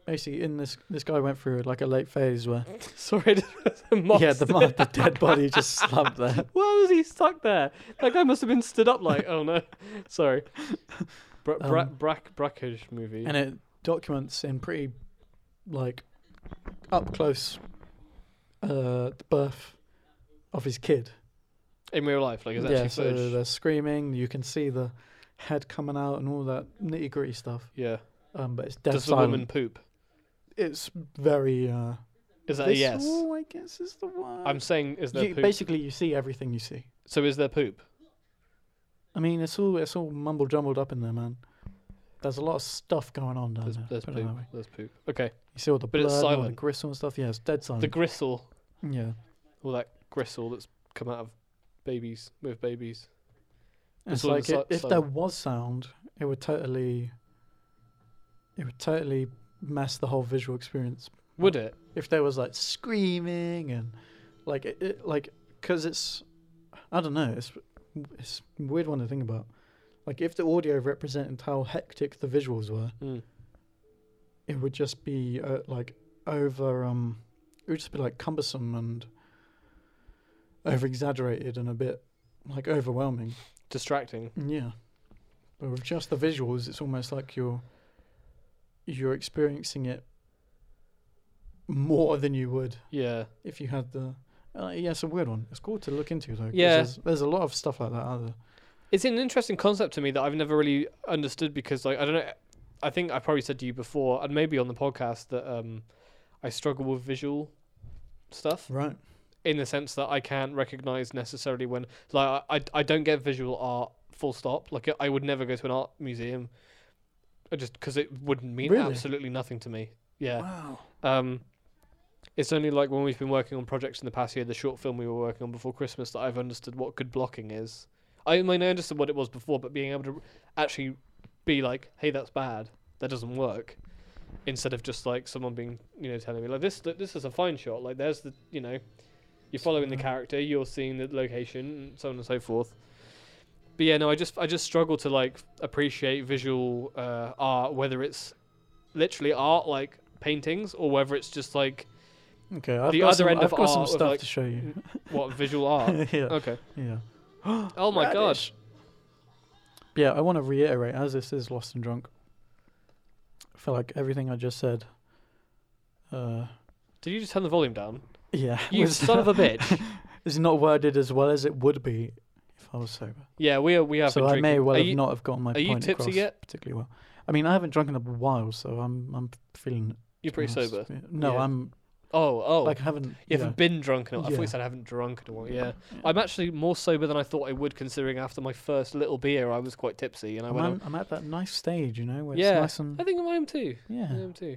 Speaker 2: basically, in this this guy went through like a late phase where
Speaker 1: Sorry. <laughs> the moss.
Speaker 2: yeah, the mo- the <laughs> dead body just
Speaker 1: <laughs>
Speaker 2: slumped there.
Speaker 1: Why was he stuck there? That guy must have been stood up. Like, oh no. <laughs> Sorry. Bra- bra-
Speaker 2: Um,
Speaker 1: brack brackage movie.
Speaker 2: and it documents in pretty like up close uh the birth of his kid
Speaker 1: in real life, like, is that
Speaker 2: yeah
Speaker 1: actually
Speaker 2: so
Speaker 1: footage?
Speaker 2: they're screaming you can see the head coming out and all that nitty gritty stuff
Speaker 1: yeah.
Speaker 2: um but it's dead
Speaker 1: Does the
Speaker 2: silent
Speaker 1: woman poop?
Speaker 2: it's very uh
Speaker 1: Is that a
Speaker 2: this
Speaker 1: yes?
Speaker 2: all, i guess is the one
Speaker 1: I'm saying, is there
Speaker 2: you,
Speaker 1: poop?
Speaker 2: basically you see everything you see
Speaker 1: so is there poop?
Speaker 2: i mean it's all it's all mumble jumbled up in there man there's a lot of stuff going on down
Speaker 1: There's,
Speaker 2: there
Speaker 1: there's
Speaker 2: Oh, put it that
Speaker 1: poop.
Speaker 2: way.
Speaker 1: There's poop. Okay.
Speaker 2: you see all the
Speaker 1: But it's
Speaker 2: blood and all the
Speaker 1: silent.
Speaker 2: gristle and stuff yeah it's dead silent
Speaker 1: The gristle,
Speaker 2: yeah
Speaker 1: all that gristle that's come out of babies with babies.
Speaker 2: It's
Speaker 1: sort of
Speaker 2: like
Speaker 1: the
Speaker 2: it,
Speaker 1: si-
Speaker 2: if there
Speaker 1: silent-
Speaker 2: was sound, it would totally, it would totally mess the whole visual experience.
Speaker 1: Would it?
Speaker 2: If there was like screaming and like it, it like because it's, I don't know, it's it's a weird one to think about. Like if the audio represented how hectic the visuals were,
Speaker 1: Mm.
Speaker 2: it would just be uh, like over um, it would just be like cumbersome and over exaggerated and a bit like overwhelming.
Speaker 1: Distracting.
Speaker 2: Yeah. But with just the visuals, it's almost like you're you're experiencing it more than you would
Speaker 1: Yeah.
Speaker 2: if you had the. Uh, yeah, it's a weird one. It's cool to look into though. 'cause
Speaker 1: Yeah.
Speaker 2: There's, there's a lot of stuff like that out there.
Speaker 1: It's an interesting concept to me that I've never really understood because, like, I don't know. I think I probably said to you before, and maybe on the podcast, that um, I struggle with visual stuff
Speaker 2: Right.
Speaker 1: in the sense that I can't recognize necessarily when, like, I, I, I don't get visual art full stop. Like, I would never go to an art museum uh, just because it wouldn't mean
Speaker 2: Really?
Speaker 1: absolutely nothing to me. Yeah.
Speaker 2: Wow.
Speaker 1: Um, it's only like when we've been working on projects in the past year, the short film we were working on before Christmas, that I've understood what good blocking is. I mean, I understood what it was before, but being able to actually be like, "Hey, that's bad. That doesn't work," instead of just like someone being, you know, telling me like, "This, this is a fine shot. Like, there's the, you know, you're following the
Speaker 2: Yeah.
Speaker 1: character, you're seeing the location, and so on and so forth." But yeah, no, I just, I just struggle to like appreciate visual uh, art, whether it's literally art like paintings or whether it's just like
Speaker 2: Okay. I've
Speaker 1: The
Speaker 2: got
Speaker 1: other
Speaker 2: some,
Speaker 1: end
Speaker 2: I've
Speaker 1: of
Speaker 2: got some
Speaker 1: art with,
Speaker 2: stuff
Speaker 1: like,
Speaker 2: to show you. <laughs>
Speaker 1: what visual art.
Speaker 2: yeah.
Speaker 1: Okay.
Speaker 2: Yeah.
Speaker 1: Oh my gosh.
Speaker 2: Yeah, I want to reiterate as this is Lost and Drunk, I feel like everything I just said, uh,
Speaker 1: Did you just turn the volume
Speaker 2: <laughs>
Speaker 1: down?
Speaker 2: yeah,
Speaker 1: You
Speaker 2: was,
Speaker 1: son of a bitch.
Speaker 2: <laughs> is not worded as well as it would be if I was sober.
Speaker 1: Yeah, we are, we have
Speaker 2: so
Speaker 1: been
Speaker 2: I may
Speaker 1: drinking.
Speaker 2: well
Speaker 1: Are
Speaker 2: have
Speaker 1: you-
Speaker 2: not have gotten my
Speaker 1: are you
Speaker 2: point
Speaker 1: tipsy
Speaker 2: across
Speaker 1: yet?
Speaker 2: particularly well. I mean, I haven't drunk in a while, so I'm I'm feeling.
Speaker 1: You're pretty
Speaker 2: honest.
Speaker 1: sober.
Speaker 2: Yeah. No,
Speaker 1: Yeah.
Speaker 2: I'm
Speaker 1: Oh, oh.
Speaker 2: like I haven't.
Speaker 1: you
Speaker 2: yeah.
Speaker 1: haven't been drunk in a while. I thought
Speaker 2: Yeah.
Speaker 1: you said I haven't drunk in a while. Yeah.
Speaker 2: Yeah.
Speaker 1: I'm actually more sober than I thought I would, considering after my first little beer, I was quite tipsy and I
Speaker 2: I'm,
Speaker 1: went,
Speaker 2: I'm, I'm at that nice stage, you know, where
Speaker 1: Yeah.
Speaker 2: it's nice and
Speaker 1: I think I am too. I
Speaker 2: yeah.
Speaker 1: am too.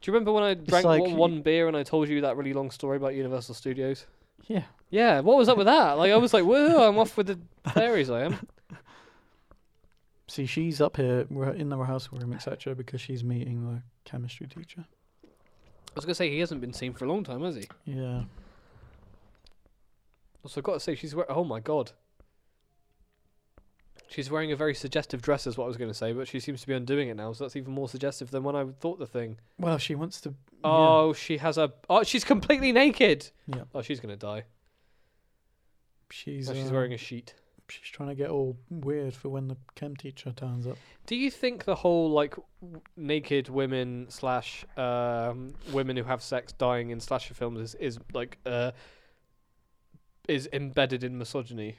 Speaker 1: Do you remember when I drank
Speaker 2: like
Speaker 1: one,
Speaker 2: you-
Speaker 1: one beer and I told you that really long story about Universal Studios?
Speaker 2: yeah.
Speaker 1: Yeah, what was up with that? Like, I
Speaker 2: <laughs>
Speaker 1: was like, whoa, I'm off with the fairies, I am.
Speaker 2: See, she's up here. We're in the rehearsal room, etc., because she's meeting the chemistry teacher.
Speaker 1: I was going to say, he hasn't been seen for a long time, has he?
Speaker 2: Yeah.
Speaker 1: Also, I've got to say, she's wearing. Oh my god. She's wearing a very suggestive dress, is what I was going to say, but she seems to be undoing it now, so that's even more suggestive than when I thought the thing.
Speaker 2: Well, she wants to. yeah.
Speaker 1: Oh, she has a. Oh, she's completely naked!
Speaker 2: Yeah.
Speaker 1: Oh, she's going to die.
Speaker 2: She's.
Speaker 1: Oh, she's
Speaker 2: uh,
Speaker 1: wearing a sheet.
Speaker 2: She's trying to get all weird for when the chem teacher turns up.
Speaker 1: Do you think the whole, like, w- naked women slash um, women who have sex dying in slasher films is, is like, uh, is embedded in misogyny?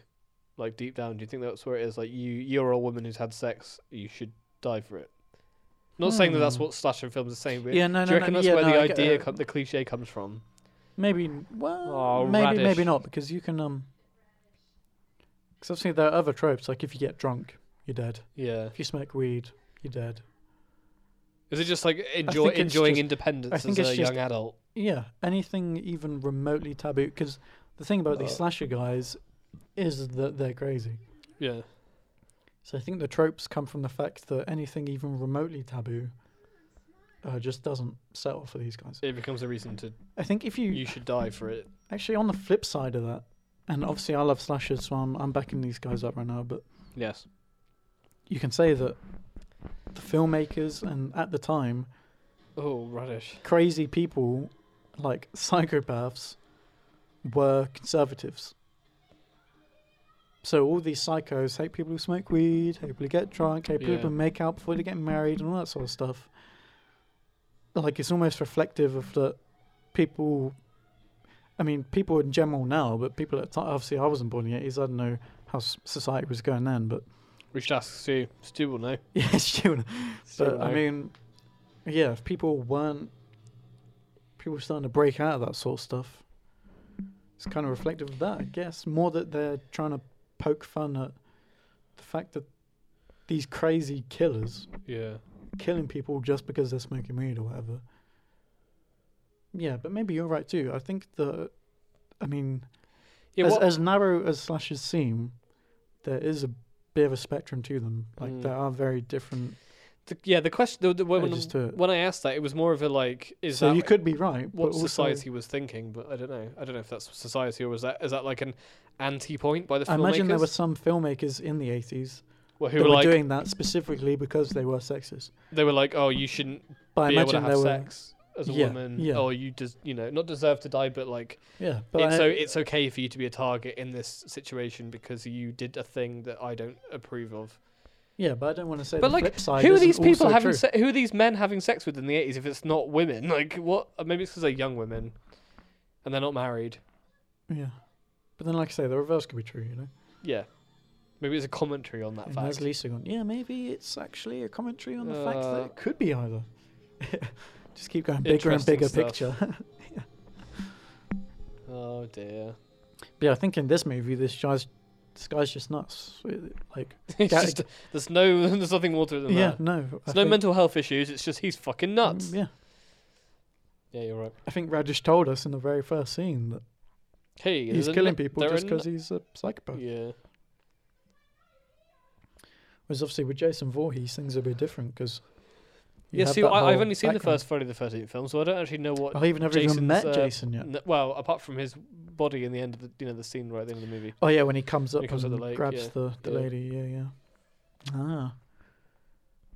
Speaker 1: Like, deep down, do you think that's where it is? Like, you, you're a woman who's had sex, you should die for it. Not saying that that's
Speaker 2: Hmm.
Speaker 1: what slasher films are saying, but
Speaker 2: Yeah, no,
Speaker 1: do you
Speaker 2: no,
Speaker 1: reckon
Speaker 2: no.
Speaker 1: that's
Speaker 2: yeah,
Speaker 1: where
Speaker 2: no,
Speaker 1: the
Speaker 2: I get-
Speaker 1: idea,
Speaker 2: uh,
Speaker 1: com- the cliche comes from?
Speaker 2: Maybe. Well,
Speaker 1: Oh,
Speaker 2: maybe, maybe
Speaker 1: radish.
Speaker 2: not, because you can. um. Because obviously there are other tropes, like if you get drunk, you're dead.
Speaker 1: Yeah.
Speaker 2: If you smoke weed, you're dead.
Speaker 1: Is it just like enjoy,
Speaker 2: think it's
Speaker 1: enjoying
Speaker 2: just-
Speaker 1: independence
Speaker 2: I
Speaker 1: as
Speaker 2: think it's
Speaker 1: a
Speaker 2: just-
Speaker 1: young adult?
Speaker 2: Yeah, anything even remotely taboo. Because the thing about these
Speaker 1: Uh.
Speaker 2: slasher guys is that they're crazy.
Speaker 1: Yeah.
Speaker 2: So I think the tropes come from the fact that anything even remotely taboo uh, just doesn't settle for these guys.
Speaker 1: It becomes a reason to,
Speaker 2: I think if you,
Speaker 1: you should die for it.
Speaker 2: actually on the flip side of that, and obviously I love slashers, so I'm I'm backing these guys up right now. But
Speaker 1: Yes.
Speaker 2: you can say that the filmmakers and at the time
Speaker 1: Oh, radish.
Speaker 2: crazy people like psychopaths were conservatives. So all these psychos hate people who smoke weed, hate people who get drunk, hate people
Speaker 1: Yeah.
Speaker 2: who make out before they get married, and all that sort of stuff. Like it's almost reflective of the people. I mean, people in general now, but people at the time, obviously I wasn't born in the 80s. I don't know how s- society was going then, but <laughs>
Speaker 1: We should ask Stu. Stu will know.
Speaker 2: yeah, Stuart,
Speaker 1: Stu
Speaker 2: but
Speaker 1: will
Speaker 2: I
Speaker 1: know.
Speaker 2: mean, yeah, if people weren't, people were starting to break out of that sort of stuff. It's kind of reflective of that, I guess. More that they're trying to poke fun at the fact that these crazy killers
Speaker 1: yeah.
Speaker 2: killing people just because they're smoking weed or whatever. Yeah, but maybe you're right too. I think the, I mean,
Speaker 1: Yeah.
Speaker 2: as,
Speaker 1: what,
Speaker 2: as narrow as slashes seem, there is a bit of a spectrum to them. Like
Speaker 1: Mm.
Speaker 2: there are very different
Speaker 1: the, yeah. The question. The, the, when,
Speaker 2: edges to it.
Speaker 1: when I asked that, it was more of a like, is
Speaker 2: uh, so
Speaker 1: that
Speaker 2: you could be right.
Speaker 1: what
Speaker 2: but also-
Speaker 1: society was thinking? But I don't know. I don't know if that's society or is that is that like an anti-point by the filmmakers?
Speaker 2: I imagine there were some filmmakers in the eighties
Speaker 1: Well,
Speaker 2: who
Speaker 1: who were
Speaker 2: were
Speaker 1: like
Speaker 2: doing that specifically because they were sexist.
Speaker 1: they were like, oh, you shouldn't
Speaker 2: But I
Speaker 1: be able to
Speaker 2: imagine
Speaker 1: have
Speaker 2: there were,
Speaker 1: sex as a
Speaker 2: Yeah,
Speaker 1: woman,
Speaker 2: yeah.
Speaker 1: or you just you know not deserve to die, but like
Speaker 2: yeah. But
Speaker 1: it's
Speaker 2: I-
Speaker 1: so it's okay for you to be a target in this situation because you did a thing that I don't approve of.
Speaker 2: Yeah, but I don't want to say
Speaker 1: But
Speaker 2: the
Speaker 1: like,
Speaker 2: flip side.
Speaker 1: who are
Speaker 2: isn't
Speaker 1: these people
Speaker 2: also
Speaker 1: having?
Speaker 2: true.
Speaker 1: Se- who are these men having sex with in the eighties? If it's not women, <laughs> like what? uh, Maybe it's because they're young women, and they're not married.
Speaker 2: Yeah, but then, like I say, the reverse could be true. You know,
Speaker 1: Yeah, maybe it's a commentary on that
Speaker 2: and
Speaker 1: fact.
Speaker 2: there's Lisa going, yeah, maybe it's actually a commentary on the fact that
Speaker 1: Uh,
Speaker 2: it could be either. <laughs> Just keep going bigger and
Speaker 1: Interesting
Speaker 2: bigger
Speaker 1: stuff.
Speaker 2: picture. <laughs>
Speaker 1: Oh dear, <laughs>
Speaker 2: But yeah, I think in this movie, this guy's this guy's just nuts. It- Like,
Speaker 1: It's
Speaker 2: Yeah,
Speaker 1: just- there's no, <laughs> there's nothing more to it than
Speaker 2: yeah,
Speaker 1: that.
Speaker 2: no, I
Speaker 1: There's no
Speaker 2: think-
Speaker 1: mental health issues. It's just he's fucking nuts.
Speaker 2: Mm, Yeah,
Speaker 1: Yeah, you're right.
Speaker 2: I think Rajesh told us in the very first scene that
Speaker 1: Hey,
Speaker 2: he's
Speaker 1: there's a
Speaker 2: killing
Speaker 1: nu-
Speaker 2: people
Speaker 1: there are
Speaker 2: just uh,
Speaker 1: nu-
Speaker 2: because he's a psychopath.
Speaker 1: Yeah,
Speaker 2: Whereas obviously with Jason Voorhees, things are a bit different because.
Speaker 1: yeah. See, I, I've only seen the first Friday the Thirteenth film, so I don't actually know what.
Speaker 2: I Oh, even haven't even
Speaker 1: Jason's,
Speaker 2: met
Speaker 1: uh,
Speaker 2: Jason yet.
Speaker 1: n- well, apart from his body in the end of the, you know, the scene right at the end of the movie.
Speaker 2: Oh yeah, when he comes up
Speaker 1: When he comes up
Speaker 2: and
Speaker 1: the lake,
Speaker 2: grabs
Speaker 1: yeah.
Speaker 2: the, the
Speaker 1: Yeah.
Speaker 2: lady, yeah, yeah. Ah.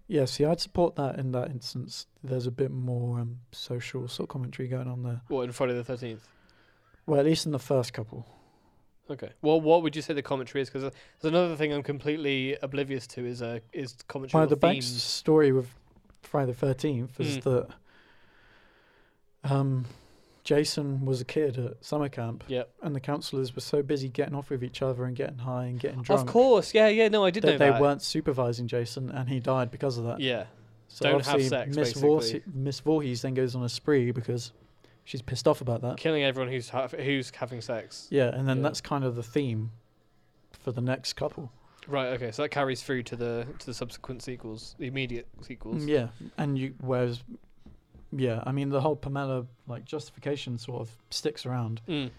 Speaker 2: Yeah, see I'd support that in that instance. There's a bit more um, social sort of commentary going on there.
Speaker 1: What in Friday the Thirteenth?
Speaker 2: Well, at least in the first couple.
Speaker 1: Okay. Well, what would you say the commentary is? Because there's another thing I'm completely oblivious to is uh, is commentary
Speaker 2: Well,
Speaker 1: on
Speaker 2: the bank's
Speaker 1: themes.
Speaker 2: story with Friday the thirteenth is
Speaker 1: Mm.
Speaker 2: that um Jason was a kid at summer camp.
Speaker 1: Yep.
Speaker 2: And the counselors were so busy getting off with each other and getting high and getting drunk
Speaker 1: Of course. Yeah. Yeah. No, I did
Speaker 2: that
Speaker 1: know
Speaker 2: they
Speaker 1: that.
Speaker 2: weren't supervising Jason and he died because of that.
Speaker 1: Yeah.
Speaker 2: So
Speaker 1: Don't have
Speaker 2: obviously,
Speaker 1: sex,
Speaker 2: Miss,
Speaker 1: basically.
Speaker 2: Voorse- Miss Voorhees then goes on a spree because she's pissed off about that.
Speaker 1: Killing everyone who's ha- who's having sex.
Speaker 2: Yeah, and then
Speaker 1: Yeah.
Speaker 2: that's kind of the theme for the next couple.
Speaker 1: Right. Okay. So that carries through to the to the subsequent sequels, the immediate sequels.
Speaker 2: Yeah, and you whereas, yeah, I mean the whole Pamela like justification sort of sticks around,
Speaker 1: Mm.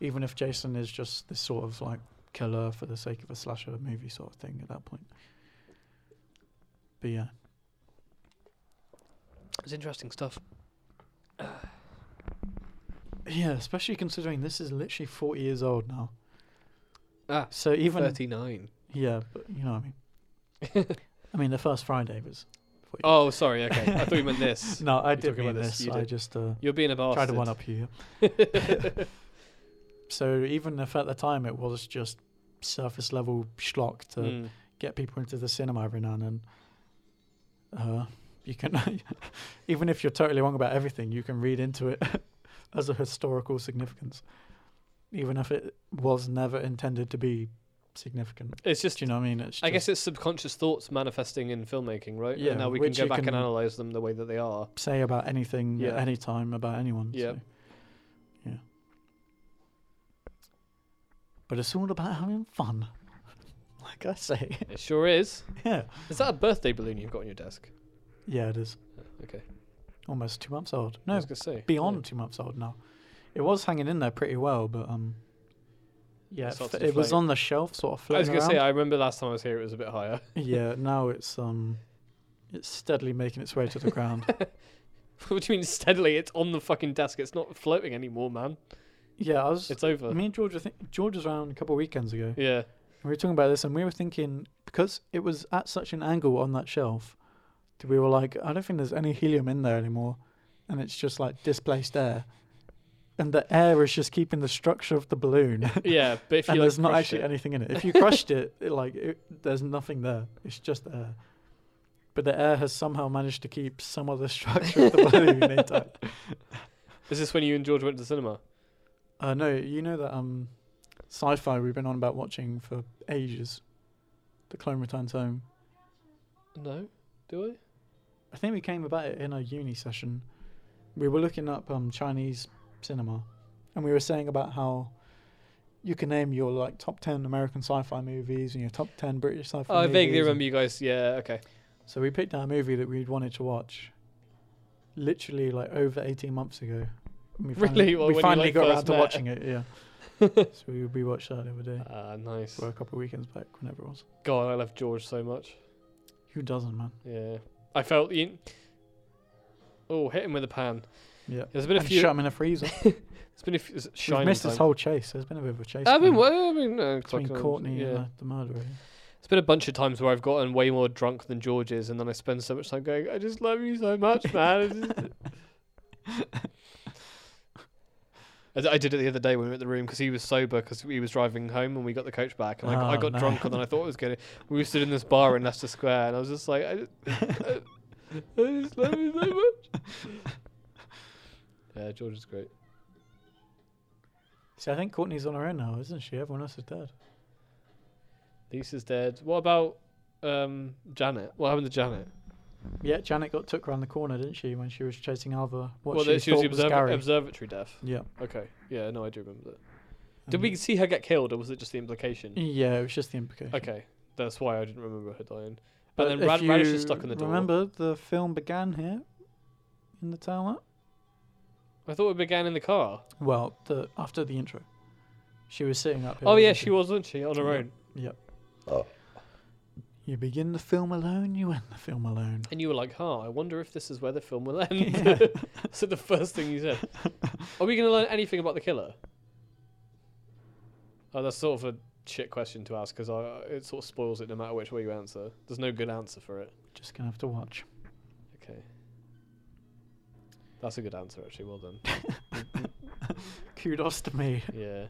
Speaker 2: even if Jason is just this sort of like killer for the sake of a slasher movie sort of thing at that point. But yeah,
Speaker 1: It's interesting stuff.
Speaker 2: yeah, especially considering this is literally forty years old now.
Speaker 1: Ah,
Speaker 2: So even
Speaker 1: Thirty nine.
Speaker 2: Yeah, but you know what I mean. I mean, the first Friday was.
Speaker 1: Oh, sorry. Okay. I thought you meant
Speaker 2: <laughs>
Speaker 1: this.
Speaker 2: No, I
Speaker 1: You're
Speaker 2: did
Speaker 1: talking
Speaker 2: mean
Speaker 1: about
Speaker 2: this.
Speaker 1: this, you
Speaker 2: I
Speaker 1: did.
Speaker 2: just uh,
Speaker 1: You're being a bastard.
Speaker 2: tried to one up you.
Speaker 1: <laughs>
Speaker 2: So even if at the time it was just surface level schlock to
Speaker 1: Mm.
Speaker 2: get people into the cinema every now and then, uh, you can, <laughs> even if you're totally wrong about everything, you can read into it <laughs> as a historical significance, even if it was never intended to be significant.
Speaker 1: It's just
Speaker 2: Do you know what I mean? It's
Speaker 1: I
Speaker 2: just-
Speaker 1: guess it's subconscious thoughts manifesting in filmmaking, right?
Speaker 2: Yeah,
Speaker 1: And now we
Speaker 2: which
Speaker 1: can
Speaker 2: you
Speaker 1: go back
Speaker 2: can-
Speaker 1: and analyze them the way that they are.
Speaker 2: say about anything
Speaker 1: Yeah.
Speaker 2: at any time about anyone.
Speaker 1: Yep.
Speaker 2: so, yeah. But it's all about having fun. <laughs> Like I say. <laughs>
Speaker 1: It sure is.
Speaker 2: yeah.
Speaker 1: Is that a birthday balloon you've got on your desk?
Speaker 2: Yeah, it is.
Speaker 1: Okay.
Speaker 2: Almost two months old.
Speaker 1: I
Speaker 2: No,
Speaker 1: was gonna say
Speaker 2: beyond two months old now. It was hanging in there pretty well, but um yeah, it,
Speaker 1: Starts
Speaker 2: f-
Speaker 1: to
Speaker 2: it was
Speaker 1: float.
Speaker 2: on the shelf sort of
Speaker 1: yeah. I was
Speaker 2: floating
Speaker 1: gonna say
Speaker 2: around.
Speaker 1: I remember last time I was here it was a bit higher. <laughs>
Speaker 2: yeah, now it's um it's steadily making its way to the
Speaker 1: <laughs>
Speaker 2: ground.
Speaker 1: what do you mean steadily? It's on the fucking desk. It's not floating anymore, man.
Speaker 2: yeah, I was
Speaker 1: It's over.
Speaker 2: me and George were think George was around a couple of weekends ago. <laughs>
Speaker 1: Yeah.
Speaker 2: We were talking about this, and we were thinking because it was at such an angle on that shelf, that we were like, I don't think there's any helium in there anymore, and it's just like displaced air, and the air is just keeping the structure of the balloon,
Speaker 1: Yeah. But <laughs> if you
Speaker 2: and
Speaker 1: like,
Speaker 2: there's not
Speaker 1: crushed
Speaker 2: actually
Speaker 1: it-
Speaker 2: anything in it.
Speaker 1: <laughs>
Speaker 2: If you crushed it, it like it, there's nothing there. It's just air. But the air has somehow managed to keep some of the structure of the
Speaker 1: <laughs>
Speaker 2: balloon intact.
Speaker 1: Is this when you and George went to the cinema?
Speaker 2: Uh, no, you know that um, sci-fi we've been on about watching for ages. The Clone Returns Home.
Speaker 1: No. Do I?
Speaker 2: I think we came about it in our uni session. We were looking up um, Chinese cinema, and we were saying about how you can name your like top ten American sci-fi movies and your top ten British sci-fi.
Speaker 1: Oh, I
Speaker 2: movies.
Speaker 1: vaguely remember you guys. Yeah. Okay.
Speaker 2: So we picked out a movie that we'd wanted to watch, literally like over eighteen months ago. And
Speaker 1: <laughs>
Speaker 2: we
Speaker 1: Really? Well, when
Speaker 2: we
Speaker 1: you,
Speaker 2: finally
Speaker 1: like, first
Speaker 2: got around to
Speaker 1: met.
Speaker 2: watching it.
Speaker 1: <laughs>
Speaker 2: Yeah. so we, we watched that the other day,
Speaker 1: Ah, nice.
Speaker 2: or a couple of weekends back, whenever it was.
Speaker 1: God, I love George so much.
Speaker 2: Who doesn't, man?
Speaker 1: Yeah, I felt you. Oh, hit him with a pan.
Speaker 2: Yeah.
Speaker 1: There's been a
Speaker 2: and
Speaker 1: few.
Speaker 2: shut 'em in
Speaker 1: <laughs>
Speaker 2: a freezer.
Speaker 1: It's been a few.
Speaker 2: We've
Speaker 1: Shining
Speaker 2: missed
Speaker 1: time.
Speaker 2: this whole chase. There's been a bit of a chase.
Speaker 1: I mean,
Speaker 2: going on.
Speaker 1: well, I mean, uh,
Speaker 2: between
Speaker 1: fucking-
Speaker 2: Courtney
Speaker 1: Yeah,
Speaker 2: and uh, the murderer.
Speaker 1: it's been a bunch of times where I've gotten way more drunk than George is, and then I spend so much time going, "I
Speaker 2: <laughs>
Speaker 1: just love you so much, man." I just- I I did it the other day when we were at the room because he was sober because he was driving home and we got the coach back and I, I
Speaker 2: Oh,
Speaker 1: got
Speaker 2: no.
Speaker 1: drunker than I thought I was going to. We were stood in this bar in Leicester Square and I was just like, I just, I, I just love you so much.
Speaker 2: <laughs>
Speaker 1: Yeah, George is great.
Speaker 2: See, I think Courtney's on her own now, isn't she? Everyone else is dead.
Speaker 1: Lisa's dead. What about um, Janet? What happened to Janet?
Speaker 2: Yeah, Janet got took around the corner, didn't she, when she was chasing Alva? What
Speaker 1: well,
Speaker 2: she,
Speaker 1: she was
Speaker 2: thought
Speaker 1: the
Speaker 2: was
Speaker 1: observ-
Speaker 2: Gary.
Speaker 1: observatory death.
Speaker 2: yeah.
Speaker 1: Okay. Yeah, no, I do remember that.
Speaker 2: um,
Speaker 1: Did we see her get killed or was it just the implication?
Speaker 2: Yeah, it was just the implication.
Speaker 1: Okay, that's why I didn't remember her dying.
Speaker 2: But
Speaker 1: and then
Speaker 2: if
Speaker 1: Rad- Radish is
Speaker 2: you
Speaker 1: stuck in the door.
Speaker 2: Remember, the film began here in the tower.
Speaker 1: I thought it began in the car.
Speaker 2: Well, the after the intro, she was sitting up. Here,
Speaker 1: Oh yeah,
Speaker 2: wasn't
Speaker 1: she was, wasn't she, on her
Speaker 2: Yeah.
Speaker 1: own?
Speaker 2: Yep.
Speaker 1: Oh.
Speaker 2: You begin the film alone. You end the film alone.
Speaker 1: And you were like, "Huh, I wonder if this is where the film will end."
Speaker 2: <laughs> Yeah.
Speaker 1: <laughs> so the first thing you said,
Speaker 2: <laughs>
Speaker 1: "Are we going to learn anything about the killer?" Oh, that's sort of a shit question to ask because it sort of spoils it no matter which way you answer. There's no good answer for it.
Speaker 2: Just gonna have to watch.
Speaker 1: Okay. That's a good answer, actually. Well done.
Speaker 2: Kudos to me. <laughs>
Speaker 1: Yeah.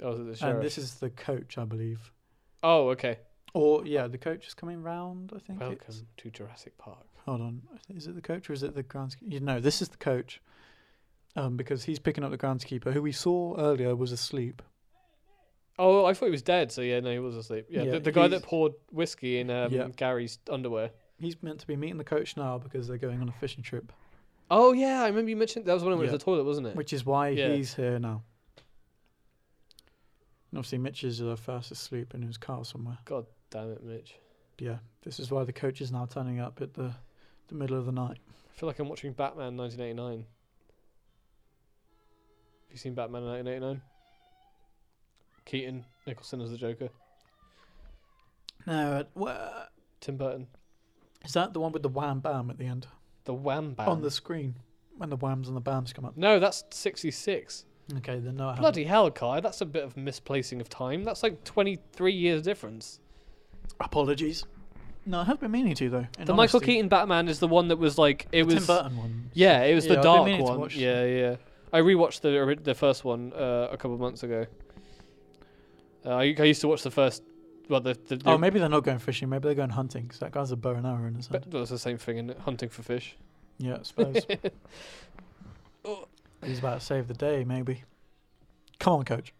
Speaker 1: Oh, is it the
Speaker 2: And
Speaker 1: sheriff?
Speaker 2: this is the coach, I believe.
Speaker 1: oh, okay.
Speaker 2: Or yeah, the coach is coming round. I think.
Speaker 1: Welcome
Speaker 2: it's-
Speaker 1: to Jurassic Park.
Speaker 2: hold on. Is it the coach or is it the groundskeeper? No, this is the coach. Um, because he's picking up the groundskeeper, who we saw earlier was asleep.
Speaker 1: Oh, I thought he was dead. So yeah, no, he was asleep. Yeah,
Speaker 2: Yeah,
Speaker 1: the, the guy
Speaker 2: he's-
Speaker 1: that poured whiskey in um,
Speaker 2: Yeah.
Speaker 1: Gary's underwear.
Speaker 2: He's meant to be meeting the coach now because they're going on a fishing trip,
Speaker 1: Oh yeah, I remember you mentioned that was when I went
Speaker 2: Yeah.
Speaker 1: to the toilet, wasn't it?
Speaker 2: which is why
Speaker 1: Yeah.
Speaker 2: he's here now. And obviously, Mitch is uh, fast asleep in his car somewhere.
Speaker 1: God damn it, Mitch!
Speaker 2: Yeah, this is why the coach is now turning up at the the middle of the night.
Speaker 1: I feel like I'm watching Batman 1989. Have you seen Batman 1989? Keaton Nicholson as the Joker.
Speaker 2: No, uh,
Speaker 1: Tim Burton.
Speaker 2: is that the one with the wham bam at the end
Speaker 1: The Wham Bam.
Speaker 2: on the screen when the whams and the bams come up?
Speaker 1: no, that's 66.
Speaker 2: Okay, then no. I haven't.
Speaker 1: Bloody hell, Kai. That's a bit of misplacing of time. That's like 23 years difference.
Speaker 2: Apologies. No, I have been meaning to though. in
Speaker 1: the Michael
Speaker 2: honesty.
Speaker 1: Keaton Batman is the one that was like it
Speaker 2: The
Speaker 1: was
Speaker 2: Tim Burton one.
Speaker 1: Yeah, it was
Speaker 2: Yeah,
Speaker 1: the
Speaker 2: I've been
Speaker 1: dark
Speaker 2: meaning to
Speaker 1: one.
Speaker 2: watch
Speaker 1: Yeah, yeah. I rewatched the ori- the first one uh, a couple of months ago. Uh, I, I used to watch the first. Well, the, the, the
Speaker 2: Oh, maybe they're not going fishing. Maybe they're going hunting because that guy's a bow and arrow in his hand.
Speaker 1: but- well, it's the same thing, isn't it? Hunting for fish.
Speaker 2: Yeah,
Speaker 1: <laughs>
Speaker 2: I suppose. He's about to save the day, maybe. Come on, coach.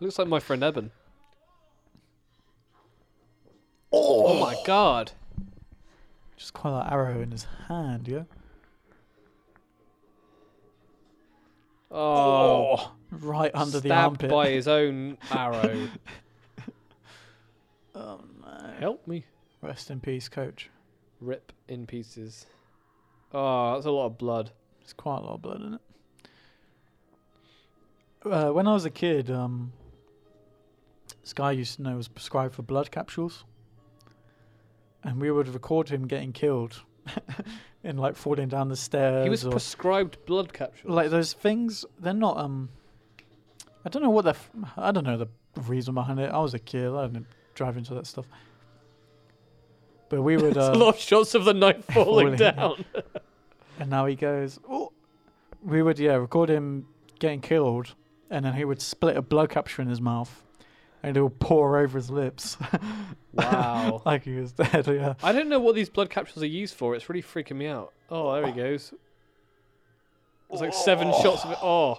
Speaker 1: Looks like my friend Eben. Oh, my god!
Speaker 2: Just quite that arrow in his hand, yeah?
Speaker 1: Oh,
Speaker 2: Right under the
Speaker 1: stabbed
Speaker 2: armpit.
Speaker 1: by his own
Speaker 2: <laughs>
Speaker 1: arrow.
Speaker 2: Oh, no.
Speaker 1: Help me.
Speaker 2: Rest in peace, coach.
Speaker 1: Rip in pieces. Oh, that's a lot of blood.
Speaker 2: There's quite a lot of blood in it. Uh, when I was a kid, um, this guy I used to know was prescribed for blood capsules. And we would record him getting killed <laughs> and like falling down the stairs.
Speaker 1: He was
Speaker 2: or-
Speaker 1: prescribed blood capsules.
Speaker 2: like those things they're not um i don't know what they're f- i don't know the reason behind it i was a kid i didn't drive into that stuff but
Speaker 1: <laughs>
Speaker 2: we would
Speaker 1: There's a
Speaker 2: uh,
Speaker 1: lot of shots of the
Speaker 2: <laughs>
Speaker 1: knife falling
Speaker 2: falling, yeah.
Speaker 1: down.
Speaker 2: and now he goes oh we would yeah record him getting killed and then he would split a blood capture in his mouth and it would pour over his lips <laughs>
Speaker 1: Wow.
Speaker 2: like he was dead yeah
Speaker 1: I don't know what these blood capsules are used for. It's really freaking me out. Oh, there he goes. There's like seven shots of it. Oh.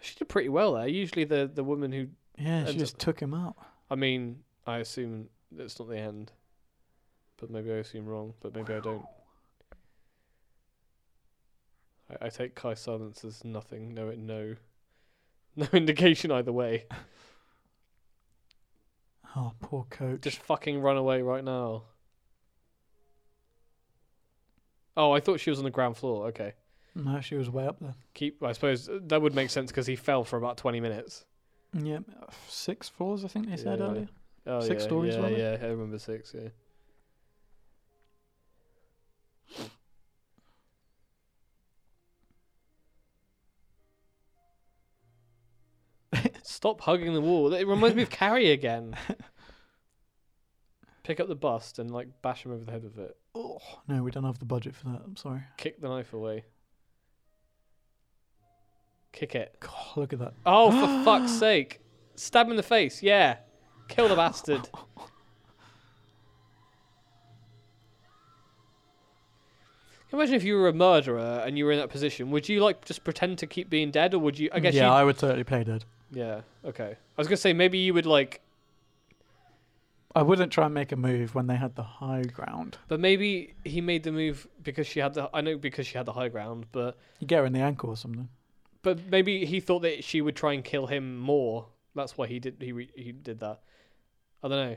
Speaker 1: She did pretty well there. Usually the, the woman who,
Speaker 2: yeah she
Speaker 1: And-
Speaker 2: just took him out
Speaker 1: I mean, I assume that's not the end. But maybe I assume wrong, but maybe I don't. I, I take Kai's silence as nothing. No, no, <laughs> no indication either way.
Speaker 2: oh poor coach
Speaker 1: Just fucking run away right now. Oh, I thought she was on the ground floor. Okay.
Speaker 2: no she was way up there
Speaker 1: Keep. I suppose uh, that would make sense because he fell for about twenty minutes.
Speaker 2: yeah six floors i think they said
Speaker 1: Yeah.
Speaker 2: earlier
Speaker 1: Oh,
Speaker 2: Six
Speaker 1: yeah,
Speaker 2: stories,
Speaker 1: Yeah,
Speaker 2: wasn't
Speaker 1: yeah. I remember six.
Speaker 2: <laughs>
Speaker 1: Yeah. Stop hugging the wall. It reminds me of
Speaker 2: <laughs>
Speaker 1: Carrie again. Pick up the bust and like bash him over the head with it.
Speaker 2: Oh no, we don't have the budget for that. I'm sorry.
Speaker 1: Kick the knife away. Kick it.
Speaker 2: God, look at that.
Speaker 1: Oh, for fuck's sake. Stab him in the face. Yeah. Kill the bastard. Can you Imagine if you were a murderer and you were in that position. Would you like just pretend to keep being dead, or would you? I guess.
Speaker 2: yeah,
Speaker 1: you'd-
Speaker 2: I would totally play dead.
Speaker 1: yeah. Okay. I was gonna say maybe you would like,
Speaker 2: I wouldn't try and make a move when they had the high ground.
Speaker 1: but maybe he made the move because she had the. I know because she had the high ground, but
Speaker 2: You get her in the ankle or something.
Speaker 1: but maybe he thought that she would try and kill him more. That's why he did. He re, he did that. I don't know.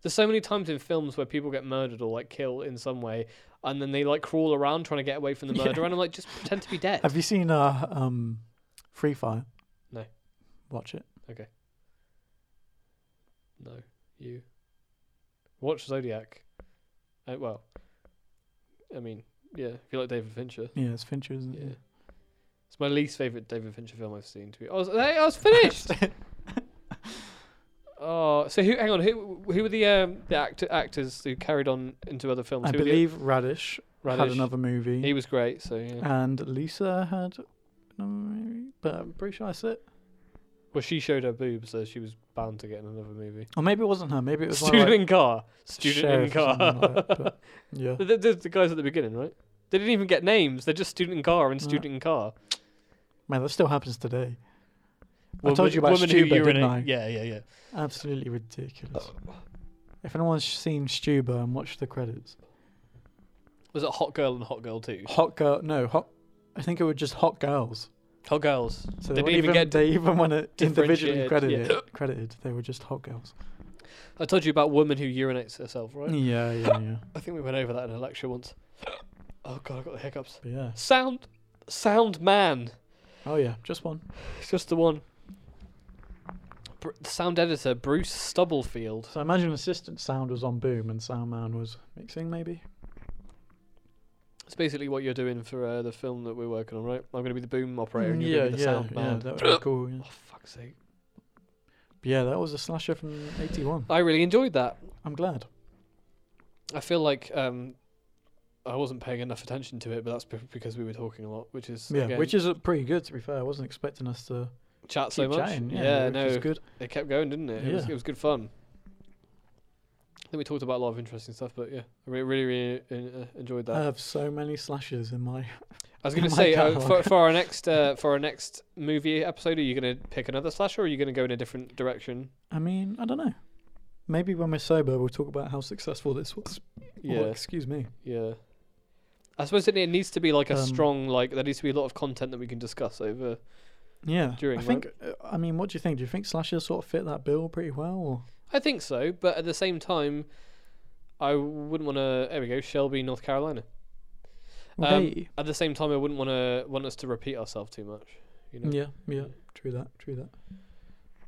Speaker 1: There's so many times in films where people get murdered or like killed in some way, and then they like crawl around trying to get away from the
Speaker 2: <laughs> Yeah.
Speaker 1: murderer, and I'm like, just pretend to be dead.
Speaker 2: Have you seen uh um Free Fire?
Speaker 1: No.
Speaker 2: Watch it.
Speaker 1: No, you watch Zodiac. Uh, well, I mean, yeah, if you like David Fincher,
Speaker 2: Yeah, it's Fincher, isn't
Speaker 1: yeah,
Speaker 2: it?
Speaker 1: Mm-hmm. it's my least favorite David Fincher film I've seen. To be, I was, hey, I was finished. oh, so who? Hang on, who? Who were the um, the actor, actors who carried on into other films?
Speaker 2: I
Speaker 1: Who were the-
Speaker 2: believe Radish, had
Speaker 1: Radish.
Speaker 2: another Uh, movie.
Speaker 1: He was great. So yeah,
Speaker 2: and Lisa had another movie. But I'm pretty sure that's it.
Speaker 1: well, she showed her boobs, so she was bound to get in another movie.
Speaker 2: Or maybe it wasn't her, maybe it was one of,
Speaker 1: Student
Speaker 2: like,
Speaker 1: in car. Student in
Speaker 2: sheriff or
Speaker 1: car.
Speaker 2: something like that, but- yeah.
Speaker 1: <laughs> The, the, the guys at the beginning, right? They didn't even get names. They're just student in car and
Speaker 2: Yeah.
Speaker 1: student in car.
Speaker 2: Man, that still happens today. I
Speaker 1: Woman-
Speaker 2: told you about
Speaker 1: woman who
Speaker 2: Stuber,
Speaker 1: urinate-
Speaker 2: didn't I?
Speaker 1: Yeah, yeah, yeah.
Speaker 2: Absolutely ridiculous. If anyone's seen Stuber and watched the credits,
Speaker 1: Was it Hot Girl and Hot Girl Two?
Speaker 2: hot girl, no hot. I think it were just hot girls.
Speaker 1: Hot Girls. they
Speaker 2: So they,
Speaker 1: didn't even
Speaker 2: even
Speaker 1: get.
Speaker 2: they even when it individually
Speaker 1: differentiate, yeah.
Speaker 2: credited credited they were just hot girls.
Speaker 1: I told you about woman who urinates herself, right?
Speaker 2: Yeah,
Speaker 1: <laughs>
Speaker 2: yeah, yeah.
Speaker 1: I think we went over that in a lecture once. Oh god, I got the hiccups.
Speaker 2: But yeah.
Speaker 1: Sound, sound man.
Speaker 2: Oh yeah, just one.
Speaker 1: It's just the one. Br- sound editor Bruce Stubblefield.
Speaker 2: So I imagine assistant sound was on boom and sound man was mixing maybe.
Speaker 1: It's basically what you're doing for uh, the film that we're working on, right? I'm going to be the boom operator and you're
Speaker 2: yeah,
Speaker 1: going to be the
Speaker 2: yeah,
Speaker 1: sound
Speaker 2: yeah.
Speaker 1: man. <coughs>
Speaker 2: That would be cool. Yeah.
Speaker 1: Oh fuck's sake!
Speaker 2: But yeah, that was a slasher from '81.
Speaker 1: I really enjoyed that.
Speaker 2: I'm glad.
Speaker 1: I feel like um, I wasn't paying enough attention to it, but that's be- because we were talking a lot, which is
Speaker 2: Yeah,
Speaker 1: again,
Speaker 2: which is uh, pretty good to be fair. I wasn't expecting us to
Speaker 1: chat so
Speaker 2: keep
Speaker 1: much.
Speaker 2: chatting.
Speaker 1: yeah,
Speaker 2: Yeah, which
Speaker 1: no,
Speaker 2: is good.
Speaker 1: it kept going, didn't it? It, was,
Speaker 2: Yeah.
Speaker 1: it was good fun. I think we talked about a lot of interesting stuff, but yeah, I re- really, really, uh, enjoyed that.
Speaker 2: I have so many slashers in my.
Speaker 1: I was
Speaker 2: <laughs>
Speaker 1: going to
Speaker 2: oh my
Speaker 1: say uh, for,
Speaker 2: catalogue.
Speaker 1: for our next uh, for our next movie episode, are you going to pick another slasher, or are you going to go in a different direction?
Speaker 2: I mean, I don't know. Maybe when we're sober, we'll talk about how successful this was.
Speaker 1: Yeah,
Speaker 2: Oh, excuse me.
Speaker 1: yeah. I suppose it, it needs to be like a
Speaker 2: Um,
Speaker 1: strong like there needs to be a lot of content that we can discuss over.
Speaker 2: Yeah.
Speaker 1: During
Speaker 2: I think. uh, I mean, what do you think? Do you think slashers sort of fit that bill pretty well? Or?
Speaker 1: I think so, but at the same time, I wouldn't want to. There we go, Shelby, North Carolina.
Speaker 2: Well,
Speaker 1: Um,
Speaker 2: hey.
Speaker 1: At the same time, I wouldn't want to want us to repeat ourselves too much. You know.
Speaker 2: Yeah. Yeah. True that.
Speaker 1: <laughs>
Speaker 2: True that.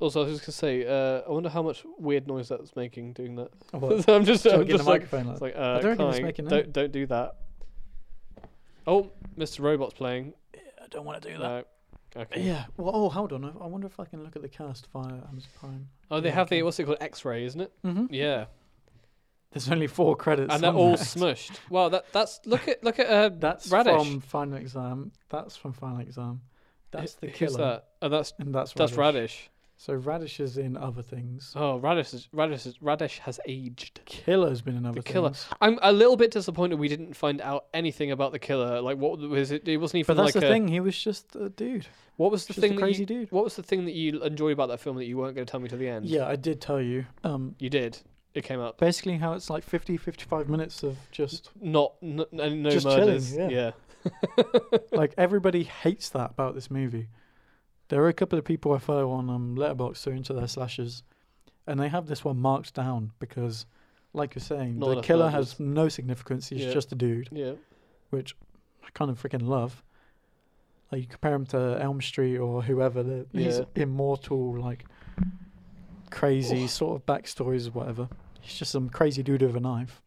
Speaker 1: Also, I was just gonna say, uh, I wonder how much weird noise that's making doing that. <laughs>
Speaker 2: Oh, well,
Speaker 1: I'm just, I'm
Speaker 2: talking in
Speaker 1: just
Speaker 2: the
Speaker 1: like,
Speaker 2: microphone like
Speaker 1: it's like, uh,
Speaker 2: don't reckon it's
Speaker 1: Kai,
Speaker 2: making
Speaker 1: don't
Speaker 2: any.
Speaker 1: don't do that. Oh, Mr. Robot's playing.
Speaker 2: I don't want to do that.
Speaker 1: No. Okay.
Speaker 2: Yeah. Well, oh, hold on. I, I wonder if I can look at the cast via Amazon Prime.
Speaker 1: Oh, they
Speaker 2: Yeah,
Speaker 1: have
Speaker 2: okay.
Speaker 1: the what's it called X-ray, isn't
Speaker 2: <laughs>
Speaker 1: it?
Speaker 2: Mm-hmm.
Speaker 1: Yeah.
Speaker 2: There's only four credits.
Speaker 1: and they're
Speaker 2: on
Speaker 1: all
Speaker 2: that.
Speaker 1: smushed. Wow, that that's look at look at uh,
Speaker 2: That's
Speaker 1: Radish.
Speaker 2: from Final Exam. That's from Final Exam. That's the
Speaker 1: who's
Speaker 2: killer.
Speaker 1: that? Oh, that's
Speaker 2: And that's
Speaker 1: that's
Speaker 2: Radish.
Speaker 1: Radish.
Speaker 2: So Radish is in other things.
Speaker 1: Oh, Radish, is, Radish, is, Radish has aged.
Speaker 2: Killer's been in other
Speaker 1: killer.
Speaker 2: things.
Speaker 1: I'm a little bit disappointed we didn't find out anything about the killer. Like, what was it? It wasn't even
Speaker 2: But that's
Speaker 1: like
Speaker 2: the
Speaker 1: a,
Speaker 2: thing. He was just a dude.
Speaker 1: What was the
Speaker 2: Just
Speaker 1: thing? that
Speaker 2: a
Speaker 1: you-
Speaker 2: crazy dude.
Speaker 1: what was the thing that you enjoyed about that film that you weren't going to tell me to the end?
Speaker 2: Yeah, I did tell you. Um,
Speaker 1: you did. It came up.
Speaker 2: basically how it's like 50, 55 minutes of just
Speaker 1: Not n- n- no
Speaker 2: Just chilling,
Speaker 1: murders.
Speaker 2: yeah.
Speaker 1: yeah.
Speaker 2: like everybody hates that about this movie. There are a couple of people I follow on um, Letterboxd who are into their slashes, and they have this one marked down because, like you're saying,
Speaker 1: Not
Speaker 2: the
Speaker 1: enough
Speaker 2: killer
Speaker 1: murders.
Speaker 2: has no significance. He's
Speaker 1: Yeah.
Speaker 2: just a dude.
Speaker 1: Yeah.
Speaker 2: which I kind of freaking love. Like you compare him to Elm Street or whoever, the, these
Speaker 1: Yeah.
Speaker 2: immortal, like crazy sort of backstories or whatever. He's just some crazy dude with a knife,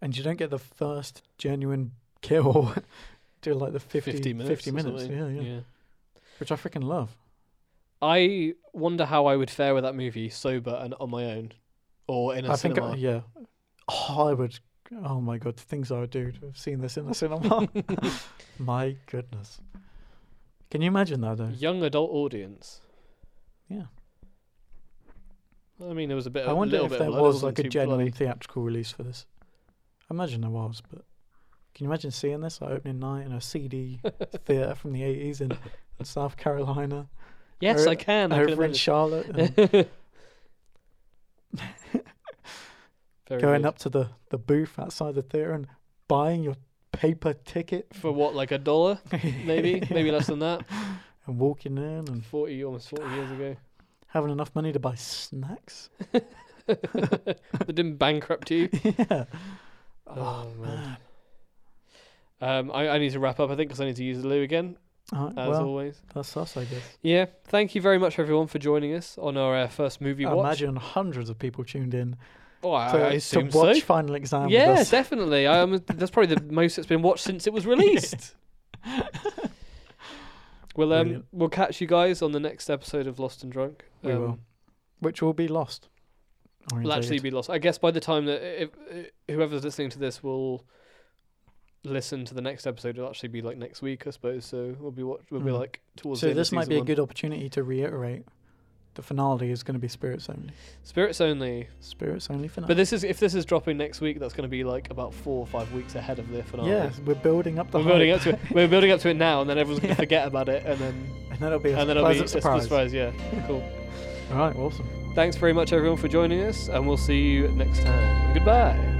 Speaker 2: and you don't get the first genuine kill <laughs> till like the 50, 50 minutes.
Speaker 1: or something.
Speaker 2: yeah, yeah, which I freaking love.
Speaker 1: I wonder how I would fare with that movie sober and on my own, or in a
Speaker 2: I think,
Speaker 1: cinema.
Speaker 2: I, yeah, Oh, I would. Oh my god, the things I would do to have seen this in
Speaker 1: <laughs>
Speaker 2: the cinema. my goodness. Can you imagine that though?
Speaker 1: Young adult audience.
Speaker 2: Yeah.
Speaker 1: I mean, there was a bit.
Speaker 2: I
Speaker 1: a
Speaker 2: wonder
Speaker 1: little
Speaker 2: if
Speaker 1: bit
Speaker 2: there
Speaker 1: of blood. It
Speaker 2: was
Speaker 1: wasn't
Speaker 2: like a
Speaker 1: too
Speaker 2: genuine
Speaker 1: bloody.
Speaker 2: theatrical release for this. I imagine there was, but can you imagine seeing this like opening night in
Speaker 1: <laughs>
Speaker 2: a CD theater from the eighties in, in South Carolina,
Speaker 1: Yes,
Speaker 2: or
Speaker 1: I can. I can
Speaker 2: over in <laughs>
Speaker 1: imagine.
Speaker 2: Charlotte, and
Speaker 1: <laughs> Very
Speaker 2: going
Speaker 1: good.
Speaker 2: up to the the booth outside the theater and buying your paper ticket <laughs>
Speaker 1: for what, like a dollar, maybe, maybe less than that.
Speaker 2: and walking in and
Speaker 1: Forty, almost forty years ago, <laughs>
Speaker 2: having enough money to buy snacks.
Speaker 1: they didn't bankrupt you.
Speaker 2: yeah.
Speaker 1: Oh, man. Um, I, I need to wrap up, I think, because I need to use the loo again,
Speaker 2: All right,
Speaker 1: as
Speaker 2: well,
Speaker 1: always.
Speaker 2: that's us, I guess.
Speaker 1: Yeah, thank you very much, everyone, for joining us on our uh, first movie
Speaker 2: I
Speaker 1: watch.
Speaker 2: imagine hundreds of people tuned in
Speaker 1: Oh, I,
Speaker 2: to,
Speaker 1: I
Speaker 2: to
Speaker 1: assume so.
Speaker 2: watch Final Exam
Speaker 1: Yeah,
Speaker 2: with us.
Speaker 1: definitely. I, um, that's probably the most it's been watched since it was released.
Speaker 2: <laughs>
Speaker 1: we'll um,
Speaker 2: Brilliant.
Speaker 1: we'll catch you guys on the next episode of Lost and Drunk.
Speaker 2: We
Speaker 1: um,
Speaker 2: will. Which will be lost.
Speaker 1: We'll actually
Speaker 2: orientated.
Speaker 1: be lost. I guess by the time that if, whoever's listening to this will listen to the next episode, it'll actually be like next week, I suppose. So we'll be watch, we'll be
Speaker 2: Mm.
Speaker 1: like towards. the
Speaker 2: so
Speaker 1: end of
Speaker 2: this might
Speaker 1: season
Speaker 2: be a
Speaker 1: one.
Speaker 2: good opportunity to reiterate the finale is going to be spirits only.
Speaker 1: spirits only.
Speaker 2: Spirits only finale.
Speaker 1: But this is if this is dropping next week, that's going to be like about four or five weeks ahead of the finale.
Speaker 2: yeah, we're building up the
Speaker 1: We're building
Speaker 2: hype.
Speaker 1: up to it. We're building up to it now, and then everyone's gonna
Speaker 2: Yeah.
Speaker 1: forget about it, and then
Speaker 2: and then it'll be a
Speaker 1: and then it'll be
Speaker 2: pleasant
Speaker 1: a
Speaker 2: surprise.
Speaker 1: surprise. Yeah, cool.
Speaker 2: All right, awesome.
Speaker 1: Thanks very much, everyone, for joining us, and we'll see you next time. Goodbye.